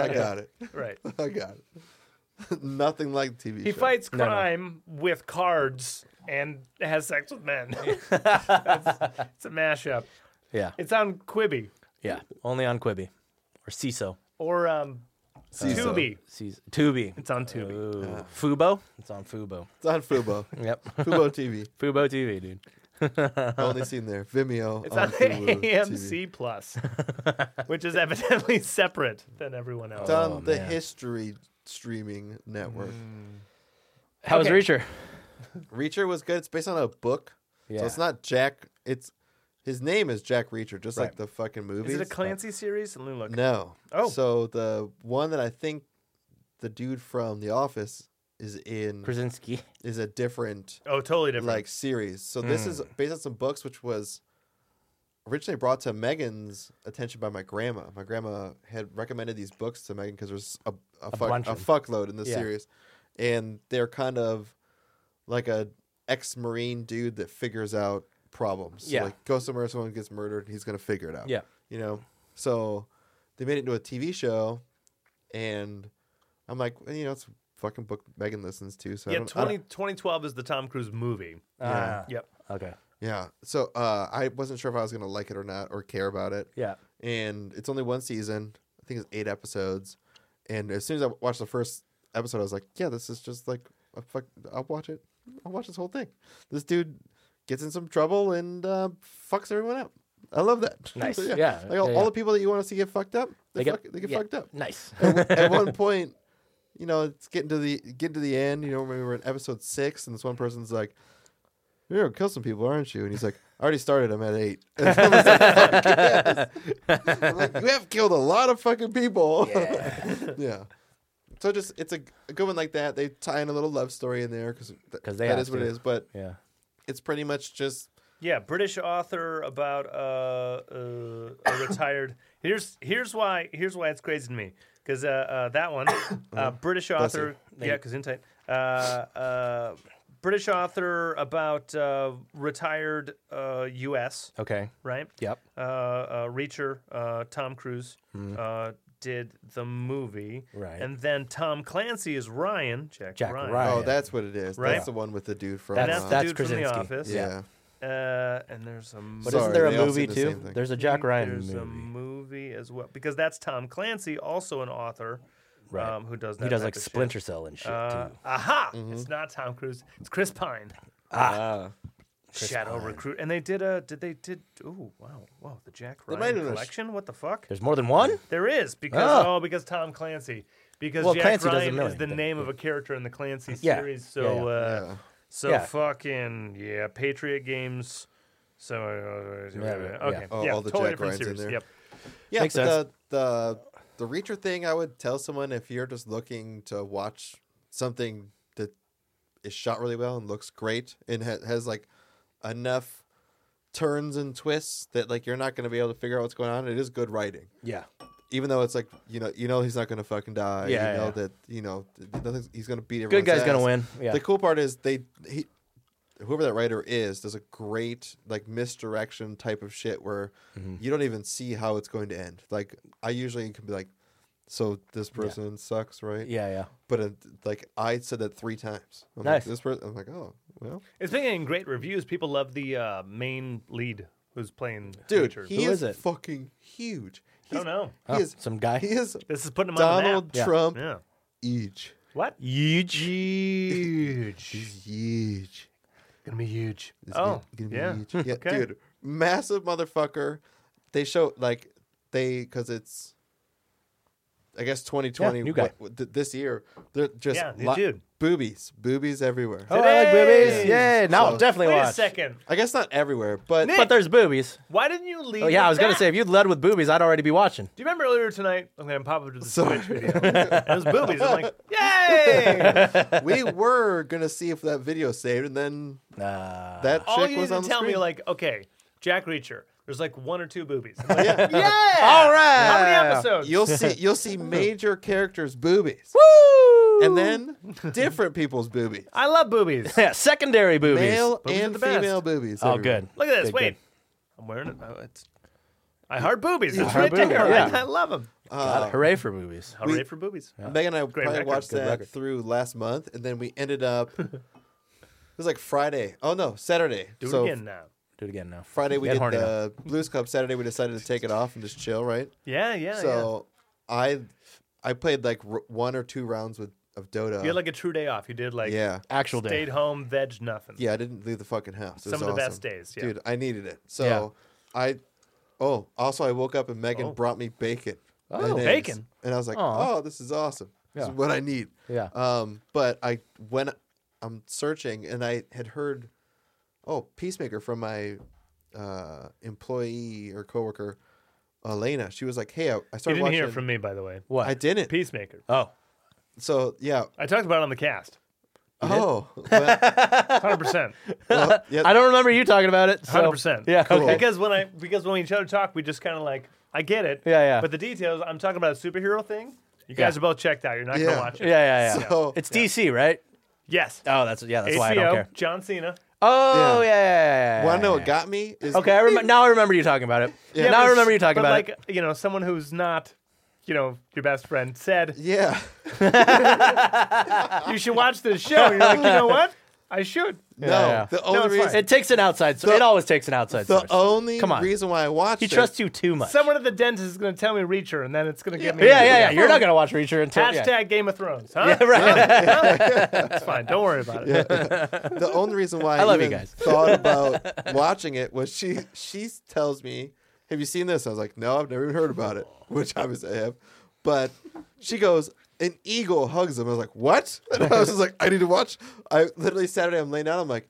Speaker 1: I got it.
Speaker 2: Right.
Speaker 1: I got it. Nothing like the TV
Speaker 2: He
Speaker 1: show.
Speaker 2: fights
Speaker 3: No, no.
Speaker 2: crime with cards and has sex with men. That's- it's a mashup.
Speaker 3: Yeah,
Speaker 2: It's on Quibi
Speaker 3: yeah. Only on Quibi or CISO.
Speaker 2: or um,
Speaker 1: CISO.
Speaker 2: Tubi.
Speaker 3: Cis- Tubi.
Speaker 2: It's on
Speaker 1: Uh,
Speaker 2: Tubi.
Speaker 3: Ooh. Fubo? It's on Fubo.
Speaker 1: It's on Fubo.
Speaker 3: Yep.
Speaker 1: Fubo TV.
Speaker 3: Fubo TV, dude.
Speaker 1: Only seen there. Vimeo.
Speaker 2: It's
Speaker 1: on
Speaker 2: on
Speaker 1: Fubo TV.
Speaker 2: AMC Plus, which is evidently separate than everyone else.
Speaker 1: It's on
Speaker 3: Oh,
Speaker 1: the
Speaker 3: man. Mm.
Speaker 1: History Streaming Network.
Speaker 3: How
Speaker 2: Okay.
Speaker 3: was Reacher?
Speaker 1: Reacher was good. It's based on a book, so it's not Jack. It's his name is Jack Reacher, just like
Speaker 3: Right.
Speaker 1: the fucking movie.
Speaker 2: Is it a Clancy series? Let me look.
Speaker 1: No.
Speaker 2: Oh.
Speaker 1: So the one that I think the dude from The Office is in
Speaker 3: Krasinski.
Speaker 1: is a different
Speaker 2: Oh, totally different.
Speaker 1: like series. So this is
Speaker 3: Mm.
Speaker 1: based on some books, which was originally brought to Megan's attention by my grandma. My grandma had recommended these books to Megan because there's a a, fuck,
Speaker 3: bunch
Speaker 1: a
Speaker 3: of-
Speaker 1: fuckload in the
Speaker 3: yeah.
Speaker 1: series, and they're kind of like a ex-marine dude that figures out problems. So,
Speaker 3: Yeah.
Speaker 1: like go somewhere, someone gets murdered, and he's gonna figure it out.
Speaker 3: Yeah.
Speaker 1: you know. So they made it into a TV show, and I'm like, well, you know, it's a fucking book Megan listens to. So I
Speaker 2: yeah,
Speaker 1: don't, I don't-
Speaker 2: 20, 2012 is the Tom Cruise movie.
Speaker 1: Yeah.
Speaker 3: Ah,
Speaker 2: Yep.
Speaker 3: okay.
Speaker 1: Yeah. So uh, I wasn't sure if I was gonna like it or not or care about it.
Speaker 3: Yeah.
Speaker 1: And it's only one season. I think it's eight episodes. And as soon as I watched the first episode, I was like, "Yeah, this is just like a fuck. I'll watch it. I'll watch this whole thing. This dude gets in some trouble and uh, fucks everyone up. I love that.
Speaker 3: Nice.
Speaker 1: So,
Speaker 3: Yeah.
Speaker 1: Like all,
Speaker 3: Yeah,
Speaker 1: all
Speaker 3: yeah.
Speaker 1: the people that you want to see get fucked up, they, fuck, they get
Speaker 3: yeah,
Speaker 1: fucked up
Speaker 3: Nice.
Speaker 1: at one point, you know, it's getting to the getting to the end. You know, maybe we're in episode six, and this one person's like, "You're gonna kill some people, aren't you?" And he's like, "I already started. I'm at eight. And I was like, "Fuck yes." I'm like, you have killed a lot of fucking people. Yeah. So just it's a, a good one like that. They tie in a little love story in there because
Speaker 3: 'Cause they
Speaker 1: that
Speaker 3: have
Speaker 1: is what
Speaker 3: to.
Speaker 1: it is. But
Speaker 3: yeah.
Speaker 1: it's pretty much just
Speaker 2: Yeah, British author about uh, uh, a retired. Here's here's why here's why it's crazy to me because uh, uh, that one uh, British author. Yeah, because tight. Uh, uh, British author about uh, retired uh, U.S.
Speaker 3: Okay.
Speaker 2: right?
Speaker 3: Yep.
Speaker 2: Uh, uh, Reacher, uh, Tom Cruise uh, did the movie,
Speaker 3: Mm-hmm. Right.
Speaker 2: And then Tom Clancy is Ryan. Jack,
Speaker 3: Jack
Speaker 2: Ryan.
Speaker 3: Ryan.
Speaker 1: oh,
Speaker 3: yeah.
Speaker 1: that's what it is.
Speaker 2: Right.
Speaker 1: That's the one with the dude from.
Speaker 2: And
Speaker 3: That's-
Speaker 2: that's,
Speaker 1: uh,
Speaker 3: that's
Speaker 2: the dude from The
Speaker 3: Krasinski.
Speaker 2: Office.
Speaker 1: yeah.
Speaker 2: Uh, and there's a
Speaker 3: But
Speaker 1: Sorry,
Speaker 3: isn't there
Speaker 1: they
Speaker 3: a
Speaker 1: all
Speaker 3: movie
Speaker 1: say the same
Speaker 3: too?
Speaker 1: thing.
Speaker 3: There's a Jack Ryan
Speaker 2: There's um,
Speaker 3: movie.
Speaker 2: a movie as well because that's Tom Clancy, also an author,
Speaker 3: Right.
Speaker 2: um, who does that.
Speaker 3: he does
Speaker 2: type
Speaker 3: like
Speaker 2: of shit.
Speaker 3: Splinter Mm-hmm. Cell and shit
Speaker 2: Uh,
Speaker 3: too.
Speaker 2: aha! It's not Tom Cruise. It's Chris Pine,
Speaker 1: Ah.
Speaker 2: Shadow Recruit, and they did a. Did they did? Ooh, wow, wow! The Jack
Speaker 1: might
Speaker 2: Ryan
Speaker 1: have done a sh- Ah.
Speaker 2: collection. What the fuck?
Speaker 3: There's more than one.
Speaker 2: There is because oh, because Tom Clancy because
Speaker 3: Well,
Speaker 2: Jack
Speaker 3: Clancy does a
Speaker 2: Ryan is
Speaker 3: million
Speaker 2: the
Speaker 3: things,
Speaker 2: name of a character in the Clancy
Speaker 3: Yeah.
Speaker 2: series.
Speaker 3: Yeah,
Speaker 2: So
Speaker 3: yeah.
Speaker 2: Uh,
Speaker 1: Yeah.
Speaker 2: so
Speaker 3: Yeah.
Speaker 2: fucking yeah, Patriot Games. So uh,
Speaker 3: Yeah, yeah.
Speaker 2: okay,
Speaker 1: Oh,
Speaker 2: yeah,
Speaker 1: all the
Speaker 2: totally
Speaker 1: Jack
Speaker 2: different
Speaker 1: Ryans in
Speaker 2: series.
Speaker 1: there.
Speaker 2: Yep.
Speaker 1: Yeah,
Speaker 3: Makes
Speaker 1: but
Speaker 3: sense.
Speaker 1: the the the Reacher thing, I would tell someone if you're just looking to watch something that is shot really well and looks great and ha- has like enough turns and twists that like you're not going to be able to figure out what's going on. It is good writing,
Speaker 3: Yeah.
Speaker 1: even though it's like you know you know he's not going to fucking die.
Speaker 3: Yeah,
Speaker 1: you know
Speaker 3: yeah.
Speaker 1: that you know th- nothing's, he's going to beat everyone.
Speaker 3: Good guy's gonna win. Yeah.
Speaker 1: The cool part is they he whoever that writer is does a great like misdirection type of shit where
Speaker 3: Mm-hmm.
Speaker 1: you don't even see how it's going to end. Like I usually can be like, so this person sucks, right?
Speaker 3: yeah. Yeah.
Speaker 1: But uh, like I said that three times. I'm
Speaker 3: Nice.
Speaker 1: Like, this person, I'm like, oh well,
Speaker 2: It's been getting great reviews. People love the uh, main lead who's playing
Speaker 1: dude,
Speaker 2: Reacher.
Speaker 1: he
Speaker 3: Who
Speaker 1: is,
Speaker 3: is it?
Speaker 1: fucking huge.
Speaker 2: I don't know.
Speaker 1: He
Speaker 3: Oh,
Speaker 1: is
Speaker 3: some guy?
Speaker 1: He is
Speaker 2: This is putting him on
Speaker 1: Donald
Speaker 2: the map.
Speaker 3: Yeah.
Speaker 1: Trump
Speaker 2: Yeah.
Speaker 1: huge.
Speaker 2: What?
Speaker 3: Huge.
Speaker 2: Huge.
Speaker 1: He's huge.
Speaker 4: Gonna be huge.
Speaker 1: It's
Speaker 2: Oh,
Speaker 1: gonna- gonna be
Speaker 2: yeah.
Speaker 1: huge. yeah,
Speaker 2: Okay.
Speaker 1: dude, massive motherfucker. They show like they because it's, I guess twenty twenty.
Speaker 3: Yeah, new guy.
Speaker 1: this year, they're just
Speaker 2: Yeah, new
Speaker 1: lo-
Speaker 2: dude.
Speaker 1: boobies, boobies everywhere.
Speaker 3: Oh, I like boobies.
Speaker 2: Today's-
Speaker 3: Yeah, now
Speaker 1: So-
Speaker 3: I'll definitely
Speaker 2: Wait a
Speaker 3: watch.
Speaker 2: second.
Speaker 1: I guess not everywhere, but
Speaker 2: Nick!
Speaker 3: But there's boobies.
Speaker 2: Why didn't you leave?
Speaker 3: Oh yeah,
Speaker 2: with
Speaker 3: I was gonna
Speaker 2: that?
Speaker 3: say if you'd led with boobies, I'd already be watching.
Speaker 2: Do you remember earlier tonight? I'm gonna pop up to the
Speaker 1: Sorry.
Speaker 2: Switch video. and it was boobies. I'm like, yay!
Speaker 1: we were gonna see if that video saved, and then
Speaker 3: Nah.
Speaker 1: that
Speaker 2: All
Speaker 1: chick
Speaker 2: you need
Speaker 1: was
Speaker 2: to
Speaker 1: on the
Speaker 2: tell me,
Speaker 1: screen.
Speaker 2: like, okay, Jack Reacher. There's like one or two boobies. I'm like,
Speaker 1: Yeah.
Speaker 2: yeah.
Speaker 3: All right.
Speaker 2: How many episodes?
Speaker 1: You'll see, you'll see major characters' boobies,
Speaker 3: Woo!
Speaker 1: and then different people's boobies,
Speaker 2: I love boobies.
Speaker 3: yeah, secondary boobies.
Speaker 1: male
Speaker 2: Boobies are
Speaker 1: and
Speaker 2: the best.
Speaker 1: female boobies.
Speaker 3: oh,
Speaker 1: everywhere.
Speaker 3: good.
Speaker 2: Look at this.
Speaker 3: Good,
Speaker 2: Wait,
Speaker 3: good.
Speaker 2: I'm wearing it. Oh, it's. I heart boobies. It's
Speaker 3: heart
Speaker 2: right there.
Speaker 3: Mm. boobies,
Speaker 2: right?
Speaker 3: yeah.
Speaker 2: I love them.
Speaker 3: God,
Speaker 1: Uh,
Speaker 3: hooray for boobies.
Speaker 2: Hooray
Speaker 1: We-
Speaker 2: for boobies.
Speaker 1: Megan and I probably
Speaker 2: record.
Speaker 1: watched
Speaker 2: Good
Speaker 1: that
Speaker 3: record.
Speaker 1: through last month, and then we ended up. it was like Friday. Oh no, Saturday.
Speaker 2: Do
Speaker 1: so
Speaker 2: it again now.
Speaker 3: Do it again now.
Speaker 1: Friday we
Speaker 3: Get
Speaker 1: did
Speaker 3: horny now.
Speaker 1: the Blues Club. Saturday we decided to take it off and just chill, right?
Speaker 2: Yeah, yeah.
Speaker 1: so I, I played like r- one or two rounds with of Dota.
Speaker 2: yeah. you had like a true day off. You did like
Speaker 1: yeah,
Speaker 3: actual day.
Speaker 2: stayed home, veg nothing.
Speaker 1: yeah. I didn't leave the fucking house. It
Speaker 2: Some
Speaker 1: was
Speaker 2: of the best
Speaker 1: awesome.
Speaker 2: days. Yeah.
Speaker 1: dude. I needed it. So
Speaker 3: Yeah.
Speaker 1: I, oh, also I woke up and Megan
Speaker 2: Oh.
Speaker 1: brought me bacon.
Speaker 3: Oh,
Speaker 1: and eggs.
Speaker 2: bacon.
Speaker 1: And I was like,
Speaker 3: Aw.
Speaker 1: oh, this is awesome. This
Speaker 3: Yeah.
Speaker 1: is what I need.
Speaker 3: Yeah.
Speaker 1: Um, but I when I'm searching and I had heard, oh, Peacemaker from my uh, employee or coworker, Elena. She was like, hey, I, I
Speaker 2: You
Speaker 1: started
Speaker 2: didn't
Speaker 1: watching.
Speaker 2: hear from me, by the way.
Speaker 3: What?
Speaker 1: I didn't.
Speaker 2: Peacemaker.
Speaker 3: oh.
Speaker 1: So yeah.
Speaker 2: I talked about it on the cast.
Speaker 1: Oh, well,
Speaker 2: 100%.
Speaker 1: well, yeah.
Speaker 3: I don't remember you talking about it. so-
Speaker 2: 100%.
Speaker 3: Yeah.
Speaker 1: Cool.
Speaker 3: Okay.
Speaker 2: Because when I because when we each other talk, we just kind of like I get it.
Speaker 3: Yeah, yeah.
Speaker 2: But the details, I'm talking about a superhero thing. You guys
Speaker 3: Yeah.
Speaker 2: are both checked out. You're not
Speaker 1: Yeah.
Speaker 2: gonna watch
Speaker 3: Yeah,
Speaker 2: it.
Speaker 3: yeah, yeah.
Speaker 1: So-
Speaker 3: it's DC, right?
Speaker 2: Yes.
Speaker 3: Oh, that's yeah. That's
Speaker 2: HBO.
Speaker 3: why I don't care.
Speaker 2: John Cena.
Speaker 1: Yeah.
Speaker 3: Oh, yeah. yeah, yeah, yeah,
Speaker 1: Well, I know
Speaker 3: yeah,
Speaker 1: what got me is
Speaker 3: yeah. Okay, I remember. Now I remember you talking about it.
Speaker 1: Yeah,
Speaker 3: now
Speaker 2: but
Speaker 3: I remember you talking
Speaker 2: but
Speaker 3: about
Speaker 2: like,
Speaker 3: it.
Speaker 2: you know, someone who's not, you know, your best friend said
Speaker 1: Yeah.
Speaker 2: you should watch this show. And you're like, you know what? I should.
Speaker 1: No,
Speaker 3: yeah.
Speaker 1: the
Speaker 2: it's
Speaker 1: only
Speaker 2: fine.
Speaker 1: reason
Speaker 3: It takes an outside. So
Speaker 1: The-
Speaker 3: it always takes an outside.
Speaker 1: the
Speaker 3: source.
Speaker 1: only
Speaker 3: Come on.
Speaker 1: reason why I watched
Speaker 3: he
Speaker 1: it-
Speaker 3: trusts you too much.
Speaker 2: Someone at the dentist is gonna tell me Reacher, and then it's gonna give me
Speaker 3: yeah, yeah, yeah. You're not gonna watch Reacher until
Speaker 2: Hashtag
Speaker 3: Yeah.
Speaker 2: Game of Thrones, huh?
Speaker 3: Yeah, right.
Speaker 2: That's fine. Don't worry about it.
Speaker 1: the only reason why I,
Speaker 3: love you
Speaker 1: even
Speaker 3: guys.
Speaker 1: thought about watching it was she she tells me, "Have you seen this?" I was like, "No, I've never even heard about it," which obviously I have. But she goes, "An eagle hugs him." I was like, "What?" And I was just like, "I need to watch." I literally Saturday I'm laying down. I'm like,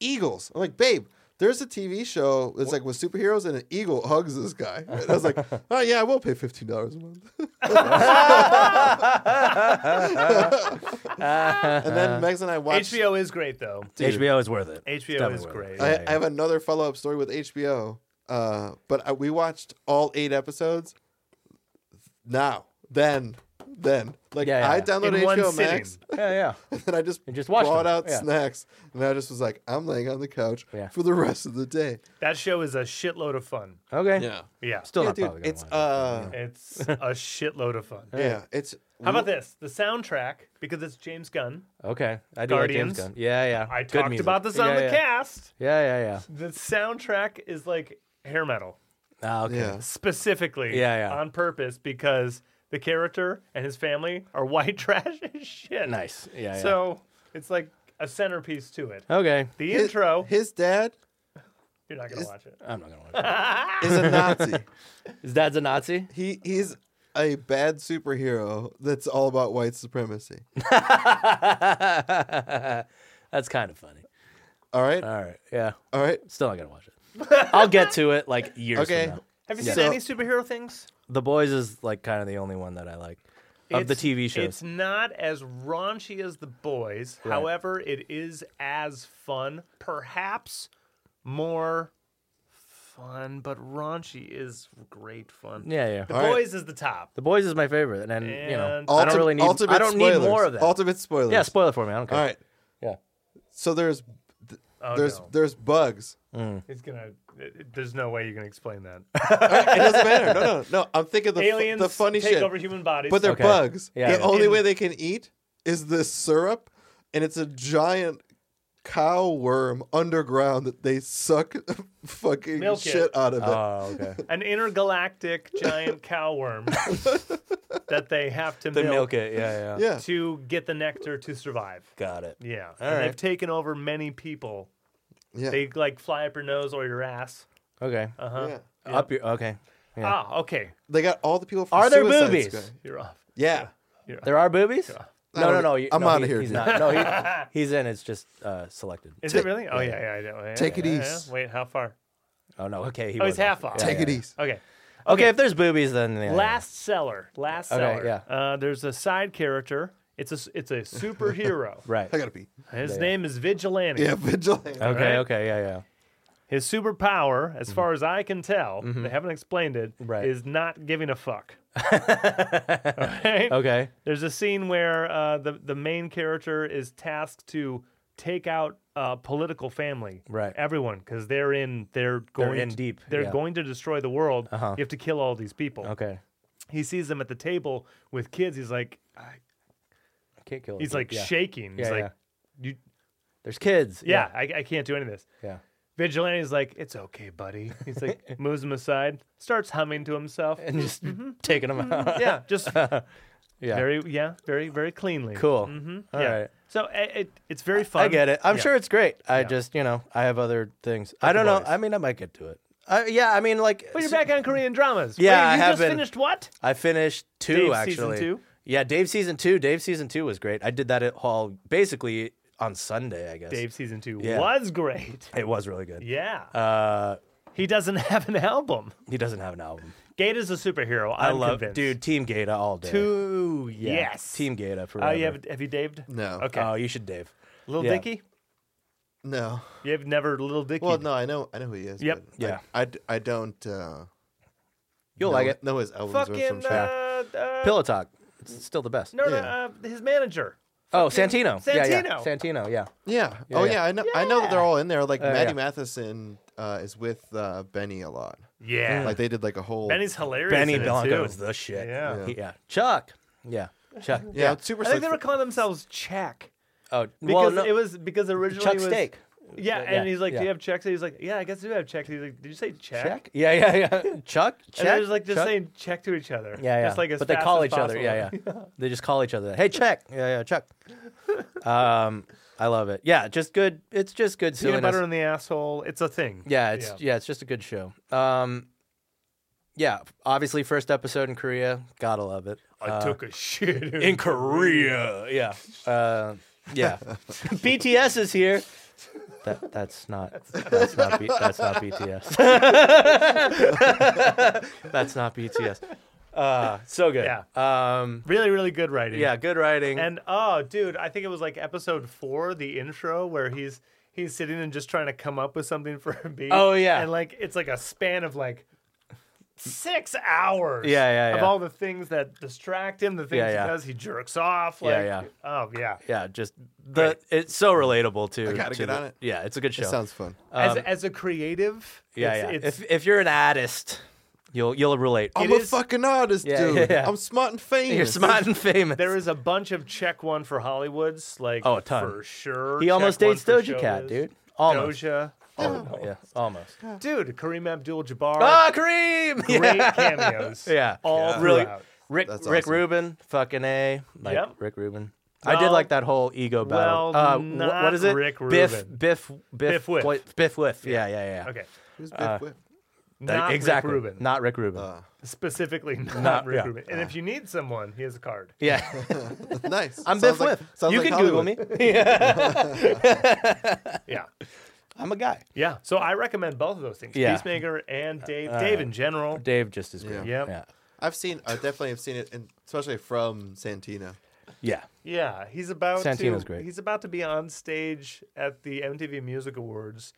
Speaker 1: "Eagles." I'm like, "Babe." There's a TV show that's like with superheroes and an eagle hugs this guy. And I was like, oh yeah, I will pay fifteen dollars a month. and then
Speaker 3: Uh-huh.
Speaker 1: Megs and I watched
Speaker 2: HBO is great though.
Speaker 1: Dude.
Speaker 3: HBO is worth it. It's
Speaker 2: HBO
Speaker 3: definitely
Speaker 2: is
Speaker 3: worth
Speaker 2: great.
Speaker 3: it.
Speaker 1: I,
Speaker 3: Yeah,
Speaker 1: I
Speaker 3: yeah.
Speaker 1: have another follow up story with HBO, uh, but I, we watched all eight episodes. Now, then, then, like
Speaker 3: Yeah, yeah,
Speaker 1: I
Speaker 3: yeah.
Speaker 1: downloaded
Speaker 2: In one
Speaker 1: HBO
Speaker 2: sitting.
Speaker 1: Max
Speaker 3: Yeah, yeah.
Speaker 1: and I just,
Speaker 3: just watched
Speaker 1: brought
Speaker 3: them.
Speaker 1: out
Speaker 3: Yeah.
Speaker 1: snacks and I just was like, I'm laying on the couch
Speaker 3: Yeah.
Speaker 1: for the rest of the day.
Speaker 2: That show is a shitload of fun.
Speaker 3: Okay.
Speaker 2: Yeah.
Speaker 3: Still
Speaker 1: Yeah,
Speaker 3: not
Speaker 1: dude,
Speaker 3: probably gonna
Speaker 1: it's, uh,
Speaker 3: watch it, but, you know.
Speaker 2: It's a shitload of fun.
Speaker 1: yeah, it's
Speaker 2: How about this? The soundtrack, because it's James Gunn.
Speaker 3: okay. I do like James
Speaker 2: Guardians.
Speaker 3: Gunn. Yeah, yeah.
Speaker 2: I
Speaker 3: Good
Speaker 2: talked
Speaker 3: music.
Speaker 2: about this on
Speaker 3: yeah,
Speaker 2: the
Speaker 3: yeah.
Speaker 2: cast.
Speaker 3: Yeah, yeah, yeah.
Speaker 2: The soundtrack is like hair metal,
Speaker 3: Ah, okay.
Speaker 1: yeah.
Speaker 2: specifically
Speaker 3: Yeah, yeah.
Speaker 2: on purpose because the character and his family are white trash as shit.
Speaker 3: Nice. Yeah, yeah.
Speaker 2: So it's like a centerpiece to it.
Speaker 3: okay.
Speaker 2: The
Speaker 1: His-
Speaker 2: intro,
Speaker 1: His, dad
Speaker 2: you're not going to watch it.
Speaker 3: I'm not gonna watch
Speaker 1: is a Nazi.
Speaker 3: it. His dad's a Nazi.
Speaker 1: he he's a bad superhero that's all about white supremacy.
Speaker 3: That's kind of funny.
Speaker 1: All right,
Speaker 3: All right. Yeah.
Speaker 1: all right.
Speaker 3: Still not gonna watch it. I'll get to it like years
Speaker 1: Okay.
Speaker 3: from now.
Speaker 2: Have you
Speaker 1: Yeah.
Speaker 2: seen
Speaker 1: So-
Speaker 2: any superhero things?
Speaker 3: The Boys is like kind of the only one that I like of the
Speaker 2: It's-
Speaker 3: TV shows.
Speaker 2: It's not as raunchy as The Boys. However, it is as fun, perhaps more fun, but raunchy is great fun.
Speaker 3: Yeah, yeah.
Speaker 2: The
Speaker 1: All right.
Speaker 2: Boys is the top.
Speaker 3: The Boys is my favorite, and, then you know
Speaker 2: And-
Speaker 3: I don't
Speaker 1: Ultim-
Speaker 3: really need
Speaker 1: ultimate
Speaker 3: I don't need
Speaker 1: spoilers.
Speaker 3: more of that.
Speaker 1: Ultimate spoilers.
Speaker 3: yeah, spoil it for me. I don't care.
Speaker 1: All right.
Speaker 3: Yeah.
Speaker 1: So there's
Speaker 2: Oh,
Speaker 1: there's
Speaker 2: no.
Speaker 1: there's bugs.
Speaker 2: It's gonna. it- it- there's no way you can explain that.
Speaker 1: it doesn't matter. No, no, no. I'm thinking the fu-
Speaker 2: Aliens
Speaker 1: the funny
Speaker 2: take
Speaker 1: shit.
Speaker 2: over human bodies.
Speaker 1: but they're
Speaker 3: Okay.
Speaker 1: bugs.
Speaker 3: Yeah,
Speaker 1: the
Speaker 3: yeah.
Speaker 1: only way they can eat is this syrup, and it's a giant cow worm underground that they suck fucking
Speaker 2: Milk it.
Speaker 1: shit out of it.
Speaker 3: Oh, okay.
Speaker 2: an intergalactic giant cow worm that they have to
Speaker 3: They
Speaker 2: milk,
Speaker 3: milk it. Yeah, yeah.
Speaker 1: yeah.
Speaker 2: to get the nectar to survive.
Speaker 3: Got it.
Speaker 2: Yeah, and they've
Speaker 3: right.
Speaker 2: taken over many people
Speaker 1: Yeah.
Speaker 2: They like fly up your nose or your ass.
Speaker 3: Okay.
Speaker 2: Uh huh.
Speaker 1: Yeah.
Speaker 3: Up your okay. yeah.
Speaker 2: Ah, okay.
Speaker 1: They got all the people from
Speaker 3: Are there
Speaker 1: Suicide
Speaker 3: boobies?
Speaker 1: Squad.
Speaker 2: You're off.
Speaker 1: Yeah.
Speaker 3: There are boobies.
Speaker 1: I
Speaker 3: No, no,
Speaker 1: don't-
Speaker 3: no. you-
Speaker 1: I'm
Speaker 3: no,
Speaker 1: outta
Speaker 3: he-
Speaker 1: here,
Speaker 3: He's
Speaker 1: dude.
Speaker 3: not. No, he, he's in. It's just uh, selected.
Speaker 2: Is
Speaker 1: Take-
Speaker 2: it really? Oh yeah, yeah. I know. yeah
Speaker 1: Take it
Speaker 2: yeah, yeah.
Speaker 1: easy.
Speaker 2: Wait, how far?
Speaker 3: Oh no. Okay. He
Speaker 2: Oh, he's
Speaker 3: was
Speaker 2: half
Speaker 3: off.
Speaker 2: off.
Speaker 3: Yeah,
Speaker 1: Take
Speaker 3: yeah,
Speaker 1: it
Speaker 3: yeah.
Speaker 1: easy.
Speaker 2: Okay.
Speaker 3: Okay. If there's boobies, then yeah, yeah.
Speaker 2: Last seller. Last
Speaker 3: Okay,
Speaker 2: seller.
Speaker 3: yeah.
Speaker 2: Uh, there's a side character. It's a s- it's a superhero.
Speaker 3: Right.
Speaker 1: I gotta pee.
Speaker 2: His name is Vigilante.
Speaker 1: Yeah, vigilante.
Speaker 3: Okay.
Speaker 2: right.
Speaker 3: Okay. Yeah. Yeah.
Speaker 2: His superpower, as far as I can tell, they haven't explained it, is
Speaker 3: Mm-hmm. Right.
Speaker 2: not giving a fuck. okay.
Speaker 3: Okay.
Speaker 2: There's a scene where uh, the the main character is tasked to take out a political family,
Speaker 3: Right.
Speaker 2: Everyone, because they're in they're going
Speaker 3: in
Speaker 2: to-
Speaker 3: deep,
Speaker 2: They're
Speaker 3: yeah. Uh-huh.
Speaker 2: going to destroy the world. You have to kill all these people.
Speaker 3: Okay.
Speaker 2: He sees them at the table with kids. He's like,
Speaker 3: I can't kill.
Speaker 2: he's
Speaker 3: him.
Speaker 2: like
Speaker 3: Oh, yeah.
Speaker 2: shaking. He's
Speaker 3: Yeah,
Speaker 2: like, You,
Speaker 3: There's kids.
Speaker 2: yeah, I, I can't do any of this.
Speaker 3: Yeah.
Speaker 2: Vigilante's like, it's okay, buddy. He's like, moves him aside, starts humming to himself.
Speaker 3: And just
Speaker 2: Mm-hmm.
Speaker 3: taking them out.
Speaker 2: Yeah, just
Speaker 3: yeah.
Speaker 2: very, yeah, very, very cleanly.
Speaker 3: cool. All
Speaker 2: Mm-hmm. yeah.
Speaker 3: right.
Speaker 2: So it, it, it's very fun.
Speaker 3: I get it. I'm
Speaker 2: Yeah.
Speaker 3: sure it's great. I just, you know, I have other things. I don't know.
Speaker 2: boys.
Speaker 3: I mean, I might get to it. I, yeah, I mean, like,
Speaker 2: But you're
Speaker 3: so-
Speaker 2: back on Korean dramas.
Speaker 3: Yeah,
Speaker 2: Wait,
Speaker 3: I
Speaker 2: you
Speaker 3: have
Speaker 2: just
Speaker 3: been.
Speaker 2: finished what?
Speaker 3: I finished two
Speaker 2: Dave
Speaker 3: actually.
Speaker 2: season two?
Speaker 3: Yeah, Dave season two. Dave season two was great. I did that at Hall basically on Sunday, I guess.
Speaker 2: Dave season two
Speaker 3: Yeah.
Speaker 2: was great.
Speaker 3: It was really good.
Speaker 2: Yeah.
Speaker 3: Uh,
Speaker 2: he doesn't have an album.
Speaker 3: he doesn't have an album.
Speaker 2: Gata's a superhero.
Speaker 3: I
Speaker 2: I'm
Speaker 3: love,
Speaker 2: convinced.
Speaker 3: dude. Team Gata all day.
Speaker 2: Two. Yes.
Speaker 3: Team Gata for.
Speaker 2: Oh, you have, have you Daved?
Speaker 1: No.
Speaker 2: Okay.
Speaker 3: Oh, you should Dave.
Speaker 2: Little
Speaker 3: yeah.
Speaker 2: Dicky?
Speaker 1: No.
Speaker 2: You have never Little Dicky.
Speaker 1: Well, no, I know, I know who he is.
Speaker 2: Yep.
Speaker 1: but,
Speaker 3: Yeah.
Speaker 1: like, I, d- I don't. Uh,
Speaker 3: You'll
Speaker 1: know,
Speaker 3: like it.
Speaker 1: Know his albums or some
Speaker 2: Fucking, uh,
Speaker 1: shit.
Speaker 2: uh,
Speaker 3: Pillow Talk. It's still the best.
Speaker 2: no, no,
Speaker 1: Yeah.
Speaker 2: uh, his manager.
Speaker 3: oh, Santino. Yeah, yeah.
Speaker 2: Santino.
Speaker 3: Santino. Yeah.
Speaker 1: Yeah. oh
Speaker 3: yeah. Oh,
Speaker 1: yeah, I know. I know that they're all in there. Like Maddie
Speaker 3: yeah.
Speaker 1: Matheson uh, is with uh, Benny a lot.
Speaker 2: Yeah.
Speaker 1: Like they did like a whole.
Speaker 2: Benny's hilarious.
Speaker 3: Benny
Speaker 2: in it,
Speaker 3: Blanco
Speaker 2: too.
Speaker 3: is the shit.
Speaker 2: Yeah.
Speaker 3: He- yeah. Chuck. Yeah. Chuck.
Speaker 1: yeah, it's super.
Speaker 2: I think
Speaker 1: sick
Speaker 2: they were
Speaker 1: for-
Speaker 2: calling themselves Check.
Speaker 3: Oh,
Speaker 2: Because
Speaker 3: well, no,
Speaker 2: it was because originally
Speaker 3: Chuck
Speaker 2: it was,
Speaker 3: Steak.
Speaker 2: Yeah,
Speaker 3: Yeah,
Speaker 2: and he's like,
Speaker 3: yeah.
Speaker 2: "Do you have checks?" And he's like, "Yeah, I guess I do have checks." He's like, "Did you say check?"
Speaker 3: Check. Yeah, yeah, yeah. Chuck. Check.
Speaker 2: And they're just like just
Speaker 3: Chuck?
Speaker 2: saying check to each other.
Speaker 3: Yeah, yeah.
Speaker 2: Just like as
Speaker 3: but they
Speaker 2: fast
Speaker 3: call
Speaker 2: as
Speaker 3: each other. Yeah,
Speaker 2: possible.
Speaker 3: yeah. they just call each other. Hey, check. Yeah, yeah, check. um, I love it. Yeah, just good. It's just good
Speaker 2: Peanut
Speaker 3: silliness.
Speaker 2: butter in the asshole. It's a thing.
Speaker 3: yeah, it's yeah. it's just a good show. Um, yeah, obviously first episode in Korea. Gotta love it.
Speaker 2: I took a shit
Speaker 3: uh, in Korea. Yeah. Uh, yeah. BTS is here. That, that's not that's not B, that's not BTS. that's not BTS. Uh, so good.
Speaker 2: Yeah.
Speaker 3: Um,
Speaker 2: Really, really good writing.
Speaker 3: yeah. Good writing.
Speaker 2: And oh, dude, I think it was like episode four, the intro, where he's he's sitting and just trying to come up with something for a beat.
Speaker 3: Oh, yeah.
Speaker 2: and like it's like a span of like six hours.
Speaker 3: Yeah, yeah,
Speaker 2: Of
Speaker 3: yeah.
Speaker 2: all the things that distract him, the things
Speaker 3: Yeah, yeah.
Speaker 2: he does, he jerks off. Like,
Speaker 3: Yeah, yeah.
Speaker 2: Oh yeah.
Speaker 3: yeah. Just the it's so relatable too.
Speaker 1: I gotta
Speaker 3: to
Speaker 1: get
Speaker 3: the-
Speaker 1: on it.
Speaker 3: Yeah. It's a good show.
Speaker 1: It sounds fun.
Speaker 2: As, as a creative,
Speaker 3: Um, yeah.
Speaker 2: it's,
Speaker 3: yeah.
Speaker 2: It's,
Speaker 3: if if you're an artist, you'll you'll relate.
Speaker 1: I'm
Speaker 2: it
Speaker 1: a
Speaker 2: is-
Speaker 1: fucking artist,
Speaker 3: Yeah,
Speaker 1: dude.
Speaker 3: yeah.
Speaker 1: I'm smart and famous.
Speaker 3: you're smart and famous.
Speaker 2: there is a bunch of check one for Hollywoods, like
Speaker 3: Oh, a ton.
Speaker 2: for sure.
Speaker 3: he almost
Speaker 2: Check one
Speaker 3: dates
Speaker 2: for
Speaker 3: Doja Cat,
Speaker 2: showbiz.
Speaker 3: dude. Almost.
Speaker 2: Doja,
Speaker 3: Almost. Yeah. Almost.
Speaker 2: dude, Kareem Abdul-Jabbar,
Speaker 3: Ah, Kareem.
Speaker 2: great
Speaker 3: Yeah.
Speaker 2: cameos.
Speaker 3: Yeah.
Speaker 2: all
Speaker 3: Really,
Speaker 2: throughout.
Speaker 3: Rick
Speaker 1: That's
Speaker 3: Rick
Speaker 1: awesome.
Speaker 3: Rubin, fucking a, like
Speaker 2: Yep.
Speaker 3: Rick Rubin. I did like that whole ego battle.
Speaker 2: well,
Speaker 3: uh, wh- what
Speaker 2: not
Speaker 3: is it?
Speaker 2: Rick
Speaker 3: Biff,
Speaker 2: Rubin.
Speaker 3: Biff, Biff,
Speaker 2: Biff Whiff.
Speaker 3: Whiff- Biff Whiff. Yeah, yeah, yeah.
Speaker 2: Okay.
Speaker 1: Who's Biff
Speaker 3: Uh.
Speaker 1: Whip?
Speaker 3: That-
Speaker 2: Not
Speaker 3: exactly.
Speaker 2: Rick Rubin.
Speaker 3: Not Rick Rubin.
Speaker 1: Uh,
Speaker 2: Specifically, not,
Speaker 3: Not-
Speaker 2: Rick
Speaker 3: yeah.
Speaker 2: Rubin. And if you need someone, he has a card.
Speaker 3: yeah,
Speaker 1: nice.
Speaker 3: I'm
Speaker 1: Sounds
Speaker 3: Biff
Speaker 1: like-
Speaker 3: Whiff.
Speaker 1: sounds
Speaker 3: You
Speaker 1: like
Speaker 3: can
Speaker 1: Hollywood.
Speaker 3: Google me.
Speaker 2: Yeah.
Speaker 3: I'm a guy.
Speaker 2: Yeah. So I recommend both of those things
Speaker 3: Yeah. Uh,
Speaker 2: Peacemaker and Dave. Dave in general.
Speaker 3: Dave just is great.
Speaker 2: Yep.
Speaker 3: yeah,
Speaker 1: I've seen. I definitely have seen it, and especially from Santino.
Speaker 3: yeah.
Speaker 2: Yeah. He's about
Speaker 3: Santino's
Speaker 2: to,
Speaker 3: great.
Speaker 2: He's about to be on stage at the MTV Music Awards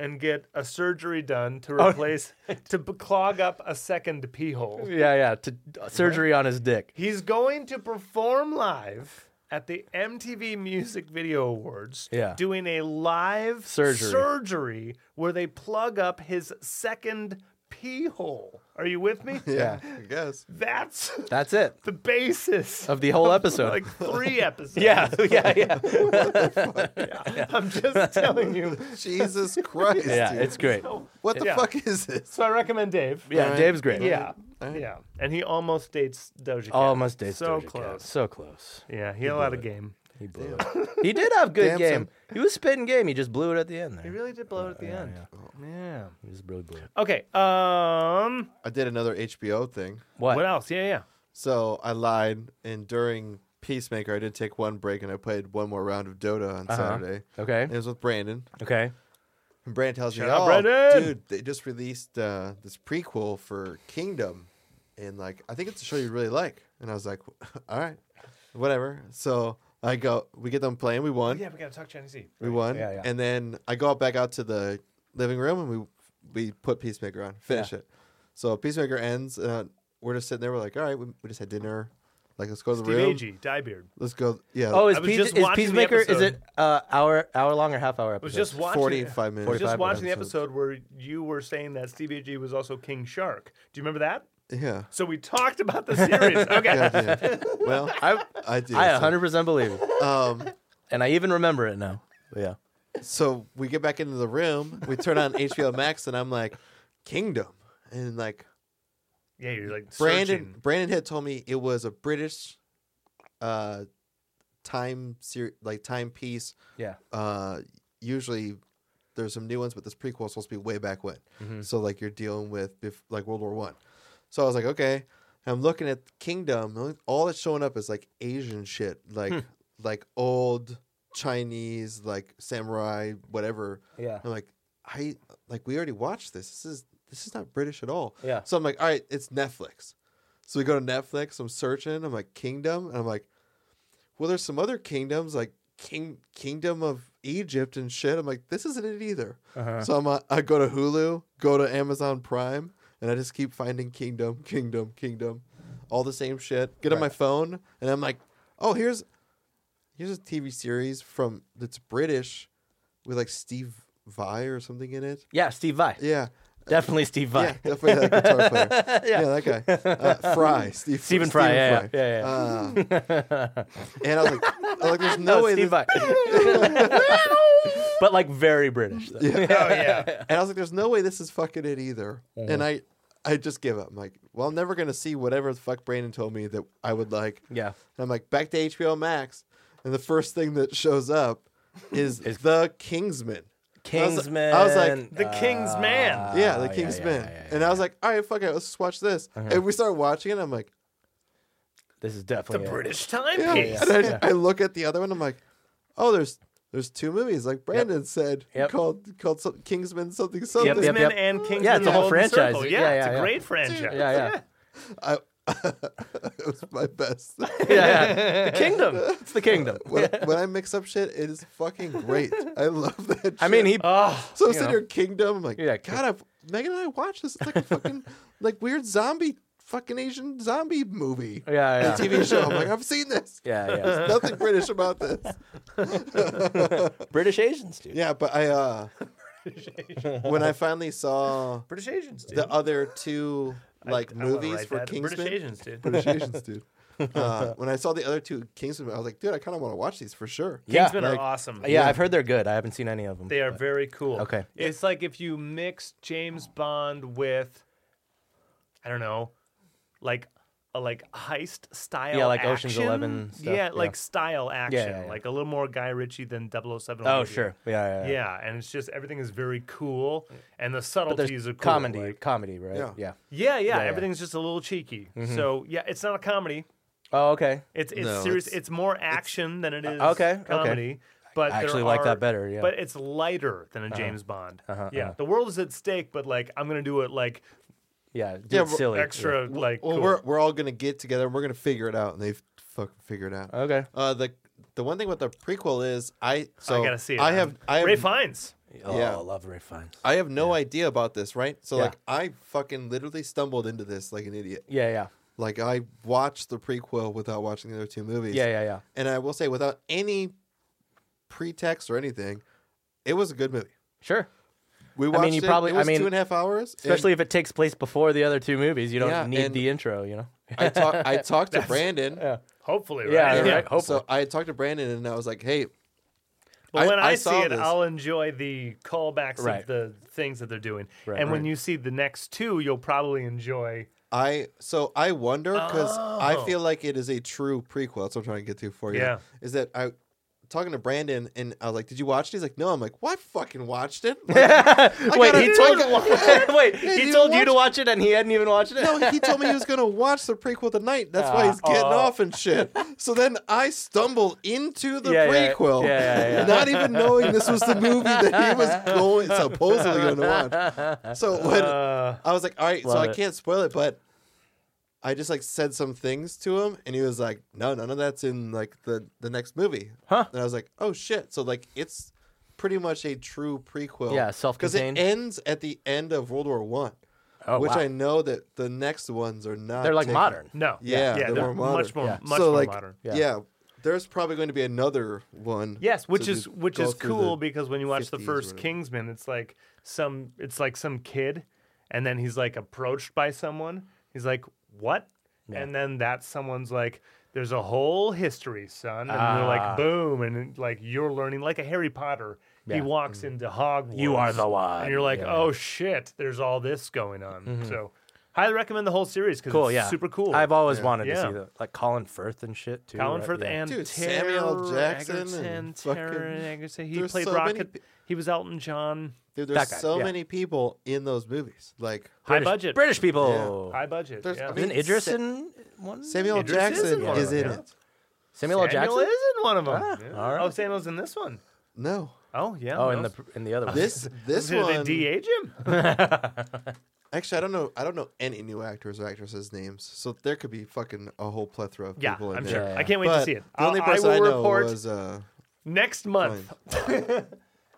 Speaker 2: and get a surgery done to
Speaker 3: Oh,
Speaker 2: replace, to b- clog up a second pee hole.
Speaker 3: Yeah, yeah. To surgery on his dick.
Speaker 2: He's going to perform live at the MTV Music Video Awards.
Speaker 3: Yeah.
Speaker 2: Doing a live
Speaker 3: Surgery.
Speaker 2: surgery where they plug up his second pee hole. Are you with me?
Speaker 1: Yeah, I guess.
Speaker 2: That's
Speaker 3: That's it
Speaker 2: the basis
Speaker 3: of the whole episode.
Speaker 2: like three episodes.
Speaker 3: yeah, yeah, yeah.
Speaker 2: I'm just telling you.
Speaker 1: Jesus Christ,
Speaker 3: yeah,
Speaker 1: dude.
Speaker 3: it's great.
Speaker 1: what the
Speaker 2: yeah.
Speaker 1: fuck is this?
Speaker 2: So I recommend Dave.
Speaker 3: Yeah,
Speaker 1: Alright.
Speaker 3: Dave's great.
Speaker 2: Yeah. Yeah. And he almost dates Doja Cat.
Speaker 3: almost dates.
Speaker 2: So
Speaker 3: Doja Cat.
Speaker 2: close.
Speaker 3: So close.
Speaker 2: Yeah, he'll out a game.
Speaker 3: He Um, blew it. He did have good
Speaker 1: Damn
Speaker 3: game.
Speaker 1: son.
Speaker 3: He was spitting game. He just blew it at the end there.
Speaker 2: He really did blow it at the
Speaker 3: yeah,
Speaker 2: end.
Speaker 1: Oh,
Speaker 2: Yeah.
Speaker 3: He just really blew it.
Speaker 2: Okay. Um.
Speaker 1: I did another HBO thing.
Speaker 3: What?
Speaker 2: What else? Yeah, yeah.
Speaker 1: So I lied, and during Peacemaker, I did take one break and I played one more round of Dota on
Speaker 2: Uh-huh.
Speaker 1: Saturday.
Speaker 3: Okay.
Speaker 1: And it was with Brandon.
Speaker 3: Okay.
Speaker 1: And Brandon tells
Speaker 2: Shout
Speaker 1: me,
Speaker 2: out
Speaker 1: "Oh,
Speaker 2: Brandon!"
Speaker 1: dude, they just released uh, this prequel for Kingdom, and like, I think it's a show you really like." And I was like, "All right, whatever." So I go, we get them playing, we won,
Speaker 2: Yeah, we gotta talk Chinese.
Speaker 1: we won,
Speaker 3: Yeah, yeah.
Speaker 1: and then I go out back out to the living room and we we put Peacemaker on, finish it. So Peacemaker ends, and uh, we're just sitting there. We're like, "All right, we, we just had dinner. Like, let's go to the
Speaker 2: Steve
Speaker 1: room.
Speaker 2: Agee, diebeard.
Speaker 1: Let's go. Yeah,
Speaker 3: Oh, is,
Speaker 2: I was
Speaker 3: Peach,
Speaker 2: just
Speaker 3: is
Speaker 2: watching the
Speaker 3: Peacemaker? Is
Speaker 2: episode.
Speaker 3: it uh, hour hour long or half hour episode?
Speaker 2: Was just watching.
Speaker 1: forty-five minutes.
Speaker 2: I was just
Speaker 3: 45
Speaker 2: watching the
Speaker 1: episodes.
Speaker 2: episode where you were saying that Steve Agee was also King Shark. Do you remember that?
Speaker 1: yeah."
Speaker 2: So we talked about the series. Okay.
Speaker 1: yeah, I did. Well, I I did.
Speaker 3: I
Speaker 1: so-
Speaker 3: 100 percent believe it,
Speaker 1: um,
Speaker 3: and I even remember it now. But yeah.
Speaker 1: so we get back into the room. We turn on HBO Max, and I'm like, Kingdom, and like
Speaker 2: Yeah, you're like
Speaker 1: Brandon.
Speaker 2: searching.
Speaker 1: Brandon had told me it was a British, uh, time ser- like timepiece.
Speaker 3: Yeah.
Speaker 1: Uh, usually there's some new ones, but this prequel is supposed to be way back when. So like you're dealing with bef- like World War One. So I was like, okay. And I'm looking at Kingdom. and All that's showing up is like Asian shit, like like old Chinese, like samurai, whatever.
Speaker 3: Yeah.
Speaker 1: I'm like, I like we already watched this. This is this is not British at all.
Speaker 3: Yeah.
Speaker 1: So I'm like, all right, it's Netflix. So we go to Netflix. I'm searching. I'm like Kingdom, and I'm like, well, there's some other kingdoms like King Kingdom of Egypt and shit. I'm like, this isn't it either. So I'm uh, I go to Hulu, go to Amazon Prime, and I just keep finding Kingdom, Kingdom, Kingdom, all the same shit. Get on my phone, and I'm like, oh, here's here's a TV series from that's British with like Steve Vai or something in it.
Speaker 3: Yeah. Steve Vai.
Speaker 1: Yeah.
Speaker 3: Definitely Steve Vai.
Speaker 1: Yeah, definitely that guitar player. yeah. that guy. Uh, Fry, Steve,
Speaker 3: Stephen Fry. Yeah, yeah. Yeah. yeah.
Speaker 1: Uh, and I was like, I was like, there's no,
Speaker 3: No,
Speaker 1: way. This,
Speaker 3: Steve Vai. but like very British. Though.
Speaker 1: Yeah.
Speaker 2: Oh yeah.
Speaker 1: and I was like, there's no way this is fucking it either.
Speaker 3: Mm-hmm.
Speaker 1: And I, I just give up. I'm like, well, I'm never gonna see whatever the fuck Brandon told me that I would like.
Speaker 3: Yeah.
Speaker 1: And I'm like, back to HBO Max, and the first thing that shows up is the Kingsman. And I was like-
Speaker 3: Kingsman.
Speaker 1: I was like,
Speaker 2: The King's Man.
Speaker 1: Yeah,
Speaker 3: Ah,
Speaker 1: the
Speaker 3: yeah,
Speaker 1: King's
Speaker 3: yeah,
Speaker 1: Men.
Speaker 3: yeah, yeah, Uh-huh.
Speaker 1: and I was like, all right, fuck it, let's just watch this. And we started watching it. and I'm like,
Speaker 3: This is
Speaker 2: The
Speaker 3: definitely it.
Speaker 2: British
Speaker 1: yeah.
Speaker 2: timepiece.
Speaker 1: And I, I look at the other one. I'm like, oh, there's there's two movies, like Brandon said,
Speaker 3: Yep.
Speaker 1: called called some, Kingsman something something.
Speaker 3: Yep,
Speaker 2: Kingsman
Speaker 3: yep.
Speaker 2: and Kingsman.
Speaker 3: Yeah, it's a whole
Speaker 2: Golden
Speaker 3: franchise.
Speaker 2: Circle.
Speaker 3: Yeah,
Speaker 2: it's
Speaker 3: yeah,
Speaker 2: a
Speaker 3: yeah.
Speaker 2: great franchise.
Speaker 3: Yeah, yeah.
Speaker 1: I, it was my best.
Speaker 3: yeah, yeah. The kingdom. It's the kingdom.
Speaker 1: when, when I mix up shit, it is fucking great. I love that. Shit.
Speaker 3: I mean, he.
Speaker 2: Oh,
Speaker 1: So I'm
Speaker 3: you
Speaker 1: sitting
Speaker 3: know.
Speaker 1: here, Kingdom. I'm like,
Speaker 3: Yeah,
Speaker 1: God, I've, Megan and I watched this. It's like a fucking like weird zombie, fucking Asian zombie movie.
Speaker 3: Oh, yeah, yeah.
Speaker 1: TV show. I'm like, I've seen this.
Speaker 3: Yeah, yeah.
Speaker 1: There's nothing British about this.
Speaker 3: British Asians, dude.
Speaker 1: Yeah, but I uh when I finally saw
Speaker 2: British Asians, dude.
Speaker 1: the other two like
Speaker 2: I wanna
Speaker 1: movies
Speaker 2: write
Speaker 1: for
Speaker 2: that.
Speaker 1: Kingsman,
Speaker 2: British Asians, dude.
Speaker 1: British Asians, dude. Uh, when I saw the other two Kingsman, I was like, dude, I kind of want to watch these for sure.
Speaker 3: Yeah,
Speaker 2: Kingsmen
Speaker 1: like-
Speaker 2: are awesome.
Speaker 3: Yeah, I've heard they're good. I haven't seen any of them.
Speaker 2: They are very cool.
Speaker 3: Okay.
Speaker 2: It's like if you mix James Bond with, I don't know, like a like heist style.
Speaker 3: Yeah, like Ocean's
Speaker 2: action.
Speaker 3: 11 stuff,
Speaker 2: Yeah,
Speaker 3: yeah.
Speaker 2: like style action.
Speaker 3: yeah, yeah.
Speaker 2: Like a little more Guy Ritchie than 007.
Speaker 3: Oh,
Speaker 2: Olivia.
Speaker 3: sure. Yeah, yeah.
Speaker 2: Yeah.
Speaker 3: yeah.
Speaker 2: and it's just everything is very cool, and the
Speaker 3: But
Speaker 2: subtleties
Speaker 3: there's
Speaker 2: are cool.
Speaker 3: comedy,
Speaker 2: like-
Speaker 3: comedy, right? Yeah.
Speaker 1: Yeah.
Speaker 2: yeah, yeah,
Speaker 3: yeah. Mm-hmm.
Speaker 2: everything's just a little cheeky. So yeah, it's not a comedy.
Speaker 3: Oh, okay.
Speaker 2: It's it's
Speaker 1: No,
Speaker 2: serious. It's,
Speaker 1: it's-
Speaker 2: more action than it is
Speaker 3: Uh, okay, okay.
Speaker 2: comedy. But
Speaker 3: I
Speaker 2: there
Speaker 3: actually like that
Speaker 2: are-
Speaker 3: better, yeah. Uh-huh.
Speaker 2: But it's lighter than a James Bond. yeah, the world is at stake, but like I'm gonna do it like
Speaker 3: Yeah, do
Speaker 1: Yeah,
Speaker 3: it
Speaker 1: well,
Speaker 3: silly.
Speaker 2: extra like.
Speaker 1: Well,
Speaker 2: cool.
Speaker 1: we're we're all gonna get together and we're gonna figure it out, and they've fucking figured it out.
Speaker 3: Yeah. Okay.
Speaker 1: Uh, the the one thing with the prequel is I so
Speaker 2: I gotta see it.
Speaker 1: I
Speaker 2: man.
Speaker 1: have I have
Speaker 2: Ray Fiennes.
Speaker 3: Oh,
Speaker 1: Yeah.
Speaker 3: I love Ray Fiennes.
Speaker 1: I have no idea about this, right? So
Speaker 3: Yeah.
Speaker 1: like I fucking literally stumbled into this like an idiot.
Speaker 3: Yeah, yeah,
Speaker 1: Like I watched the prequel without watching the other two movies.
Speaker 3: yeah, yeah, yeah.
Speaker 1: And I will say without any pretext or anything, it was a good movie.
Speaker 3: Sure.
Speaker 1: We
Speaker 3: mean,
Speaker 1: watched
Speaker 3: you
Speaker 1: it.
Speaker 3: probably-
Speaker 1: it
Speaker 3: I
Speaker 1: was
Speaker 3: mean,
Speaker 1: two and a half hours. and
Speaker 3: Especially if it takes place before the other two movies, you don't
Speaker 1: Yeah,
Speaker 3: need
Speaker 1: and-
Speaker 3: the intro, you know.
Speaker 1: I talk, I talked to Brandon.
Speaker 2: Hopefully, right?
Speaker 3: Yeah, right.
Speaker 1: So
Speaker 3: hopefully.
Speaker 1: I had talked to Brandon and I was like, "Hey,
Speaker 2: But
Speaker 1: I-
Speaker 2: when I,
Speaker 1: I
Speaker 2: see
Speaker 1: saw
Speaker 2: it,
Speaker 1: this.
Speaker 2: I'll enjoy the callbacks
Speaker 3: Right.
Speaker 2: of the things that they're doing.
Speaker 3: Right.
Speaker 2: and when
Speaker 1: Right.
Speaker 2: you see the next two, you'll probably enjoy.
Speaker 1: I so I wonder because I
Speaker 2: Oh.
Speaker 1: feel like it is a true prequel. That's what I'm trying to get to for you.
Speaker 2: Yeah.
Speaker 1: Is that I talking to Brandon, and I was like, "Did you watch it?" He's like, "No." I'm like, "Well, I fucking watched it." Like,
Speaker 3: Wait,
Speaker 1: gotta
Speaker 3: he
Speaker 1: do
Speaker 3: told
Speaker 1: it.
Speaker 3: Wait,
Speaker 1: Yeah,
Speaker 3: he
Speaker 1: you
Speaker 3: told you to
Speaker 1: watch-
Speaker 3: watch it and he hadn't even watched it.
Speaker 1: no, he told me he was gonna watch the prequel tonight. That's why he's getting
Speaker 3: Oh.
Speaker 1: off and shit. So then I stumble into the
Speaker 3: Yeah, yeah,
Speaker 1: prequel,
Speaker 3: yeah, yeah, yeah.
Speaker 1: not even knowing this was the movie that he was going supposedly going to watch. So when
Speaker 2: Uh,
Speaker 1: I was like, all right, so
Speaker 3: Love
Speaker 1: I
Speaker 3: it.
Speaker 1: can't spoil it, but I just like said some things to him, and he was like, no, none of that's in like the the next movie.
Speaker 3: Huh.
Speaker 1: And I was like, oh shit. So like it's pretty much a true prequel.
Speaker 3: Yeah,
Speaker 1: because it
Speaker 3: self-contained.
Speaker 1: ends at the end of World War One,
Speaker 3: Oh,
Speaker 1: which
Speaker 3: wow.
Speaker 1: I know that the next ones are not.
Speaker 3: They're like
Speaker 1: taken-
Speaker 3: modern.
Speaker 2: no.
Speaker 1: Yeah,
Speaker 2: Yeah.
Speaker 1: they're
Speaker 2: They're,
Speaker 1: more
Speaker 2: much more,
Speaker 3: modern.
Speaker 2: much
Speaker 1: so
Speaker 2: more
Speaker 1: like,
Speaker 2: modern.
Speaker 1: Yeah.
Speaker 3: Yeah.
Speaker 1: there's probably going to be another one.
Speaker 2: Yes, which
Speaker 1: to
Speaker 2: is
Speaker 1: do-
Speaker 2: which
Speaker 1: go
Speaker 2: is
Speaker 1: through the-
Speaker 2: cool because when you watch the
Speaker 1: 50s or
Speaker 2: first
Speaker 1: whatever.
Speaker 2: Kingsman, it's like some it's like some kid, and then he's like approached by someone. He's like, "What?" And then that someone's like, "There's a whole history, son." And they're
Speaker 3: Ah.
Speaker 2: like, "Boom!" And then, like you're learning like a Harry Potter. He
Speaker 3: Yeah. Mm-hmm.
Speaker 2: walks into Hogwarts.
Speaker 3: You are the one.
Speaker 2: and you're like,
Speaker 3: Yeah. Mm-hmm.
Speaker 2: "Oh shit!" There's all this going on. So, highly recommend the whole series because
Speaker 3: Cool,
Speaker 2: it's
Speaker 3: yeah.
Speaker 2: super cool.
Speaker 3: I've always
Speaker 1: Yeah.
Speaker 3: wanted to
Speaker 2: Yeah.
Speaker 3: see that. Like Colin Firth and shit, too.
Speaker 2: Colin
Speaker 3: right?
Speaker 2: Firth
Speaker 3: Yeah.
Speaker 2: and
Speaker 1: Dude, Samuel
Speaker 2: Samuel
Speaker 1: Jackson
Speaker 2: Jackson,
Speaker 1: and fucking-
Speaker 2: Taron Egerton. He
Speaker 1: there's
Speaker 2: played
Speaker 1: so many
Speaker 2: Rocket.
Speaker 1: pe-
Speaker 2: He was Elton John.
Speaker 1: Dude,
Speaker 3: That
Speaker 1: there's
Speaker 3: guy,
Speaker 1: so
Speaker 3: yeah.
Speaker 1: many people in those movies. Like
Speaker 2: High
Speaker 3: British-
Speaker 2: budget.
Speaker 3: British people.
Speaker 2: High budget.
Speaker 1: There's-
Speaker 2: yeah.
Speaker 1: I mean,
Speaker 3: Isn't Idris
Speaker 1: Sa-
Speaker 3: in one?
Speaker 1: Samuel
Speaker 2: Idris is
Speaker 1: Jackson
Speaker 2: in one of
Speaker 1: is
Speaker 2: them,
Speaker 1: in
Speaker 2: yeah.
Speaker 1: it.
Speaker 3: Samuel L.
Speaker 2: Samuel
Speaker 3: Jackson?
Speaker 2: is in one of them.
Speaker 3: Ah,
Speaker 2: Yeah.
Speaker 3: all right.
Speaker 2: Oh, Samuel's in this one.
Speaker 1: No,
Speaker 2: Oh yeah.
Speaker 3: Oh,
Speaker 2: no.
Speaker 3: in the in the other one.
Speaker 1: this this
Speaker 2: Did
Speaker 1: one.
Speaker 2: they de-age him?
Speaker 1: Actually, I don't know. I don't know any new actors or actresses' names, so there could be fucking a whole plethora of
Speaker 2: Yeah,
Speaker 1: people. in
Speaker 2: I'm
Speaker 1: there.
Speaker 2: sure.
Speaker 3: Yeah, yeah.
Speaker 2: I can't wait
Speaker 1: But
Speaker 2: to see it.
Speaker 1: The only
Speaker 2: I'll-
Speaker 1: person
Speaker 2: I will
Speaker 1: I know
Speaker 2: report
Speaker 1: was uh,
Speaker 2: next month.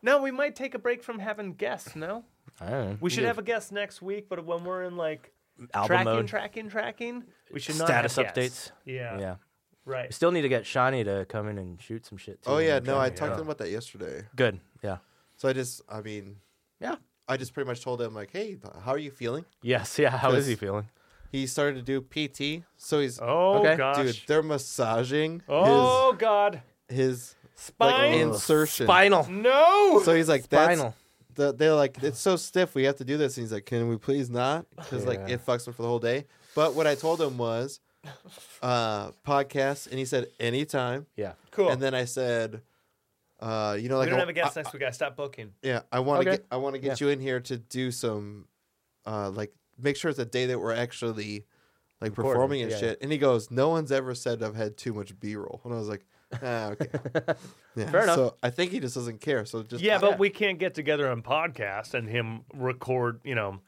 Speaker 2: no, we might take a break from having guests. No,
Speaker 3: I don't know.
Speaker 2: we should have a guest next week. But when we're in like
Speaker 3: Album
Speaker 2: tracking,
Speaker 3: mode.
Speaker 2: tracking, tracking, we should not have
Speaker 3: Status
Speaker 2: guests.
Speaker 3: updates.
Speaker 2: Yeah.
Speaker 3: Yeah.
Speaker 2: Right.
Speaker 3: We still need to get Shani to come in and shoot some shit too.
Speaker 1: Oh
Speaker 3: when
Speaker 1: yeah,
Speaker 3: we're
Speaker 1: no,
Speaker 3: trying
Speaker 1: I
Speaker 3: to-
Speaker 1: talked to
Speaker 3: yeah.
Speaker 1: them about that yesterday.
Speaker 3: Good. Yeah.
Speaker 1: So I just, I mean,
Speaker 3: Yeah.
Speaker 1: I just pretty much told him like, hey, how are you feeling?
Speaker 3: Yes. Yeah. How is he
Speaker 1: Because-
Speaker 3: feeling?
Speaker 1: He started to do PT, so he's
Speaker 2: Oh
Speaker 3: Okay.
Speaker 2: gosh.
Speaker 1: dude, they're massaging
Speaker 2: oh God.
Speaker 1: his his
Speaker 2: Spine.
Speaker 1: like insertion.
Speaker 3: Spinal.
Speaker 2: No.
Speaker 1: So he's like, that's
Speaker 3: Spinal.
Speaker 1: the, they're like, it's so stiff. We have to do this. And he's like, can we please not? Because like
Speaker 3: Yeah.
Speaker 1: it fucks him for the whole day. But what I told him was, uh, podcast, and he said anytime.
Speaker 3: Yeah.
Speaker 2: cool.
Speaker 1: And then I said, uh, you know, like
Speaker 2: we don't
Speaker 1: I-
Speaker 2: have a guest
Speaker 1: I-
Speaker 2: next week. I stop booking.
Speaker 1: yeah, I want to
Speaker 3: Okay.
Speaker 1: get I want to get you in here to do some, uh, like make sure it's a day that we're actually like performing and
Speaker 3: yeah,
Speaker 1: shit. And he goes, no one's ever said I've had too much B roll. And I was like, ah, okay, yeah.
Speaker 3: Fair enough.
Speaker 1: So I think he just doesn't care. So just
Speaker 2: Yeah,
Speaker 1: I-
Speaker 2: but we can't get together on podcast and him record. You know,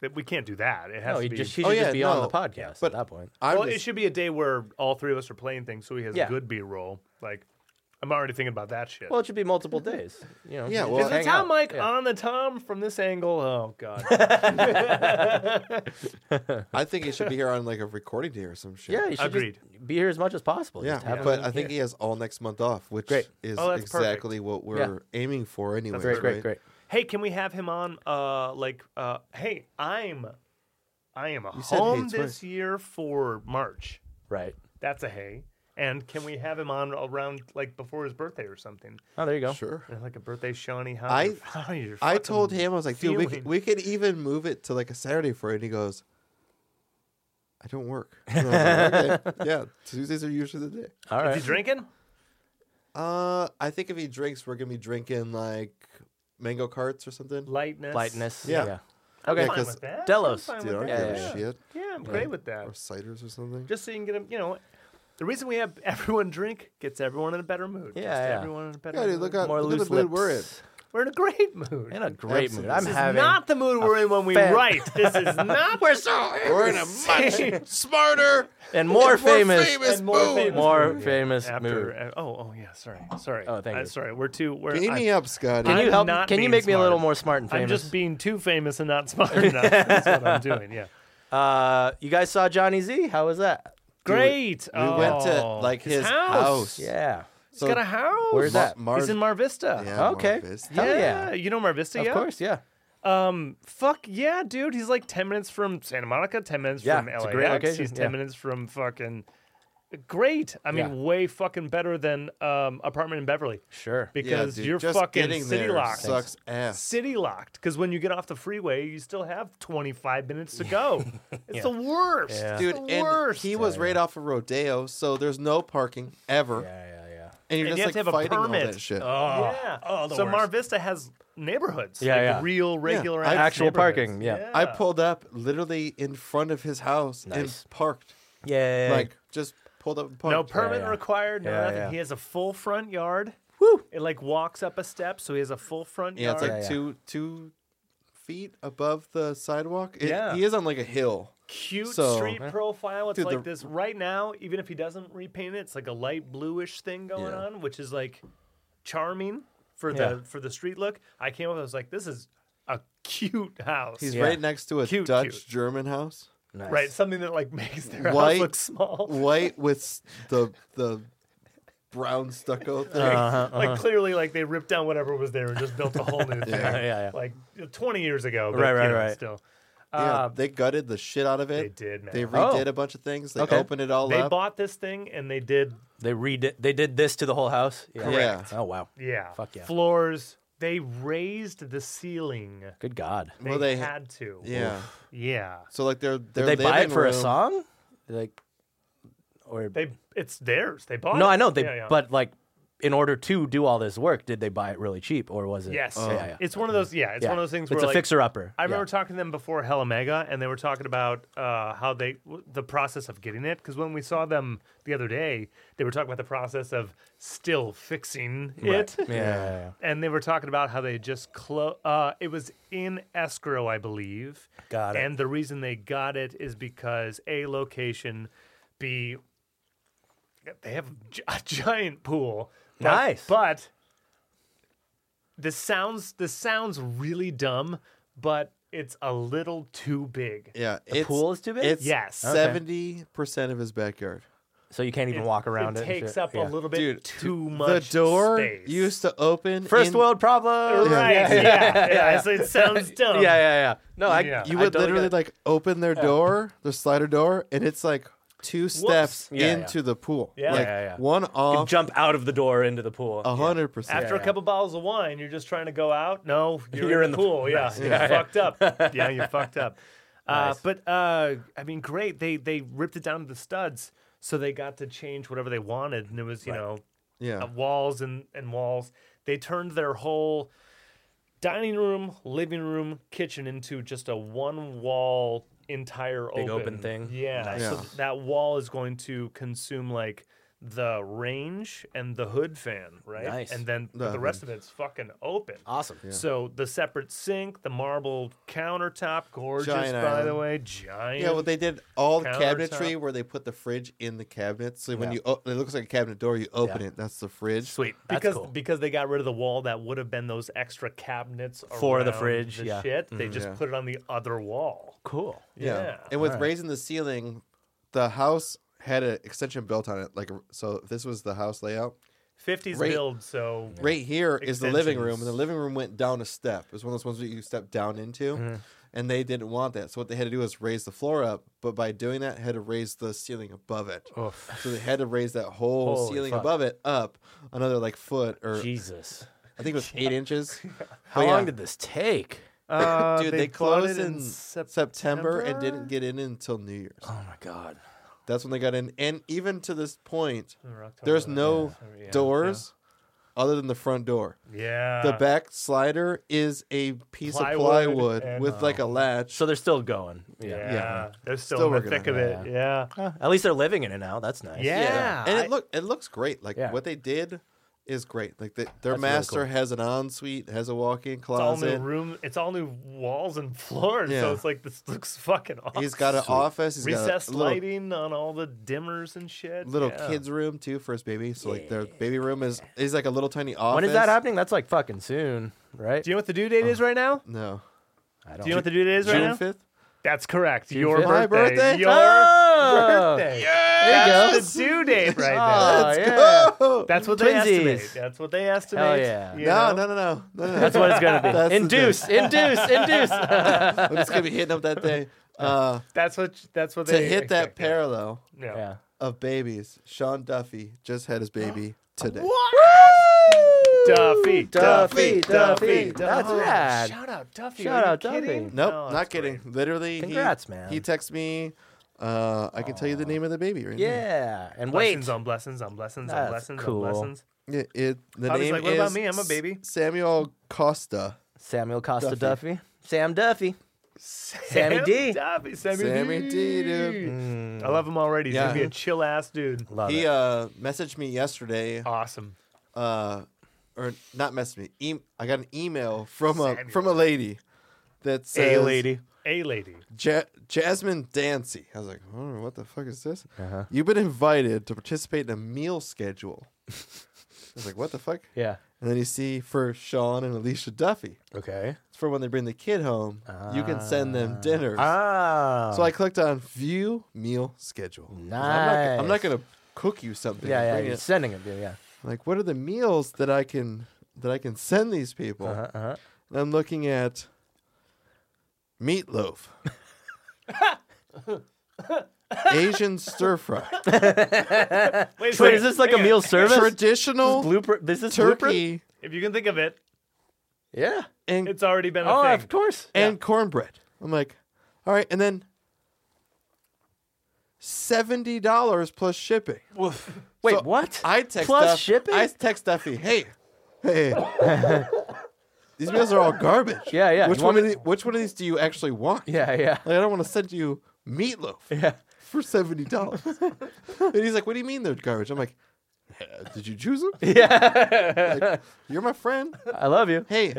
Speaker 2: that we can't do that. It has
Speaker 3: No,
Speaker 2: to
Speaker 3: he
Speaker 2: be.
Speaker 3: just he
Speaker 1: Oh,
Speaker 3: should
Speaker 1: yeah,
Speaker 3: just be on the
Speaker 1: no.
Speaker 3: podcast
Speaker 1: But-
Speaker 3: at that point.
Speaker 1: I'm
Speaker 2: well,
Speaker 1: just-
Speaker 2: it should be a day where all three of us are playing things, so he has
Speaker 3: Yeah.
Speaker 2: good B roll. Like, I'm already thinking about that shit.
Speaker 3: Well, it should be multiple days. You know.
Speaker 1: Yeah,
Speaker 3: you
Speaker 1: well-
Speaker 3: just
Speaker 2: Is the
Speaker 3: hang
Speaker 2: Tom
Speaker 3: out.
Speaker 2: mic
Speaker 3: Yeah.
Speaker 2: on the Tom from this angle? Oh God!
Speaker 1: I think he should be here on like a recording day or some shit.
Speaker 3: Yeah, you should
Speaker 2: Agreed.
Speaker 3: just be here as much as possible.
Speaker 1: Yeah,
Speaker 3: Just have
Speaker 1: but
Speaker 3: him
Speaker 1: I think
Speaker 3: here.
Speaker 1: he has all next month off, which
Speaker 3: Great.
Speaker 1: is
Speaker 2: Oh, that's perfect.
Speaker 1: exactly what we're aiming for anyway.
Speaker 3: great, great, great.
Speaker 2: hey, can we have him on? Uh, like, uh, hey, I'm, I am
Speaker 1: said hey
Speaker 2: home
Speaker 1: twice.
Speaker 2: this year for March.
Speaker 3: Right.
Speaker 2: That's a hey. And can we have him on around like before his birthday or something?
Speaker 3: Oh, there you go.
Speaker 1: Sure.
Speaker 2: And, Like a birthday, Shawnee. How
Speaker 1: I-
Speaker 2: you're- how you're
Speaker 1: I
Speaker 2: fucking
Speaker 1: told him I was like, dude, we, c-
Speaker 2: feeling.
Speaker 1: we could even move it to like a Saturday for it. And he goes, I don't work. And I was like, okay. Yeah, Tuesdays are usually the day.
Speaker 3: All
Speaker 2: Is he
Speaker 3: right.
Speaker 2: drinking?
Speaker 1: Uh, I think if he drinks, we're gonna be drinking like mango carts or something.
Speaker 2: Lightness.
Speaker 3: Lightness.
Speaker 1: Yeah.
Speaker 3: Yeah.
Speaker 2: I'm
Speaker 1: Okay,
Speaker 2: fine
Speaker 1: 'cause
Speaker 2: with that. I'm
Speaker 3: Delos,
Speaker 2: fine
Speaker 1: Dude, I
Speaker 2: with
Speaker 1: don't
Speaker 2: that.
Speaker 1: give a
Speaker 2: yeah.
Speaker 1: shit.
Speaker 2: Yeah, I'm great with that.
Speaker 1: Or ciders or something.
Speaker 2: Just so you can get him, you know. The reason we have everyone drink gets everyone in a better mood.
Speaker 3: Yeah,
Speaker 2: Just
Speaker 3: yeah.
Speaker 2: everyone in a better
Speaker 1: Yeah,
Speaker 2: mood.
Speaker 1: dude, look, out,
Speaker 3: More
Speaker 1: look at
Speaker 3: loose
Speaker 1: the mood we're in.
Speaker 3: lips.
Speaker 2: We're in a great mood.
Speaker 3: In a great
Speaker 1: Absolutely.
Speaker 3: mood.
Speaker 1: This
Speaker 3: I'm
Speaker 2: this is
Speaker 3: having
Speaker 2: not the mood we're in when we
Speaker 3: fan-
Speaker 2: write. This is not. we're so.
Speaker 1: We're in a much smarter
Speaker 3: and more
Speaker 1: and more
Speaker 3: famous,
Speaker 1: famous
Speaker 3: and more
Speaker 1: mood.
Speaker 3: famous,
Speaker 2: mood,
Speaker 3: more
Speaker 2: yeah.
Speaker 3: famous
Speaker 2: After,
Speaker 3: mood.
Speaker 2: uh, oh, oh yeah. Sorry, sorry.
Speaker 3: Oh, thank
Speaker 2: Uh,
Speaker 3: you.
Speaker 2: Sorry, we're too. We're.
Speaker 1: Beam
Speaker 2: I'm,
Speaker 1: me up, Scotty.
Speaker 3: Can
Speaker 2: I'm
Speaker 3: you help?
Speaker 2: not
Speaker 3: Can you
Speaker 2: being
Speaker 3: make me a little
Speaker 2: smart.
Speaker 3: more smart and
Speaker 2: I'm
Speaker 3: famous?
Speaker 2: just being too famous and not smart enough. That's what I'm doing. Yeah.
Speaker 3: Uh, you guys saw Johnny Z? How was that?
Speaker 2: Great.
Speaker 1: we went to
Speaker 2: Oh,
Speaker 1: like his,
Speaker 2: house.
Speaker 1: house.
Speaker 3: Yeah.
Speaker 1: So,
Speaker 2: He's got a house.
Speaker 3: Where's that?
Speaker 1: Mar-
Speaker 2: He's in Mar Vista.
Speaker 1: Yeah,
Speaker 3: okay.
Speaker 1: Marvis.
Speaker 3: Hell yeah.
Speaker 2: You know Mar Vista,
Speaker 3: Of
Speaker 2: yeah?
Speaker 3: course. Yeah.
Speaker 2: Um, fuck yeah, dude. He's like ten minutes from Santa Monica, ten minutes
Speaker 3: Yeah,
Speaker 2: from LAX.
Speaker 3: it's a great location,
Speaker 2: He's ten
Speaker 3: yeah.
Speaker 2: minutes from fucking great. I mean,
Speaker 3: Yeah.
Speaker 2: way fucking better than um apartment in Beverly
Speaker 3: Sure.
Speaker 2: because
Speaker 1: dude,
Speaker 2: you're
Speaker 1: just
Speaker 2: fucking
Speaker 1: getting
Speaker 2: city
Speaker 1: there
Speaker 2: locked.
Speaker 1: Sucks ass.
Speaker 2: City locked because when you get off the freeway, you still have 25 minutes to go. It's the worst,
Speaker 3: Yeah.
Speaker 2: It's
Speaker 1: Dude,
Speaker 2: The
Speaker 1: and
Speaker 2: worst.
Speaker 1: he was right off of Rodeo, so there's no parking ever.
Speaker 3: yeah. Yeah. Yeah.
Speaker 1: And you're
Speaker 2: and you
Speaker 1: just
Speaker 2: have
Speaker 1: like
Speaker 2: to have a
Speaker 1: fighting all
Speaker 2: permit.
Speaker 1: that shit.
Speaker 2: yeah.
Speaker 5: oh, the
Speaker 2: so
Speaker 5: worst.
Speaker 2: Mar Vista has neighborhoods.
Speaker 3: Yeah,
Speaker 2: like
Speaker 3: yeah.
Speaker 2: Real, regular,
Speaker 1: I-
Speaker 2: ass
Speaker 3: Actual
Speaker 2: neighborhoods.
Speaker 3: parking, yeah.
Speaker 1: I pulled up literally in front of his house
Speaker 3: Nice.
Speaker 1: and parked.
Speaker 3: Yeah.
Speaker 1: Like just pulled up and parked.
Speaker 2: No permit
Speaker 3: yeah.
Speaker 2: required. No
Speaker 3: Yeah,
Speaker 2: nothing.
Speaker 3: yeah.
Speaker 2: He has a full front yard.
Speaker 3: Woo.
Speaker 2: It like walks up a step, so he has a full front
Speaker 1: Yeah, it's
Speaker 2: yard.
Speaker 1: like
Speaker 3: Yeah, yeah.
Speaker 1: two two feet above the sidewalk. It,
Speaker 2: Yeah.
Speaker 1: he is on like a hill.
Speaker 2: Cute
Speaker 1: So-
Speaker 2: street profile. It's
Speaker 1: Dude,
Speaker 2: like
Speaker 1: the-
Speaker 2: this right now. Even if he doesn't repaint it, it's like a light bluish thing going
Speaker 1: Yeah.
Speaker 2: on, which is like charming for
Speaker 3: Yeah.
Speaker 2: the for the street look. I came up, I was like, this is a cute house.
Speaker 1: He's
Speaker 3: Yeah.
Speaker 1: right next to a
Speaker 2: Cute,
Speaker 1: Dutch
Speaker 2: cute.
Speaker 1: German house,
Speaker 3: nice.
Speaker 2: Right, something that like makes their
Speaker 1: White- uh-huh.
Speaker 2: house look small.
Speaker 1: white with s- the the brown stucco thing.
Speaker 2: Uh,
Speaker 3: Uh-huh,
Speaker 2: Like clearly, like they ripped down whatever was there and just built a whole new thing.
Speaker 1: Yeah,
Speaker 3: yeah, yeah.
Speaker 2: Like 20 years ago, but,
Speaker 3: Right,
Speaker 2: you
Speaker 3: right,
Speaker 2: know,
Speaker 3: right.
Speaker 2: Still,
Speaker 1: yeah,
Speaker 2: uh,
Speaker 1: they gutted the shit out of it.
Speaker 2: they did, man.
Speaker 1: They
Speaker 3: Oh.
Speaker 1: redid a bunch of things. They
Speaker 3: Okay.
Speaker 1: opened it all
Speaker 2: they
Speaker 1: up.
Speaker 2: bought this thing and they did
Speaker 3: They redid. They did this to the whole house. Yeah.
Speaker 1: Correct.
Speaker 3: Oh wow.
Speaker 2: yeah,
Speaker 3: Fuck yeah.
Speaker 2: floors they raised the ceiling
Speaker 3: Good God.
Speaker 2: they,
Speaker 1: Well, they-
Speaker 2: had to
Speaker 1: yeah.
Speaker 2: yeah
Speaker 1: So like they're
Speaker 3: Did
Speaker 1: they're
Speaker 3: they buy it
Speaker 1: living
Speaker 3: for a
Speaker 1: room-
Speaker 3: song? Like, or
Speaker 2: they it's theirs they bought
Speaker 3: no?
Speaker 2: it.
Speaker 3: I know they.
Speaker 2: Yeah, yeah.
Speaker 3: But like, in order to do all this work, did they buy it really cheap, or was it?
Speaker 1: Oh.
Speaker 2: yes
Speaker 3: Yeah, yeah, yeah.
Speaker 2: it's one of those yeah it's
Speaker 3: Yeah.
Speaker 2: one of those things
Speaker 3: It's
Speaker 2: where
Speaker 3: a
Speaker 2: like,
Speaker 3: fixer upper.
Speaker 2: I remember talking to them before Hella Mega, and they were talking about uh, how they w- the process of getting it. Because when we saw them the other day, they were talking about the process of still fixing it,
Speaker 3: Yeah. yeah, yeah, yeah.
Speaker 2: and they were talking about how they just close. Uh, it was in escrow, I believe.
Speaker 3: Got it.
Speaker 2: And the reason they got it is because a location, b they have a gi- a giant pool. But-
Speaker 3: Nice.
Speaker 2: but this sounds this sounds really dumb, but it's a little too big.
Speaker 1: Yeah,
Speaker 3: The pool is too big?
Speaker 1: It's
Speaker 2: Yes. Okay.
Speaker 1: seventy percent of his backyard.
Speaker 3: So you can't even walk around it.
Speaker 2: it
Speaker 3: and
Speaker 2: takes
Speaker 3: shit.
Speaker 2: up
Speaker 3: Yeah.
Speaker 2: a little bit
Speaker 1: Dude,
Speaker 2: too
Speaker 1: The
Speaker 2: much.
Speaker 1: door
Speaker 2: space.
Speaker 1: used to open.
Speaker 3: First
Speaker 1: in-
Speaker 3: world problem.
Speaker 2: Right, yeah, yeah, So it sounds
Speaker 3: Yeah,
Speaker 2: dumb.
Speaker 3: yeah, yeah. No, I.
Speaker 2: Yeah.
Speaker 1: You
Speaker 3: I
Speaker 1: would
Speaker 3: totally
Speaker 1: literally
Speaker 3: get it.
Speaker 1: like open their door, their slider door, and it's like two steps
Speaker 3: Yeah, yeah.
Speaker 1: into the pool.
Speaker 2: Yeah.
Speaker 1: like
Speaker 3: Yeah, yeah, yeah.
Speaker 1: one
Speaker 3: You
Speaker 1: off,
Speaker 3: jump out of the door into the pool.
Speaker 1: a hundred percent.
Speaker 2: After a couple bottles of wine, you're just trying to go out. No, you're,
Speaker 3: You're
Speaker 2: in, the pool. Yeah, you're fucked up. Yeah, you're fucked up. Uh,
Speaker 3: Nice.
Speaker 2: But uh, I mean, great. They they ripped it down to the studs, so they got to change whatever they wanted, and it was you know
Speaker 1: Yeah,
Speaker 2: uh, walls and and walls. They turned their whole dining room, living room, kitchen into just a one wall entire
Speaker 3: Big open thing.
Speaker 2: Yeah.
Speaker 3: Nice.
Speaker 2: So
Speaker 1: Yeah.
Speaker 2: that wall is going to consume like the range and the hood fan, right?
Speaker 3: Nice.
Speaker 2: And then but the
Speaker 1: hood.
Speaker 2: rest of it's fucking open.
Speaker 3: Awesome.
Speaker 2: So the separate sink, the marble countertop, gorgeous
Speaker 1: Giant
Speaker 2: by the
Speaker 1: island.
Speaker 2: way, giant.
Speaker 1: yeah. Well, they did all the
Speaker 2: Countertop.
Speaker 1: cabinetry where they put the fridge in the cabinet. So when
Speaker 3: Yeah.
Speaker 1: you o- it looks like a cabinet door, you open
Speaker 3: Yeah.
Speaker 1: it. That's the fridge.
Speaker 2: Sweet.
Speaker 3: That's
Speaker 2: because
Speaker 3: cool.
Speaker 2: because they got rid of the wall that would have been those extra cabinets
Speaker 3: For the
Speaker 2: around
Speaker 3: fridge,
Speaker 2: the
Speaker 3: yeah. Mm-hmm.
Speaker 2: Shit, they just
Speaker 1: Yeah.
Speaker 2: put it on the other wall.
Speaker 3: Cool.
Speaker 1: Yeah.
Speaker 2: Yeah.
Speaker 1: And with
Speaker 3: Alright.
Speaker 1: raising the ceiling, the house had an extension built on it. Like so, this was the house layout.
Speaker 2: Fifties
Speaker 1: Right.
Speaker 2: build, so
Speaker 1: Right here is the living room, and the
Speaker 2: Extensions.
Speaker 1: living room went down a step. It was one of those ones that you step down into, and they didn't want that. So what they had to do was raise the floor up, but by doing that, had to raise the ceiling above it. So they had to raise that whole
Speaker 3: Holy
Speaker 1: ceiling
Speaker 3: fuck.
Speaker 1: above it up another like foot or
Speaker 3: Jesus.
Speaker 1: I think it was eight inches.
Speaker 3: How
Speaker 1: But yeah.
Speaker 3: long did this take?
Speaker 1: Dude, they, closed in, September and didn't get in until New Year's.
Speaker 3: Oh my God.
Speaker 1: That's when they got in, and even to this point,
Speaker 2: Or October,
Speaker 1: there's no
Speaker 2: October, yeah,
Speaker 1: doors other than the front door.
Speaker 2: Yeah.
Speaker 1: the back slider is a piece
Speaker 2: Uh, Plywood
Speaker 1: of plywood
Speaker 2: and- um,
Speaker 1: with like a latch.
Speaker 3: So they're still going.
Speaker 2: yeah.
Speaker 3: Yeah.
Speaker 2: They're still,
Speaker 1: Still
Speaker 2: in the
Speaker 1: working on
Speaker 2: thick of
Speaker 3: it,
Speaker 2: it. Yeah. Yeah.
Speaker 3: At least they're living in it now. That's nice.
Speaker 1: and
Speaker 2: I-
Speaker 1: it look it looks great. Like
Speaker 3: Yeah.
Speaker 1: what they did is great. Like the, their
Speaker 3: really
Speaker 1: master
Speaker 3: cool.
Speaker 1: has an ensuite, has a walk-in
Speaker 2: it's all new
Speaker 1: closet.
Speaker 2: room. It's all new walls and floors.
Speaker 1: Yeah.
Speaker 2: So it's like this looks fucking awesome.
Speaker 1: He's got an office. He's
Speaker 2: recessed
Speaker 1: got a little,
Speaker 2: lighting on all the dimmers and shit.
Speaker 1: little
Speaker 2: Yeah.
Speaker 1: kids room too for his baby. So like their baby room is is like a little tiny office.
Speaker 3: When is that happening? That's like fucking soon, right?
Speaker 2: Do you know what the due date is right now?
Speaker 1: No,
Speaker 3: I don't
Speaker 2: Do you know what the due date is right
Speaker 1: Oh June
Speaker 2: now?
Speaker 1: fifth.
Speaker 2: That's correct. Your
Speaker 3: fifth?
Speaker 1: My
Speaker 2: birthday.
Speaker 1: birthday?
Speaker 2: Your
Speaker 3: Oh!
Speaker 2: birthday.
Speaker 3: There you go.
Speaker 2: That's the due date right now.
Speaker 3: Oh, yeah.
Speaker 1: Oh
Speaker 2: That's what
Speaker 3: Twinsies.
Speaker 2: they estimate. That's what they estimate.
Speaker 3: yeah.
Speaker 2: you
Speaker 1: no,
Speaker 2: know?
Speaker 1: no, no, no, no, no, no.
Speaker 3: That's what it's gonna
Speaker 1: That's the
Speaker 3: be. induce, induce, induce.
Speaker 1: I'm just gonna be hitting up that day. Uh,
Speaker 2: That's what. That's what
Speaker 1: to
Speaker 2: they
Speaker 1: hit that
Speaker 2: expect, yeah.
Speaker 1: parallel
Speaker 2: Yeah.
Speaker 3: yeah.
Speaker 1: of babies, Sean Duffy just had his baby today.
Speaker 3: Duffy,
Speaker 2: Duffy, Duffy,
Speaker 3: Duffy.
Speaker 2: Duffy.
Speaker 3: That's
Speaker 2: Oh,
Speaker 3: rad.
Speaker 2: Shout out Duffy.
Speaker 3: Shout
Speaker 2: Are
Speaker 3: out
Speaker 2: you
Speaker 3: Duffy.
Speaker 2: kidding?
Speaker 1: Nope,
Speaker 2: No,
Speaker 1: not
Speaker 2: that's
Speaker 1: kidding.
Speaker 2: great.
Speaker 1: Literally,
Speaker 3: Congrats,
Speaker 1: he,
Speaker 3: man.
Speaker 1: He texts me. Uh, I can tell you the name of the baby right now.
Speaker 3: Yeah. And wait.
Speaker 2: Blessings on blessings on blessings on
Speaker 3: That's
Speaker 2: blessings
Speaker 3: cool.
Speaker 2: on blessings.
Speaker 1: It, it the
Speaker 2: Tommy's
Speaker 1: name
Speaker 2: like, "What
Speaker 1: is
Speaker 2: about me? I'm a baby."
Speaker 1: S- Samuel Costa.
Speaker 3: Samuel Costa
Speaker 1: Duffy.
Speaker 3: Duffy. Sam Duffy. Sammy D.
Speaker 2: Sammy,
Speaker 1: Sammy D, dude.
Speaker 2: I love him already. He's
Speaker 1: Yeah.
Speaker 2: gonna be a chill ass dude.
Speaker 3: Love
Speaker 1: He
Speaker 3: it.
Speaker 1: uh messaged me yesterday,
Speaker 2: Awesome.
Speaker 1: uh, or not messaged me. E- I got an email from a from a
Speaker 2: Samuel.
Speaker 1: lady that
Speaker 3: Hey,
Speaker 1: says,
Speaker 3: lady.
Speaker 2: A lady.
Speaker 1: Ja- Jasmine Dancy. I was like, oh, what the fuck is this?
Speaker 2: Uh-huh.
Speaker 1: You've been invited to participate in a meal schedule. I was like, what the fuck?
Speaker 3: Yeah.
Speaker 1: And then you see for Sean and Alicia Duffy.
Speaker 3: Okay.
Speaker 1: It's for when they bring the kid home. you can send them dinners.
Speaker 3: Ah.
Speaker 1: So I clicked on view meal schedule. 'Cause I'm not, I'm not
Speaker 3: Nice.
Speaker 1: gonna cook you something. and
Speaker 3: yeah, yeah.
Speaker 1: bring
Speaker 3: You're
Speaker 1: it.
Speaker 3: sending him. Yeah. yeah.
Speaker 1: Like, what are the meals that I can that I can send these people?
Speaker 3: Uh-huh, uh-huh.
Speaker 1: And I'm looking at meatloaf, Asian stir fry,
Speaker 2: Wait, a
Speaker 3: Wait,
Speaker 2: second.
Speaker 3: is this like a
Speaker 2: Hang on.
Speaker 3: meal service?
Speaker 1: traditional
Speaker 3: Blueprint. This is blueprint.
Speaker 1: turkey
Speaker 2: If you can think of it,
Speaker 3: Yeah.
Speaker 1: and
Speaker 2: it's already been a
Speaker 3: Oh,
Speaker 2: thing.
Speaker 3: of course.
Speaker 1: and cornbread. I'm like, all right, and then seventy dollars plus shipping.
Speaker 3: Wait,
Speaker 1: So
Speaker 3: what?
Speaker 1: I text
Speaker 3: Plus
Speaker 1: Duff-
Speaker 3: shipping?
Speaker 1: I text Duffy, hey, hey, these meals are all garbage.
Speaker 3: Yeah, yeah.
Speaker 1: Which
Speaker 3: You
Speaker 1: one?
Speaker 3: want
Speaker 1: Of
Speaker 3: me-
Speaker 1: the, which one of these do you actually want?
Speaker 3: yeah, yeah.
Speaker 1: Like, I don't want to send you meatloaf for seventy dollars. and he's like, what do you mean they're garbage? I'm like, "Uh, did you choose them?
Speaker 3: Yeah.
Speaker 1: You're my friend.
Speaker 3: I love you.
Speaker 1: Hey,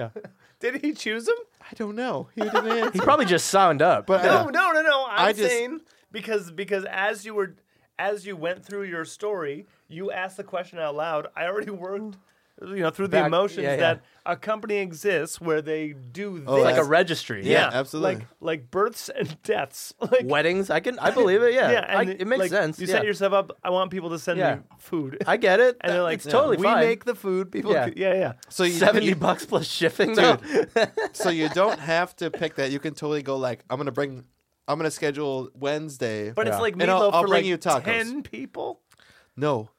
Speaker 2: Did he choose him?
Speaker 1: I don't know. He didn't answer.
Speaker 3: He probably just signed up.
Speaker 1: but
Speaker 2: No,
Speaker 1: uh,
Speaker 2: no, no, no. I'm
Speaker 1: I just-
Speaker 2: saying because because as you were as you went through your story, you asked the question out loud. I already worked, you know, through the
Speaker 3: Back-
Speaker 2: emotions
Speaker 3: yeah, yeah.
Speaker 2: that a company exists where they do this.
Speaker 1: that's-
Speaker 3: like a registry.
Speaker 1: yeah,
Speaker 2: yeah,
Speaker 1: absolutely.
Speaker 2: Like like births and deaths. Like
Speaker 3: Weddings. I can. I believe it. Yeah.
Speaker 2: yeah,
Speaker 3: I,
Speaker 2: and
Speaker 3: it makes
Speaker 2: like,
Speaker 3: sense.
Speaker 2: You
Speaker 3: yeah.
Speaker 2: set yourself up. I want people to send
Speaker 3: Yeah.
Speaker 2: me food.
Speaker 3: I get it.
Speaker 2: and they're like,
Speaker 3: it's totally
Speaker 2: we
Speaker 3: fine.
Speaker 2: make the food. People,
Speaker 3: Yeah.
Speaker 2: yeah, yeah, yeah.
Speaker 1: so you,
Speaker 3: seventy
Speaker 1: you-
Speaker 3: bucks plus shipping. though.
Speaker 1: so you don't have to pick that. You can totally go like, I'm gonna bring, I'm gonna schedule Wednesday.
Speaker 2: But
Speaker 3: Yeah.
Speaker 2: it's like
Speaker 1: And I'll-
Speaker 2: meatloaf
Speaker 1: I'll
Speaker 2: for
Speaker 1: bring
Speaker 2: like
Speaker 1: you tacos.
Speaker 2: ten people.
Speaker 1: No,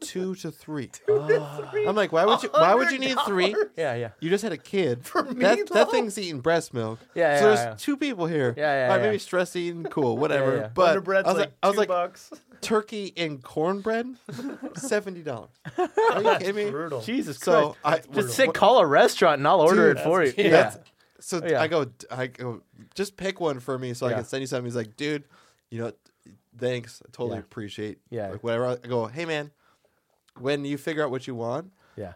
Speaker 1: two to three. Ah. I'm like, why would you? Why would you need three?
Speaker 3: Yeah, yeah.
Speaker 1: You just had a kid. that,
Speaker 2: meatloaf?
Speaker 1: that thing's eating breast milk.
Speaker 3: Yeah,
Speaker 1: So
Speaker 3: yeah,
Speaker 1: there's
Speaker 3: yeah.
Speaker 1: two people here.
Speaker 3: Yeah, yeah,
Speaker 1: All right,
Speaker 3: yeah.
Speaker 1: Maybe stress eating, cool, whatever.
Speaker 3: Yeah, yeah.
Speaker 1: But
Speaker 2: Underbread's
Speaker 1: I was like,
Speaker 2: like,
Speaker 1: I was
Speaker 2: two
Speaker 1: like,
Speaker 2: bucks.
Speaker 1: turkey and cornbread, seventy dollars. Are you kidding me?
Speaker 2: Brutal.
Speaker 3: Jesus
Speaker 1: So
Speaker 3: Christ.
Speaker 1: I
Speaker 3: just say call a restaurant and I'll order it for you. Yeah. Oh,
Speaker 1: That's- So
Speaker 3: Yeah.
Speaker 1: I go, I go, just pick one for me so I
Speaker 3: Yeah.
Speaker 1: can send you something. He's like, dude, you know, thanks. I totally
Speaker 3: Yeah.
Speaker 1: appreciate
Speaker 3: Yeah.
Speaker 1: like whatever. I go, hey man, when you figure out what you want,
Speaker 3: Yeah.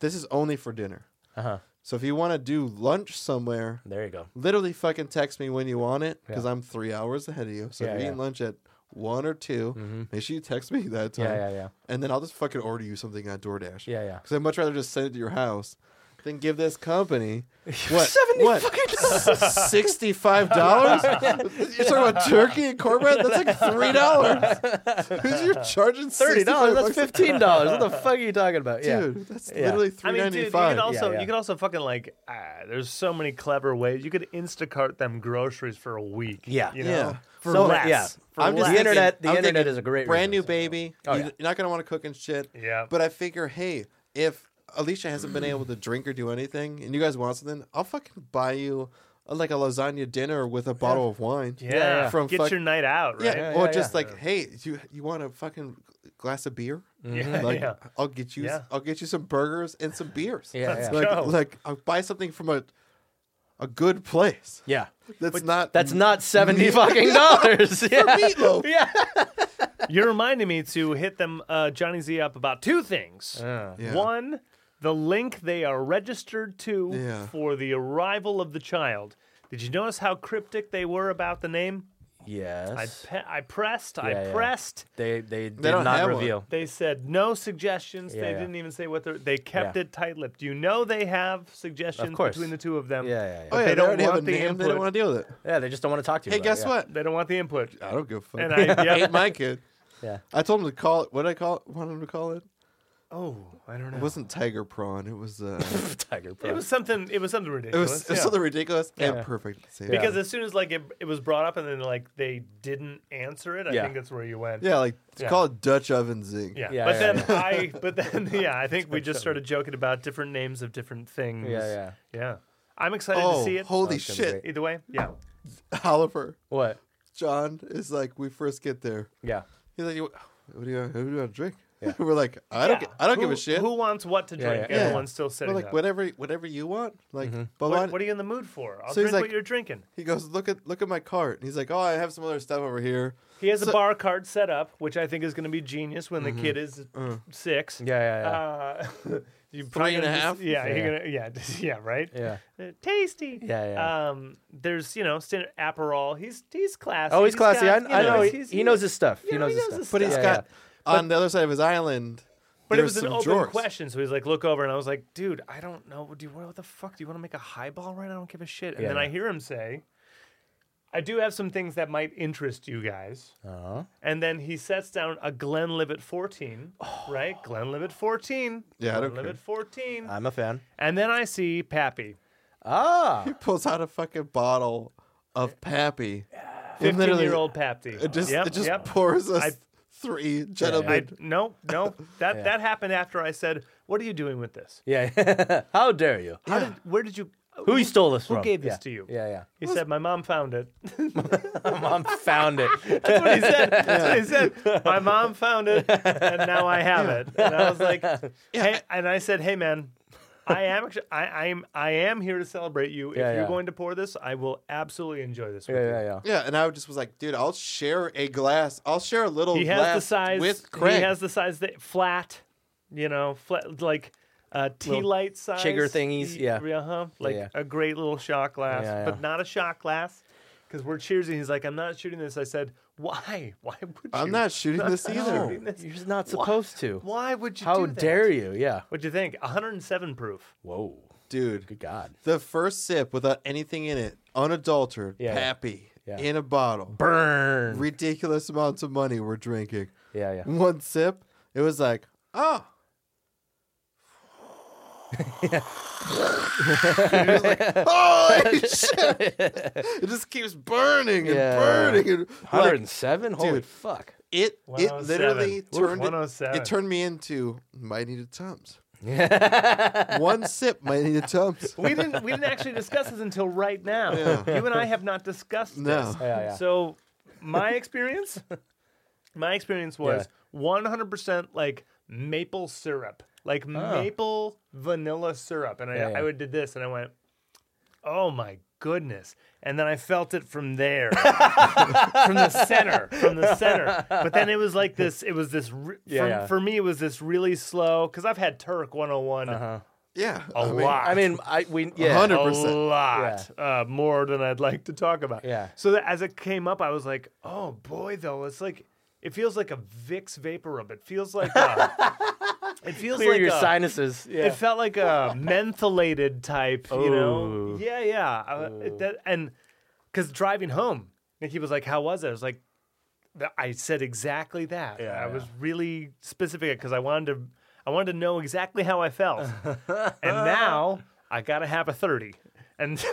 Speaker 1: this is only for dinner.
Speaker 3: Uh huh.
Speaker 1: So if you want to do lunch somewhere,
Speaker 3: There you go.
Speaker 1: literally fucking text me when you want it because
Speaker 3: Yeah.
Speaker 1: I'm three hours ahead of you. So if you're
Speaker 3: Yeah, yeah. Mm-hmm.
Speaker 1: eating lunch at one or 2 make sure you text me that time.
Speaker 3: yeah, yeah.
Speaker 1: And then I'll just fucking order you something on DoorDash.
Speaker 3: Yeah, yeah.
Speaker 1: Because I'd much rather just send it to your house than give this company what
Speaker 3: 70
Speaker 1: what
Speaker 3: fucking
Speaker 1: sixty-five dollars. You're talking about turkey and cornbread. That's like three dollars. Because you're charging
Speaker 3: Thirty dollars. That's
Speaker 1: $65
Speaker 3: fifteen dollars. What the fuck are you talking about? Yeah.
Speaker 1: Dude, that's
Speaker 3: Yeah.
Speaker 1: literally
Speaker 2: I
Speaker 1: three
Speaker 2: mean, dude, you
Speaker 1: ninety-five.
Speaker 2: could also
Speaker 3: yeah.
Speaker 2: you could also fucking like ah, there's so many clever ways you could Instacart them groceries for a week.
Speaker 3: Yeah.
Speaker 2: you know?
Speaker 1: yeah.
Speaker 2: for
Speaker 3: So,
Speaker 2: less.
Speaker 3: yeah.
Speaker 2: for
Speaker 1: I'm just
Speaker 2: less.
Speaker 3: The internet-
Speaker 1: thinking-
Speaker 3: the
Speaker 1: I'm
Speaker 3: internet
Speaker 1: thinking
Speaker 3: is a great
Speaker 1: brand new
Speaker 3: resource.
Speaker 1: baby.
Speaker 3: Oh,
Speaker 1: you,
Speaker 3: yeah.
Speaker 1: are not gonna want to cook and shit.
Speaker 2: Yeah.
Speaker 1: But I figure, hey, if Alicia hasn't been able to drink or do anything, and you guys want something, I'll fucking buy you uh, like a lasagna dinner with a bottle of wine.
Speaker 2: yeah,
Speaker 3: yeah.
Speaker 1: From
Speaker 2: get
Speaker 1: fuck-
Speaker 2: your night out,
Speaker 1: Yeah,
Speaker 2: right?
Speaker 3: Yeah,
Speaker 1: or
Speaker 3: yeah,
Speaker 1: just
Speaker 3: yeah.
Speaker 1: like, hey, you you want a fucking glass of beer?
Speaker 2: Yeah,
Speaker 1: Mm-hmm. Like,
Speaker 2: Mm. yeah.
Speaker 1: I'll get you,
Speaker 2: Yeah.
Speaker 1: I'll get you some burgers and some beers.
Speaker 3: Yeah, Let's
Speaker 1: like,
Speaker 2: go.
Speaker 1: like I'll buy something from a a good place.
Speaker 3: Yeah.
Speaker 1: That's not Oh,
Speaker 3: That's not seventy fucking dollars. Yeah.
Speaker 1: meatloaf.
Speaker 3: Yeah.
Speaker 2: You're reminding me to hit them uh, Johnny Z up about two things.
Speaker 1: Yeah.
Speaker 2: One, the link they are registered to
Speaker 1: Yeah.
Speaker 2: for the arrival of the child. Did you notice how cryptic they were about the name? I
Speaker 3: Yes.
Speaker 2: pe- I pressed,
Speaker 3: Yeah,
Speaker 2: I
Speaker 3: yeah.
Speaker 2: pressed.
Speaker 3: They they did
Speaker 1: don't
Speaker 3: not
Speaker 1: have one.
Speaker 3: reveal.
Speaker 2: They said no suggestions.
Speaker 3: Yeah,
Speaker 2: they
Speaker 3: yeah.
Speaker 2: didn't even say what they're. They kept
Speaker 3: Yeah.
Speaker 2: it tight-lipped. You know they have suggestions
Speaker 3: course.
Speaker 2: between the two of them.
Speaker 3: Yeah, yeah, yeah.
Speaker 1: Oh
Speaker 2: But
Speaker 1: yeah,
Speaker 2: they
Speaker 1: they,
Speaker 2: don't
Speaker 1: already have a
Speaker 2: want the
Speaker 1: name. They
Speaker 2: input.
Speaker 1: don't want to deal with it.
Speaker 3: Yeah, they just don't want to talk to you.
Speaker 1: Hey,
Speaker 3: about it,
Speaker 1: guess
Speaker 3: yeah.
Speaker 1: what?
Speaker 2: They don't want the input.
Speaker 1: I don't give a fuck.
Speaker 2: And
Speaker 1: I,
Speaker 2: I, yeah,
Speaker 1: hate my kid.
Speaker 3: Yeah.
Speaker 1: I told him to call it. What did I call it? Want him to call it?
Speaker 2: oh, I don't know.
Speaker 1: It wasn't tiger prawn. It was. Uh,
Speaker 3: Tiger Pro.
Speaker 2: it was something. It was something
Speaker 1: it
Speaker 2: ridiculous.
Speaker 1: was, it was
Speaker 2: yeah.
Speaker 1: something ridiculous and perfect. at the same
Speaker 2: because
Speaker 1: time.
Speaker 2: as soon as like it, it was brought up and then like they didn't answer it, I
Speaker 3: Yeah.
Speaker 2: think that's where you went.
Speaker 1: yeah, like to
Speaker 2: Yeah.
Speaker 1: call it Dutch oven zinc.
Speaker 2: Yeah.
Speaker 3: Yeah,
Speaker 2: but
Speaker 3: yeah,
Speaker 2: then I but then yeah, I think we just started joking about different names of different things.
Speaker 3: Yeah,
Speaker 2: yeah. Yeah. I'm excited
Speaker 1: Oh,
Speaker 2: to see it.
Speaker 1: holy
Speaker 3: That's gonna be
Speaker 1: shit!
Speaker 2: Either way, yeah.
Speaker 1: Oliver,
Speaker 3: What?
Speaker 1: John is like, we first get there.
Speaker 3: Yeah.
Speaker 1: He's like, what do you, what do you want to drink? We're like, I don't,
Speaker 2: Yeah.
Speaker 1: gi- I don't give
Speaker 2: Who-
Speaker 1: a shit.
Speaker 2: Who wants what to
Speaker 3: Yeah,
Speaker 2: drink?
Speaker 3: yeah.
Speaker 2: Everyone's still
Speaker 1: We're
Speaker 2: sitting
Speaker 1: like,
Speaker 2: up.
Speaker 1: whatever, whatever you want. Like,
Speaker 3: Mm-hmm.
Speaker 1: but
Speaker 2: what,
Speaker 1: why-
Speaker 2: what are you in the mood for? I'll
Speaker 1: So he's
Speaker 2: drink
Speaker 1: like-
Speaker 2: what you're drinking.
Speaker 1: he goes, look at, look at my cart. And he's like, oh, I have some other stuff over here.
Speaker 2: He has
Speaker 1: So-
Speaker 2: a bar card set up, which I think is going to be genius when the kid is six.
Speaker 3: Mm-hmm. Uh. Yeah, yeah,
Speaker 2: Uh, you
Speaker 1: Three and a half?
Speaker 2: Yeah,
Speaker 3: Yeah.
Speaker 2: you're gonna. Yeah, yeah, right.
Speaker 3: yeah. yeah.
Speaker 2: Uh, tasty.
Speaker 3: Yeah, yeah.
Speaker 2: Um, there's you know standard Aperol. He's he's classy.
Speaker 3: Oh, he's classy.
Speaker 2: got, you
Speaker 3: I, I know.
Speaker 2: he's-
Speaker 3: He,
Speaker 2: he's-
Speaker 3: he knows his stuff.
Speaker 2: you
Speaker 3: He
Speaker 2: know,
Speaker 3: knows
Speaker 2: he
Speaker 3: his
Speaker 2: knows his
Speaker 3: stuff.
Speaker 1: But he's
Speaker 3: Yeah,
Speaker 1: got on the other side of his island.
Speaker 2: But it
Speaker 1: there's
Speaker 2: was an
Speaker 1: some
Speaker 2: open
Speaker 1: drawers.
Speaker 2: question, so he's like, "Look over," and I was like, "Dude, I don't know. Do you what the fuck? Do you want to make a highball right? now? I don't give a shit." And
Speaker 3: Yeah,
Speaker 2: then I
Speaker 3: yeah.
Speaker 2: hear him say, "I do have some things that might interest you guys."
Speaker 3: yeah. Uh-huh.
Speaker 2: And then he sets down a Glenlivet 14, right? Glenlivet 14.
Speaker 1: Yeah, I don't care.
Speaker 2: Glenlivet 14.
Speaker 3: I'm a fan.
Speaker 2: and then I see Pappy.
Speaker 3: Ah,
Speaker 1: He pulls out a fucking bottle of Pappy. It
Speaker 2: 15
Speaker 1: literally-
Speaker 2: year old Pappy.
Speaker 1: It just,
Speaker 2: yep,
Speaker 1: it just
Speaker 2: yep.
Speaker 1: pours us
Speaker 2: I-
Speaker 1: three gentlemen.
Speaker 2: I, no, no. That
Speaker 3: Yeah.
Speaker 2: that happened after I said, "What are you doing with this?
Speaker 3: yeah. How dare you?
Speaker 2: How did? Where did you?
Speaker 3: Who you stole this
Speaker 2: who
Speaker 3: from?
Speaker 2: gave this
Speaker 3: Yeah.
Speaker 2: to you?
Speaker 3: Yeah,
Speaker 2: He said, "My mom found it."
Speaker 3: yeah. Mom found it.
Speaker 2: That's what he said. That's what he said. My mom found it, and now I have it. And I was like, hey, and I said, hey man, I am actually, I, I'm, I am here to celebrate you. if
Speaker 3: Yeah,
Speaker 2: you're
Speaker 3: yeah.
Speaker 2: going to pour this, I will absolutely enjoy this. With
Speaker 3: Yeah,
Speaker 2: you.
Speaker 3: yeah, yeah.
Speaker 1: yeah, and I just was like, dude, I'll share a glass. I'll share a little
Speaker 2: He has
Speaker 1: glass
Speaker 2: the size
Speaker 1: Oh, with Craig.
Speaker 2: He has the size that flat, you know, flat like uh, tea
Speaker 3: Little
Speaker 2: light size
Speaker 3: chigger thingies,
Speaker 2: Y-
Speaker 3: yeah.
Speaker 2: uh-huh, like
Speaker 3: yeah.
Speaker 2: a great little shot glass,
Speaker 3: Yeah, yeah.
Speaker 2: but not a shot glass because we're cheersing. He's like, I'm not shooting this. I said, why? Why would you?
Speaker 1: I'm not shooting this
Speaker 3: No,
Speaker 1: either.
Speaker 2: doing this.
Speaker 3: you're not supposed to.
Speaker 2: Why would you?
Speaker 3: How
Speaker 2: do that?
Speaker 3: dare you? Yeah.
Speaker 2: What'd you think? 107 proof.
Speaker 3: Whoa.
Speaker 1: Dude,
Speaker 3: Good God.
Speaker 1: the first sip without anything in it, unadulterated,
Speaker 3: Yeah, yeah.
Speaker 1: Pappy,
Speaker 3: Yeah.
Speaker 1: in a bottle.
Speaker 3: Burn.
Speaker 1: Ridiculous amounts of money we're drinking.
Speaker 3: Yeah, yeah.
Speaker 1: One sip, it was like, oh. It was like, holy shit! It just keeps burning and
Speaker 3: Yeah.
Speaker 1: burning. And, like,
Speaker 3: 107. Holy
Speaker 1: dude.
Speaker 3: fuck.
Speaker 1: it it
Speaker 2: 107.
Speaker 1: literally
Speaker 2: Oof,
Speaker 1: turned it,
Speaker 2: 107.
Speaker 1: it turned me into might need a tums.
Speaker 3: yeah,
Speaker 1: One sip might need a tums.
Speaker 2: We didn't. We didn't actually discuss this until right now.
Speaker 1: Yeah.
Speaker 2: You and I have not discussed
Speaker 1: No.
Speaker 2: this.
Speaker 3: Oh, yeah.
Speaker 2: So my experience, my experience was one hundred percent like maple syrup, like maple vanilla syrup, and I,
Speaker 3: Ah. Yeah, yeah.
Speaker 2: I would did this, and I went, oh my goodness, and then I felt it from there, from the center, from the center. But then it was like this. It was this. Re-
Speaker 3: Yeah,
Speaker 2: for,
Speaker 3: yeah.
Speaker 2: for me, it was this really slow because I've had Turk one hundred and one.
Speaker 3: Uh-huh.
Speaker 1: Yeah,
Speaker 2: A lot.
Speaker 3: I mean, I we yeah.
Speaker 1: 100.
Speaker 2: A
Speaker 1: 100%.
Speaker 2: lot uh, more than I'd like to talk about.
Speaker 3: Yeah.
Speaker 2: So that as it came up, I was like, oh boy, though, it's like it feels like a Vicks vapor rub. It feels like a, it feels
Speaker 3: Clear
Speaker 2: like
Speaker 3: your
Speaker 2: a,
Speaker 3: sinuses. Yeah.
Speaker 2: It felt like a mentholated type, you know?
Speaker 3: Ooh.
Speaker 2: Yeah, yeah. I- it- that, and because driving home, Nikki was like, "How was it?" I was like, th- "I said exactly that.
Speaker 3: Yeah,
Speaker 2: I
Speaker 3: yeah.
Speaker 2: was really specific because I wanted to, I wanted to know exactly how I felt. and now I gotta have a thirty, and I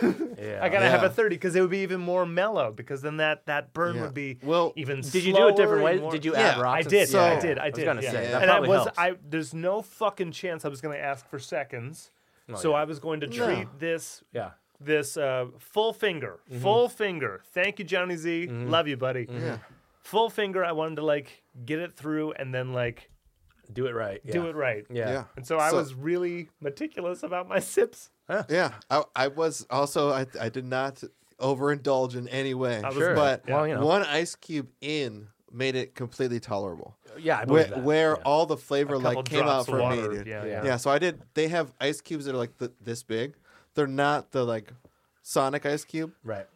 Speaker 2: gotta have
Speaker 1: Yeah.
Speaker 2: a thirty because it would be even more mellow. Because then that that burn
Speaker 1: Yeah.
Speaker 2: would be
Speaker 1: Well,
Speaker 2: even.
Speaker 3: Did you do it
Speaker 2: slower
Speaker 3: different
Speaker 2: and
Speaker 3: ways?
Speaker 2: more-
Speaker 3: Did you
Speaker 1: Yeah,
Speaker 3: add rocks?
Speaker 2: I
Speaker 3: and
Speaker 2: did.
Speaker 3: stuff?
Speaker 1: yeah,
Speaker 2: I did. I
Speaker 3: was
Speaker 2: did.
Speaker 3: gonna
Speaker 2: yeah.
Speaker 3: say,
Speaker 1: that
Speaker 2: and I
Speaker 3: probably
Speaker 2: was.
Speaker 3: helps.
Speaker 2: I there's no fucking chance I was going to ask for seconds. so I was going to treat this
Speaker 3: Yeah.
Speaker 2: this uh, full finger, full finger. Thank you, Johnny Z. Love you, buddy.
Speaker 1: Mm-hmm. Yeah.
Speaker 2: Full finger. I wanted to like get it through and then like
Speaker 3: Do it right.
Speaker 2: do it right.
Speaker 3: Yeah.
Speaker 1: Yeah.
Speaker 2: And so I
Speaker 1: So-
Speaker 2: was really meticulous about my sips.
Speaker 1: Yeah, I, I was also I, I did not overindulge in any way,
Speaker 2: was Sure.
Speaker 1: but
Speaker 3: Yeah. Well, you know.
Speaker 1: one ice cube in made it completely tolerable.
Speaker 3: Yeah. I
Speaker 1: Where,
Speaker 3: believe that.
Speaker 1: where
Speaker 3: yeah.
Speaker 1: all the flavor like
Speaker 2: Couple
Speaker 1: came out
Speaker 2: drops of
Speaker 1: for
Speaker 2: water.
Speaker 1: me, dude.
Speaker 2: Yeah,
Speaker 3: Yeah.
Speaker 2: yeah.
Speaker 1: Yeah. so I did. They have ice cubes that are like th- this big. They're not the like Sonic ice cube,
Speaker 3: right.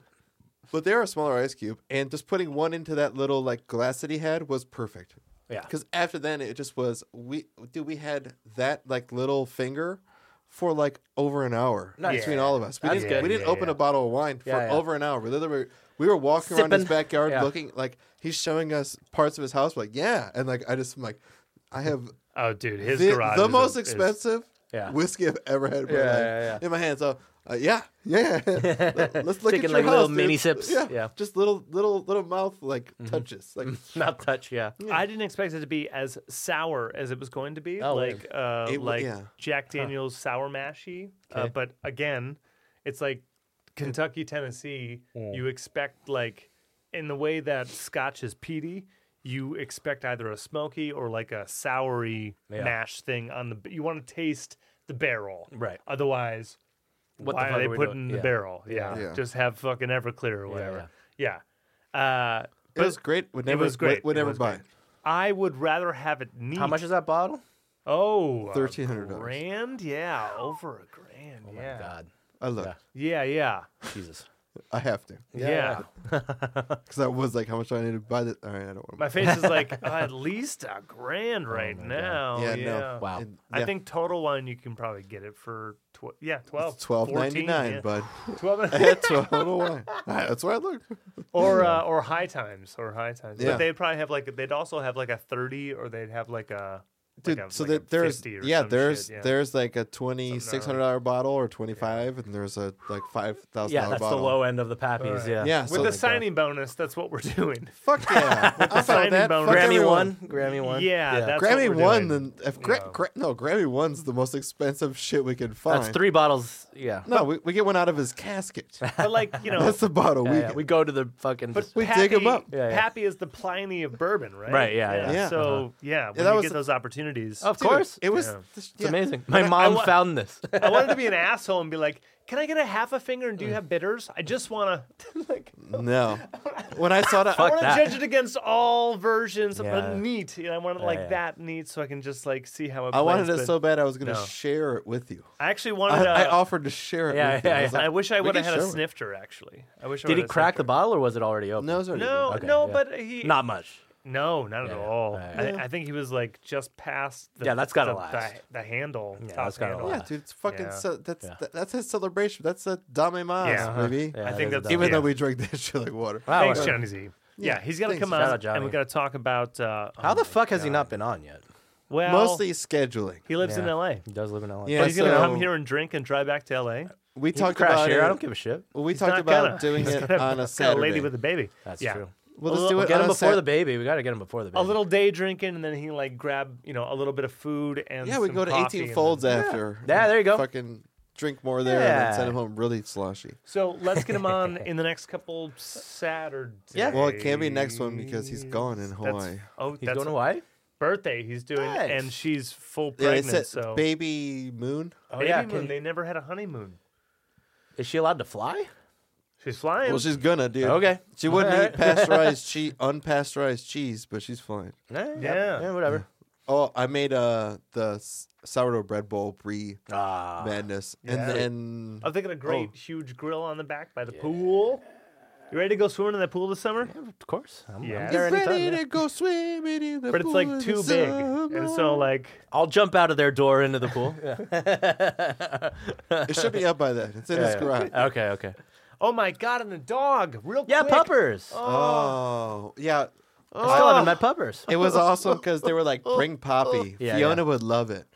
Speaker 1: but they're a smaller ice cube. And just putting one into that little like glass that he had was perfect.
Speaker 3: Yeah.
Speaker 1: Because after then it just was we dude we had that like little finger for like over an hour
Speaker 3: Nice.
Speaker 1: between
Speaker 3: Yeah.
Speaker 1: all of us. We
Speaker 3: That's
Speaker 1: didn't
Speaker 3: good.
Speaker 1: we didn't
Speaker 2: Yeah,
Speaker 1: open
Speaker 2: yeah.
Speaker 1: a bottle of wine for
Speaker 3: Yeah, yeah.
Speaker 1: over an hour. We literally we were walking around his
Speaker 3: Sipping.
Speaker 1: backyard
Speaker 3: Yeah.
Speaker 1: looking like he's showing us parts of his house. Like yeah, and like I just am like I have
Speaker 2: Oh, dude, his
Speaker 1: the,
Speaker 2: garage.
Speaker 1: the
Speaker 2: is a-
Speaker 1: most
Speaker 2: is-
Speaker 1: expensive
Speaker 3: Yeah.
Speaker 1: whiskey I've ever had in my,
Speaker 3: Yeah,
Speaker 1: life,
Speaker 3: yeah, yeah.
Speaker 1: In my hand. So, uh, yeah, yeah. Let's look at
Speaker 3: Taking,
Speaker 1: your
Speaker 3: like,
Speaker 1: house,
Speaker 3: little
Speaker 1: dude.
Speaker 3: mini sips.
Speaker 1: Yeah.
Speaker 3: Yeah.
Speaker 1: just little, little, little mouth like
Speaker 2: Mm-hmm.
Speaker 1: touches. Like
Speaker 3: Not touch. Yeah.
Speaker 2: I didn't expect it to be as sour as it was going to be,
Speaker 3: Oh, wait.
Speaker 2: like uh,
Speaker 1: It w-
Speaker 2: like
Speaker 1: yeah.
Speaker 2: Jack Daniel's sour mashy. Uh,
Speaker 3: Okay.
Speaker 2: but again, it's like
Speaker 3: Mm.
Speaker 2: Kentucky, Tennessee. You expect like in the way that Scotch is peaty, you expect either a smoky or like a soury
Speaker 3: Yeah.
Speaker 2: mash thing on the. You want to taste the barrel,
Speaker 3: Right.
Speaker 2: Otherwise,
Speaker 3: What the
Speaker 2: why
Speaker 3: fuck
Speaker 2: are they
Speaker 3: are we
Speaker 2: putting
Speaker 3: doing?
Speaker 2: the
Speaker 3: Yeah.
Speaker 2: barrel? Yeah.
Speaker 1: Yeah.
Speaker 2: just have fucking Everclear or whatever. Yeah, Uh,
Speaker 1: It was great. Would never,
Speaker 2: was great.
Speaker 1: Would
Speaker 2: It
Speaker 1: never
Speaker 2: was
Speaker 1: buy.
Speaker 2: great. I would rather have it neat.
Speaker 3: How much is that bottle?
Speaker 2: Oh, a
Speaker 1: $1,300.
Speaker 2: Grand, yeah, over a grand.
Speaker 3: Oh my
Speaker 2: yeah.
Speaker 3: God.
Speaker 1: I look.
Speaker 3: Yeah.
Speaker 2: Yeah, yeah,
Speaker 3: Jesus.
Speaker 1: I have to
Speaker 2: yeah,
Speaker 1: because I was like, how much do I need to buy this? All right, I don't want to.
Speaker 2: My face is like "Oh, at least a grand right now.
Speaker 1: yeah,
Speaker 2: Yeah,
Speaker 1: no.
Speaker 3: Oh Wow.
Speaker 1: And-
Speaker 2: I
Speaker 1: yeah,
Speaker 2: think total one you can probably get it for tw- yeah twelve.
Speaker 1: it's twelve ninety
Speaker 2: 14,
Speaker 1: nine,
Speaker 2: yeah.
Speaker 1: bud.
Speaker 2: Twelve
Speaker 1: That's what- I don't know why. That's why I looked.
Speaker 2: or uh, or high times or high times.
Speaker 1: Yeah.
Speaker 2: But they'd probably have like they'd also have like a thirty or they'd have like a
Speaker 1: Dude,
Speaker 2: like a,
Speaker 1: so
Speaker 2: like
Speaker 1: there,
Speaker 2: a
Speaker 1: there's
Speaker 2: 50 or
Speaker 1: yeah,
Speaker 2: some
Speaker 1: there's
Speaker 2: shit, yeah.
Speaker 1: there's like a twenty six hundred dollar bottle or twenty five, and there's a like five thousand
Speaker 3: Yeah,
Speaker 1: dollar
Speaker 3: that's
Speaker 1: bottle.
Speaker 3: the low end of the pappies.
Speaker 2: Alright.
Speaker 3: Yeah.
Speaker 1: Yeah,
Speaker 2: with
Speaker 1: so
Speaker 2: the
Speaker 1: like, uh,
Speaker 2: signing bonus. That's what we're doing.
Speaker 1: fuck yeah, I'm fine
Speaker 2: signing
Speaker 1: with that.
Speaker 2: bonus.
Speaker 1: Fuck
Speaker 3: Grammy
Speaker 1: everyone.
Speaker 3: one. Grammy one.
Speaker 2: Yeah, that's what
Speaker 1: Grammy
Speaker 2: we're
Speaker 1: one,
Speaker 2: doing.
Speaker 1: then if Gra-
Speaker 2: Yeah.
Speaker 1: Gra- no Grammy one's the most expensive shit we can find.
Speaker 3: That's three bottles. Yeah.
Speaker 1: No, we, we get one out of his casket.
Speaker 2: But like you know,
Speaker 1: That's the bottle
Speaker 3: Yeah,
Speaker 1: we
Speaker 3: yeah,
Speaker 1: get.
Speaker 3: We go to the fucking.
Speaker 2: But
Speaker 1: We
Speaker 2: Pappy,
Speaker 1: dig 'em up.
Speaker 3: Yeah, yeah.
Speaker 2: Pappy is the Pliny of bourbon, right?
Speaker 3: Right, yeah, yeah.
Speaker 1: Yeah.
Speaker 2: So yeah, when
Speaker 1: that
Speaker 2: you
Speaker 1: was
Speaker 2: get
Speaker 1: the-
Speaker 2: those opportunities,
Speaker 3: of
Speaker 1: Dude,
Speaker 3: course,
Speaker 1: it was.
Speaker 2: Yeah.
Speaker 1: This,
Speaker 3: it's
Speaker 1: yeah.
Speaker 3: amazing. My
Speaker 1: I
Speaker 3: mom
Speaker 2: wa-
Speaker 3: found this.
Speaker 2: I wanted to be an asshole and be like, "Can I get a half a finger? And do
Speaker 1: Mm.
Speaker 2: you have bitters? I just want to like."
Speaker 1: No, when I saw that,
Speaker 2: I
Speaker 3: Fuck
Speaker 2: want to
Speaker 3: that.
Speaker 2: judge it against all versions of
Speaker 3: Yeah.
Speaker 2: the neat. You know, I want it like
Speaker 3: yeah.
Speaker 2: that neat, so I can just like see how it.
Speaker 1: I wanted it
Speaker 2: plays, but
Speaker 1: so bad I was gonna
Speaker 2: No.
Speaker 1: share it with you.
Speaker 2: I actually
Speaker 1: I,
Speaker 2: wanted.
Speaker 1: I
Speaker 2: a-
Speaker 1: offered to share it.
Speaker 3: Yeah,
Speaker 1: with you.
Speaker 3: yeah,
Speaker 1: I was
Speaker 3: yeah.
Speaker 1: like,
Speaker 2: I wish I
Speaker 1: "We
Speaker 2: would have
Speaker 1: can
Speaker 2: had a
Speaker 1: share it."
Speaker 2: snifter. Actually, I wish. I
Speaker 3: Did he
Speaker 2: would've had a
Speaker 3: crack the
Speaker 2: snifter.
Speaker 3: bottle, or was it already open?
Speaker 1: No, it was already
Speaker 2: No,
Speaker 3: Okay,
Speaker 2: no,
Speaker 3: yeah.
Speaker 2: but he
Speaker 3: not much.
Speaker 2: No, not at
Speaker 3: Yeah,
Speaker 2: all.
Speaker 3: yeah,
Speaker 2: I, I think he was like just past. The,
Speaker 3: Yeah, that's gotta
Speaker 2: the,
Speaker 3: last.
Speaker 2: The, the handle.
Speaker 3: Yeah,
Speaker 2: top
Speaker 3: that's gotta
Speaker 2: handle.
Speaker 1: Yeah,
Speaker 3: last.
Speaker 1: dude, it's fucking.
Speaker 2: Yeah.
Speaker 1: So, that's
Speaker 3: Yeah.
Speaker 1: that, that's his celebration. That's a dame mas,
Speaker 2: Yeah, uh-huh.
Speaker 1: baby.
Speaker 3: Yeah,
Speaker 2: I
Speaker 3: it is
Speaker 2: think
Speaker 3: a
Speaker 2: that's
Speaker 3: dumb-
Speaker 1: Even
Speaker 2: yeah.
Speaker 1: though we drink this shit like water.
Speaker 3: Wow,
Speaker 2: Thanks,
Speaker 3: what-
Speaker 2: Johnny Z. Yeah, he's got to
Speaker 1: thanks,
Speaker 2: come
Speaker 1: Johnny.
Speaker 3: Shout
Speaker 2: on,
Speaker 3: out
Speaker 2: and
Speaker 3: Johnny.
Speaker 2: we got to talk about uh,
Speaker 3: How the
Speaker 2: oh,
Speaker 3: fuck has he not been on yet?
Speaker 2: well,
Speaker 1: Mostly scheduling.
Speaker 2: he lives in
Speaker 3: Yeah.
Speaker 2: L.A.
Speaker 3: He does live in LA.
Speaker 1: Yeah,
Speaker 2: But he's gonna
Speaker 1: so-
Speaker 2: come here and drink and drive back to L.A.
Speaker 1: We
Speaker 3: He can
Speaker 1: talked
Speaker 3: crash
Speaker 1: about
Speaker 3: here.
Speaker 1: it.
Speaker 3: I don't give a shit.
Speaker 1: well, we
Speaker 2: He's
Speaker 1: talked
Speaker 2: not
Speaker 1: about
Speaker 2: gonna.
Speaker 1: doing
Speaker 2: He's
Speaker 1: it
Speaker 2: gonna-
Speaker 1: on a
Speaker 2: Got a
Speaker 1: Saturday.
Speaker 2: lady with a baby.
Speaker 3: That's
Speaker 2: yeah.
Speaker 3: true.
Speaker 1: We'll just
Speaker 2: Well,
Speaker 1: do
Speaker 3: We'll
Speaker 1: it
Speaker 3: get
Speaker 1: on
Speaker 3: him
Speaker 1: a
Speaker 3: before
Speaker 1: Sat-
Speaker 3: the baby. We got to get him before the baby.
Speaker 2: A little day drinking, and then he like grab you know a little bit of food and
Speaker 1: Yeah, we
Speaker 2: some
Speaker 1: go to
Speaker 2: coffee
Speaker 1: 18
Speaker 2: and-
Speaker 1: folds after.
Speaker 3: Yeah, there you go.
Speaker 1: Fucking drink more there and then
Speaker 3: Yeah.
Speaker 1: send him home really sloshy.
Speaker 2: So let's get him on in the next couple Saturdays.
Speaker 3: Yeah.
Speaker 1: Well, it can't be next one because he's gone in Hawaii.
Speaker 2: That's, oh,
Speaker 3: He's
Speaker 2: that's
Speaker 3: going to Hawaii.
Speaker 2: birthday he's doing,
Speaker 3: Nice.
Speaker 2: and she's full
Speaker 1: Yeah, they
Speaker 2: pregnant.
Speaker 1: said
Speaker 2: so
Speaker 1: baby moon.
Speaker 3: Oh
Speaker 2: baby
Speaker 3: yeah.
Speaker 2: moon.
Speaker 3: can-
Speaker 2: They never had a honeymoon.
Speaker 3: Is she allowed to fly?
Speaker 2: She's flying.
Speaker 1: Well, she's gonna, dude.
Speaker 3: Okay.
Speaker 1: She wouldn't
Speaker 3: Alright.
Speaker 1: eat pasteurized cheese, unpasteurized cheese, but she's fine.
Speaker 3: Yeah.
Speaker 2: Yeah.
Speaker 3: Yeah. Whatever.
Speaker 1: Oh, I made uh the s- sourdough bread bowl brie
Speaker 3: Ah.
Speaker 1: madness,
Speaker 2: yeah. Oh,
Speaker 1: and then
Speaker 2: I'm thinking a great
Speaker 1: Oh.
Speaker 2: huge grill on the back by the pool. You ready to go swimming in that pool this summer?
Speaker 3: Yeah, Of course. I'm,
Speaker 2: Yeah.
Speaker 3: I'm
Speaker 1: He's
Speaker 3: there anytime.
Speaker 1: ready
Speaker 3: yeah.
Speaker 1: to go swimming in the
Speaker 2: But it's
Speaker 1: pool
Speaker 2: like
Speaker 1: in the
Speaker 2: too big, and so
Speaker 1: summer.
Speaker 2: like
Speaker 3: I'll jump out of their door into the pool. Yeah.
Speaker 1: it should be up by then. It's in his garage.
Speaker 3: Okay. Okay.
Speaker 2: oh my god, and the dog real
Speaker 3: Yeah.
Speaker 2: quick.
Speaker 3: Puppers.
Speaker 1: Oh yeah,
Speaker 3: I still haven't met puppers.
Speaker 1: it was awesome because they were like, "Bring Poppy,
Speaker 3: Yeah,
Speaker 1: Fiona
Speaker 3: yeah.
Speaker 1: would love it."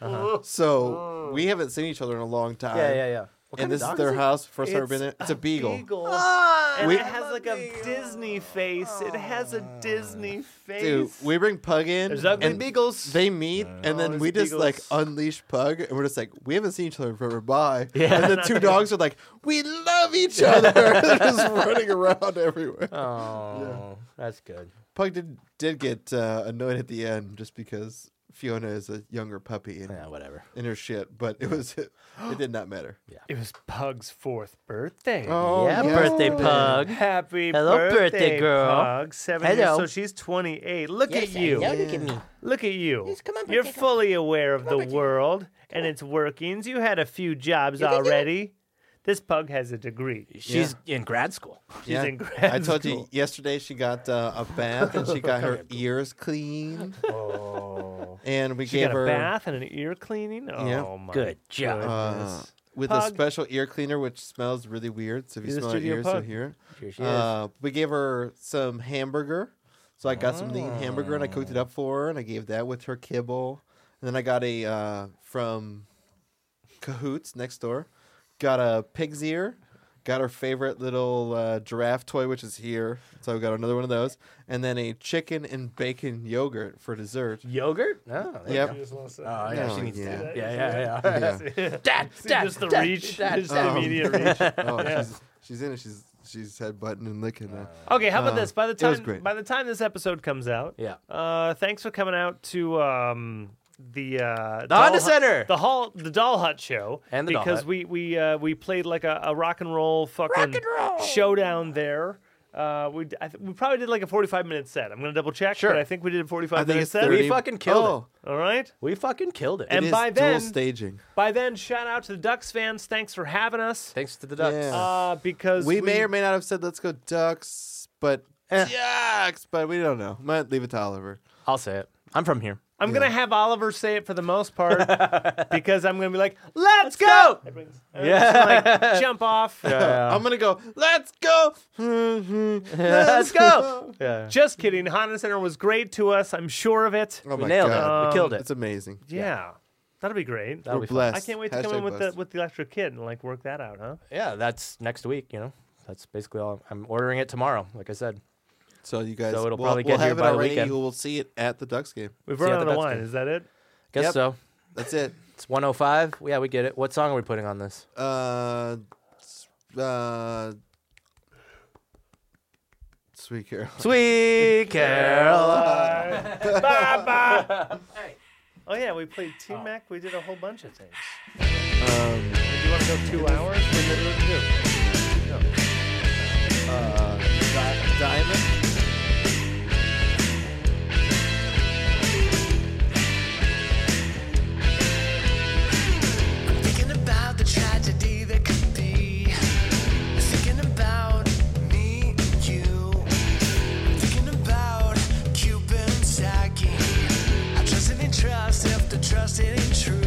Speaker 1: So we haven't seen each other in a long time.
Speaker 3: Yeah. Yeah. Yeah. What kind
Speaker 1: And
Speaker 3: of
Speaker 1: this is
Speaker 3: dog
Speaker 1: their
Speaker 3: it?
Speaker 1: house. First time I've been
Speaker 2: It's
Speaker 1: there. It's a beagle.
Speaker 3: Ah.
Speaker 2: and
Speaker 1: Ah. We-
Speaker 2: it has like a Disney face. It has a Disney face.
Speaker 1: Ah. Dude, we bring Pug in,
Speaker 2: There's ugly
Speaker 1: and
Speaker 2: beagles.
Speaker 1: they meet, and then
Speaker 2: there's
Speaker 1: we just like
Speaker 2: beagles.
Speaker 1: unleash Pug, and we're just like, we haven't seen each other in forever. Bye.
Speaker 3: Yeah.
Speaker 1: And the two dogs are like, we love each other. They're just running around everywhere.
Speaker 3: Oh, that's good.
Speaker 1: Pug did did get uh, annoyed at the end just because Fiona is a younger puppy and
Speaker 3: Yeah. Whatever.
Speaker 1: in her shit, but it was it, did not matter.
Speaker 2: It was Pug's fourth birthday.
Speaker 1: Oh,
Speaker 3: yeah,
Speaker 1: yes.
Speaker 3: birthday pug.
Speaker 2: Happy
Speaker 3: Hello,
Speaker 2: birthday,
Speaker 3: birthday girl.
Speaker 2: Pug. Seven years-
Speaker 3: Hello.
Speaker 2: So she's 28. Look at you. Look at you. You're fully aware of the world and its workings. You had a few jobs already. This pug has a degree. She's
Speaker 3: She's in grad school.
Speaker 2: in grad
Speaker 1: I told
Speaker 2: school.
Speaker 1: you yesterday she got uh, a bath and she got her ears cleaned. Oh. And we
Speaker 2: She
Speaker 1: gave
Speaker 2: got
Speaker 1: her
Speaker 2: a bath and an ear cleaning. Oh
Speaker 1: Yeah.
Speaker 2: my
Speaker 3: Good job.
Speaker 1: uh,
Speaker 2: goodness.
Speaker 1: with a
Speaker 2: Pug.
Speaker 1: special ear cleaner, which smells really weird. So if you
Speaker 2: You're the
Speaker 1: smell her
Speaker 2: studio
Speaker 1: ears, you'll
Speaker 2: pug.
Speaker 1: hear.
Speaker 3: Here she
Speaker 1: it.
Speaker 3: is.
Speaker 1: Uh, we gave her some hamburger. So I got some lean hamburger and I cooked it up for her and I gave that with her kibble. And then I got a uh, from Cahoots next door. Got a pig's ear. Got her favorite little uh, giraffe toy, which is here. So we got another one of those, and then a chicken and bacon yogurt for dessert.
Speaker 3: Yogurt? No. there you
Speaker 1: Yep.
Speaker 3: go. Oh, yeah,
Speaker 1: No,
Speaker 3: she needs
Speaker 1: yeah.
Speaker 3: that. Yeah, yeah, yeah.
Speaker 1: Yeah.
Speaker 3: Dad,
Speaker 2: See,
Speaker 3: dad,
Speaker 2: just the
Speaker 3: dad,
Speaker 2: reach,
Speaker 3: dad.
Speaker 2: just the
Speaker 1: Um,
Speaker 2: immediate reach.
Speaker 1: Oh, she's she's in it. She's She's headbutting and licking her.
Speaker 2: Okay, how about
Speaker 1: Uh,
Speaker 2: this? By the
Speaker 1: it was
Speaker 2: time
Speaker 1: great.
Speaker 2: by the time this episode comes out,
Speaker 3: Yeah.
Speaker 2: Uh, thanks for coming out to um, the uh, the
Speaker 3: Honda Center!
Speaker 2: the hall, the Doll Hut show,
Speaker 3: And the Doll
Speaker 2: because
Speaker 3: Hut.
Speaker 2: we we uh, we played like a, a rock and roll fucking
Speaker 3: and roll!
Speaker 2: showdown there. Uh, we d- I th- we probably did like a forty five minute set. I'm gonna double check,
Speaker 3: Sure.
Speaker 2: but I think we did a forty
Speaker 1: I
Speaker 2: five
Speaker 1: think
Speaker 2: minute
Speaker 1: it's
Speaker 2: set.
Speaker 1: 30.
Speaker 3: We fucking killed
Speaker 1: oh,
Speaker 2: All right.
Speaker 3: We fucking killed it.
Speaker 1: it
Speaker 2: And
Speaker 1: is
Speaker 2: by
Speaker 1: dual
Speaker 2: then-
Speaker 1: staging.
Speaker 2: By then, shout out to the Ducks fans. Thanks for having us.
Speaker 3: Thanks to the Ducks.
Speaker 1: Yeah.
Speaker 2: Uh, because
Speaker 1: We, may or may not have said let's go ducks, but
Speaker 3: Eh.
Speaker 1: ducks, but we don't know. Might leave it to Oliver.
Speaker 3: I'll say it. I'm from here.
Speaker 2: I'm gonna have Oliver say it for the most part because I'm gonna be like, "Let's,
Speaker 3: go!"
Speaker 2: Everyone's-
Speaker 3: Yeah.
Speaker 2: everyone's like, jump off.
Speaker 1: I'm gonna go. Let's go. Oh
Speaker 3: Let's
Speaker 1: let's
Speaker 3: go.
Speaker 2: Uh, Just kidding. Honda Center was great to us. I'm sure of it.
Speaker 1: Oh
Speaker 3: We
Speaker 1: my
Speaker 3: nailed
Speaker 1: God.
Speaker 3: it. We killed it.
Speaker 1: It's amazing.
Speaker 2: yeah. that'll be great.
Speaker 3: That'll
Speaker 1: We're
Speaker 3: be fun.
Speaker 1: blessed.
Speaker 2: I can't wait to come
Speaker 1: Hashtag
Speaker 2: in with the
Speaker 1: blessed.
Speaker 2: with the electric kid and like work that out, huh?
Speaker 3: Yeah, that's next week, you know. That's basically all. I'm ordering it tomorrow, like I said.
Speaker 1: So you guys,
Speaker 3: So it'll
Speaker 1: we'll,
Speaker 3: probably
Speaker 1: we'll
Speaker 3: get here
Speaker 1: have it
Speaker 3: by the
Speaker 1: already.
Speaker 3: weekend.
Speaker 1: You will see it at the Ducks game.
Speaker 2: We've
Speaker 3: Yeah,
Speaker 2: run
Speaker 3: but
Speaker 2: out of
Speaker 3: that's
Speaker 2: wine.
Speaker 3: good.
Speaker 2: Is that it?
Speaker 3: Guess
Speaker 1: Yep.
Speaker 3: so.
Speaker 1: That's it.
Speaker 3: It's 105. Yeah, we get it. What song are we putting on this?
Speaker 1: Uh, s- uh, sweet Carol.
Speaker 3: Sweet Caroline.
Speaker 2: Oh yeah, we played T Mac. We did a whole bunch of things.
Speaker 1: Um,
Speaker 2: If you want to go two hours, then what do you wanna do?
Speaker 1: uh, Di- Diamond.
Speaker 5: Thinking about the tragedy that could be. Thinking about me and you. Thinking about Cupid and Saki. I trusted in trust after trust it ain't true. Oh,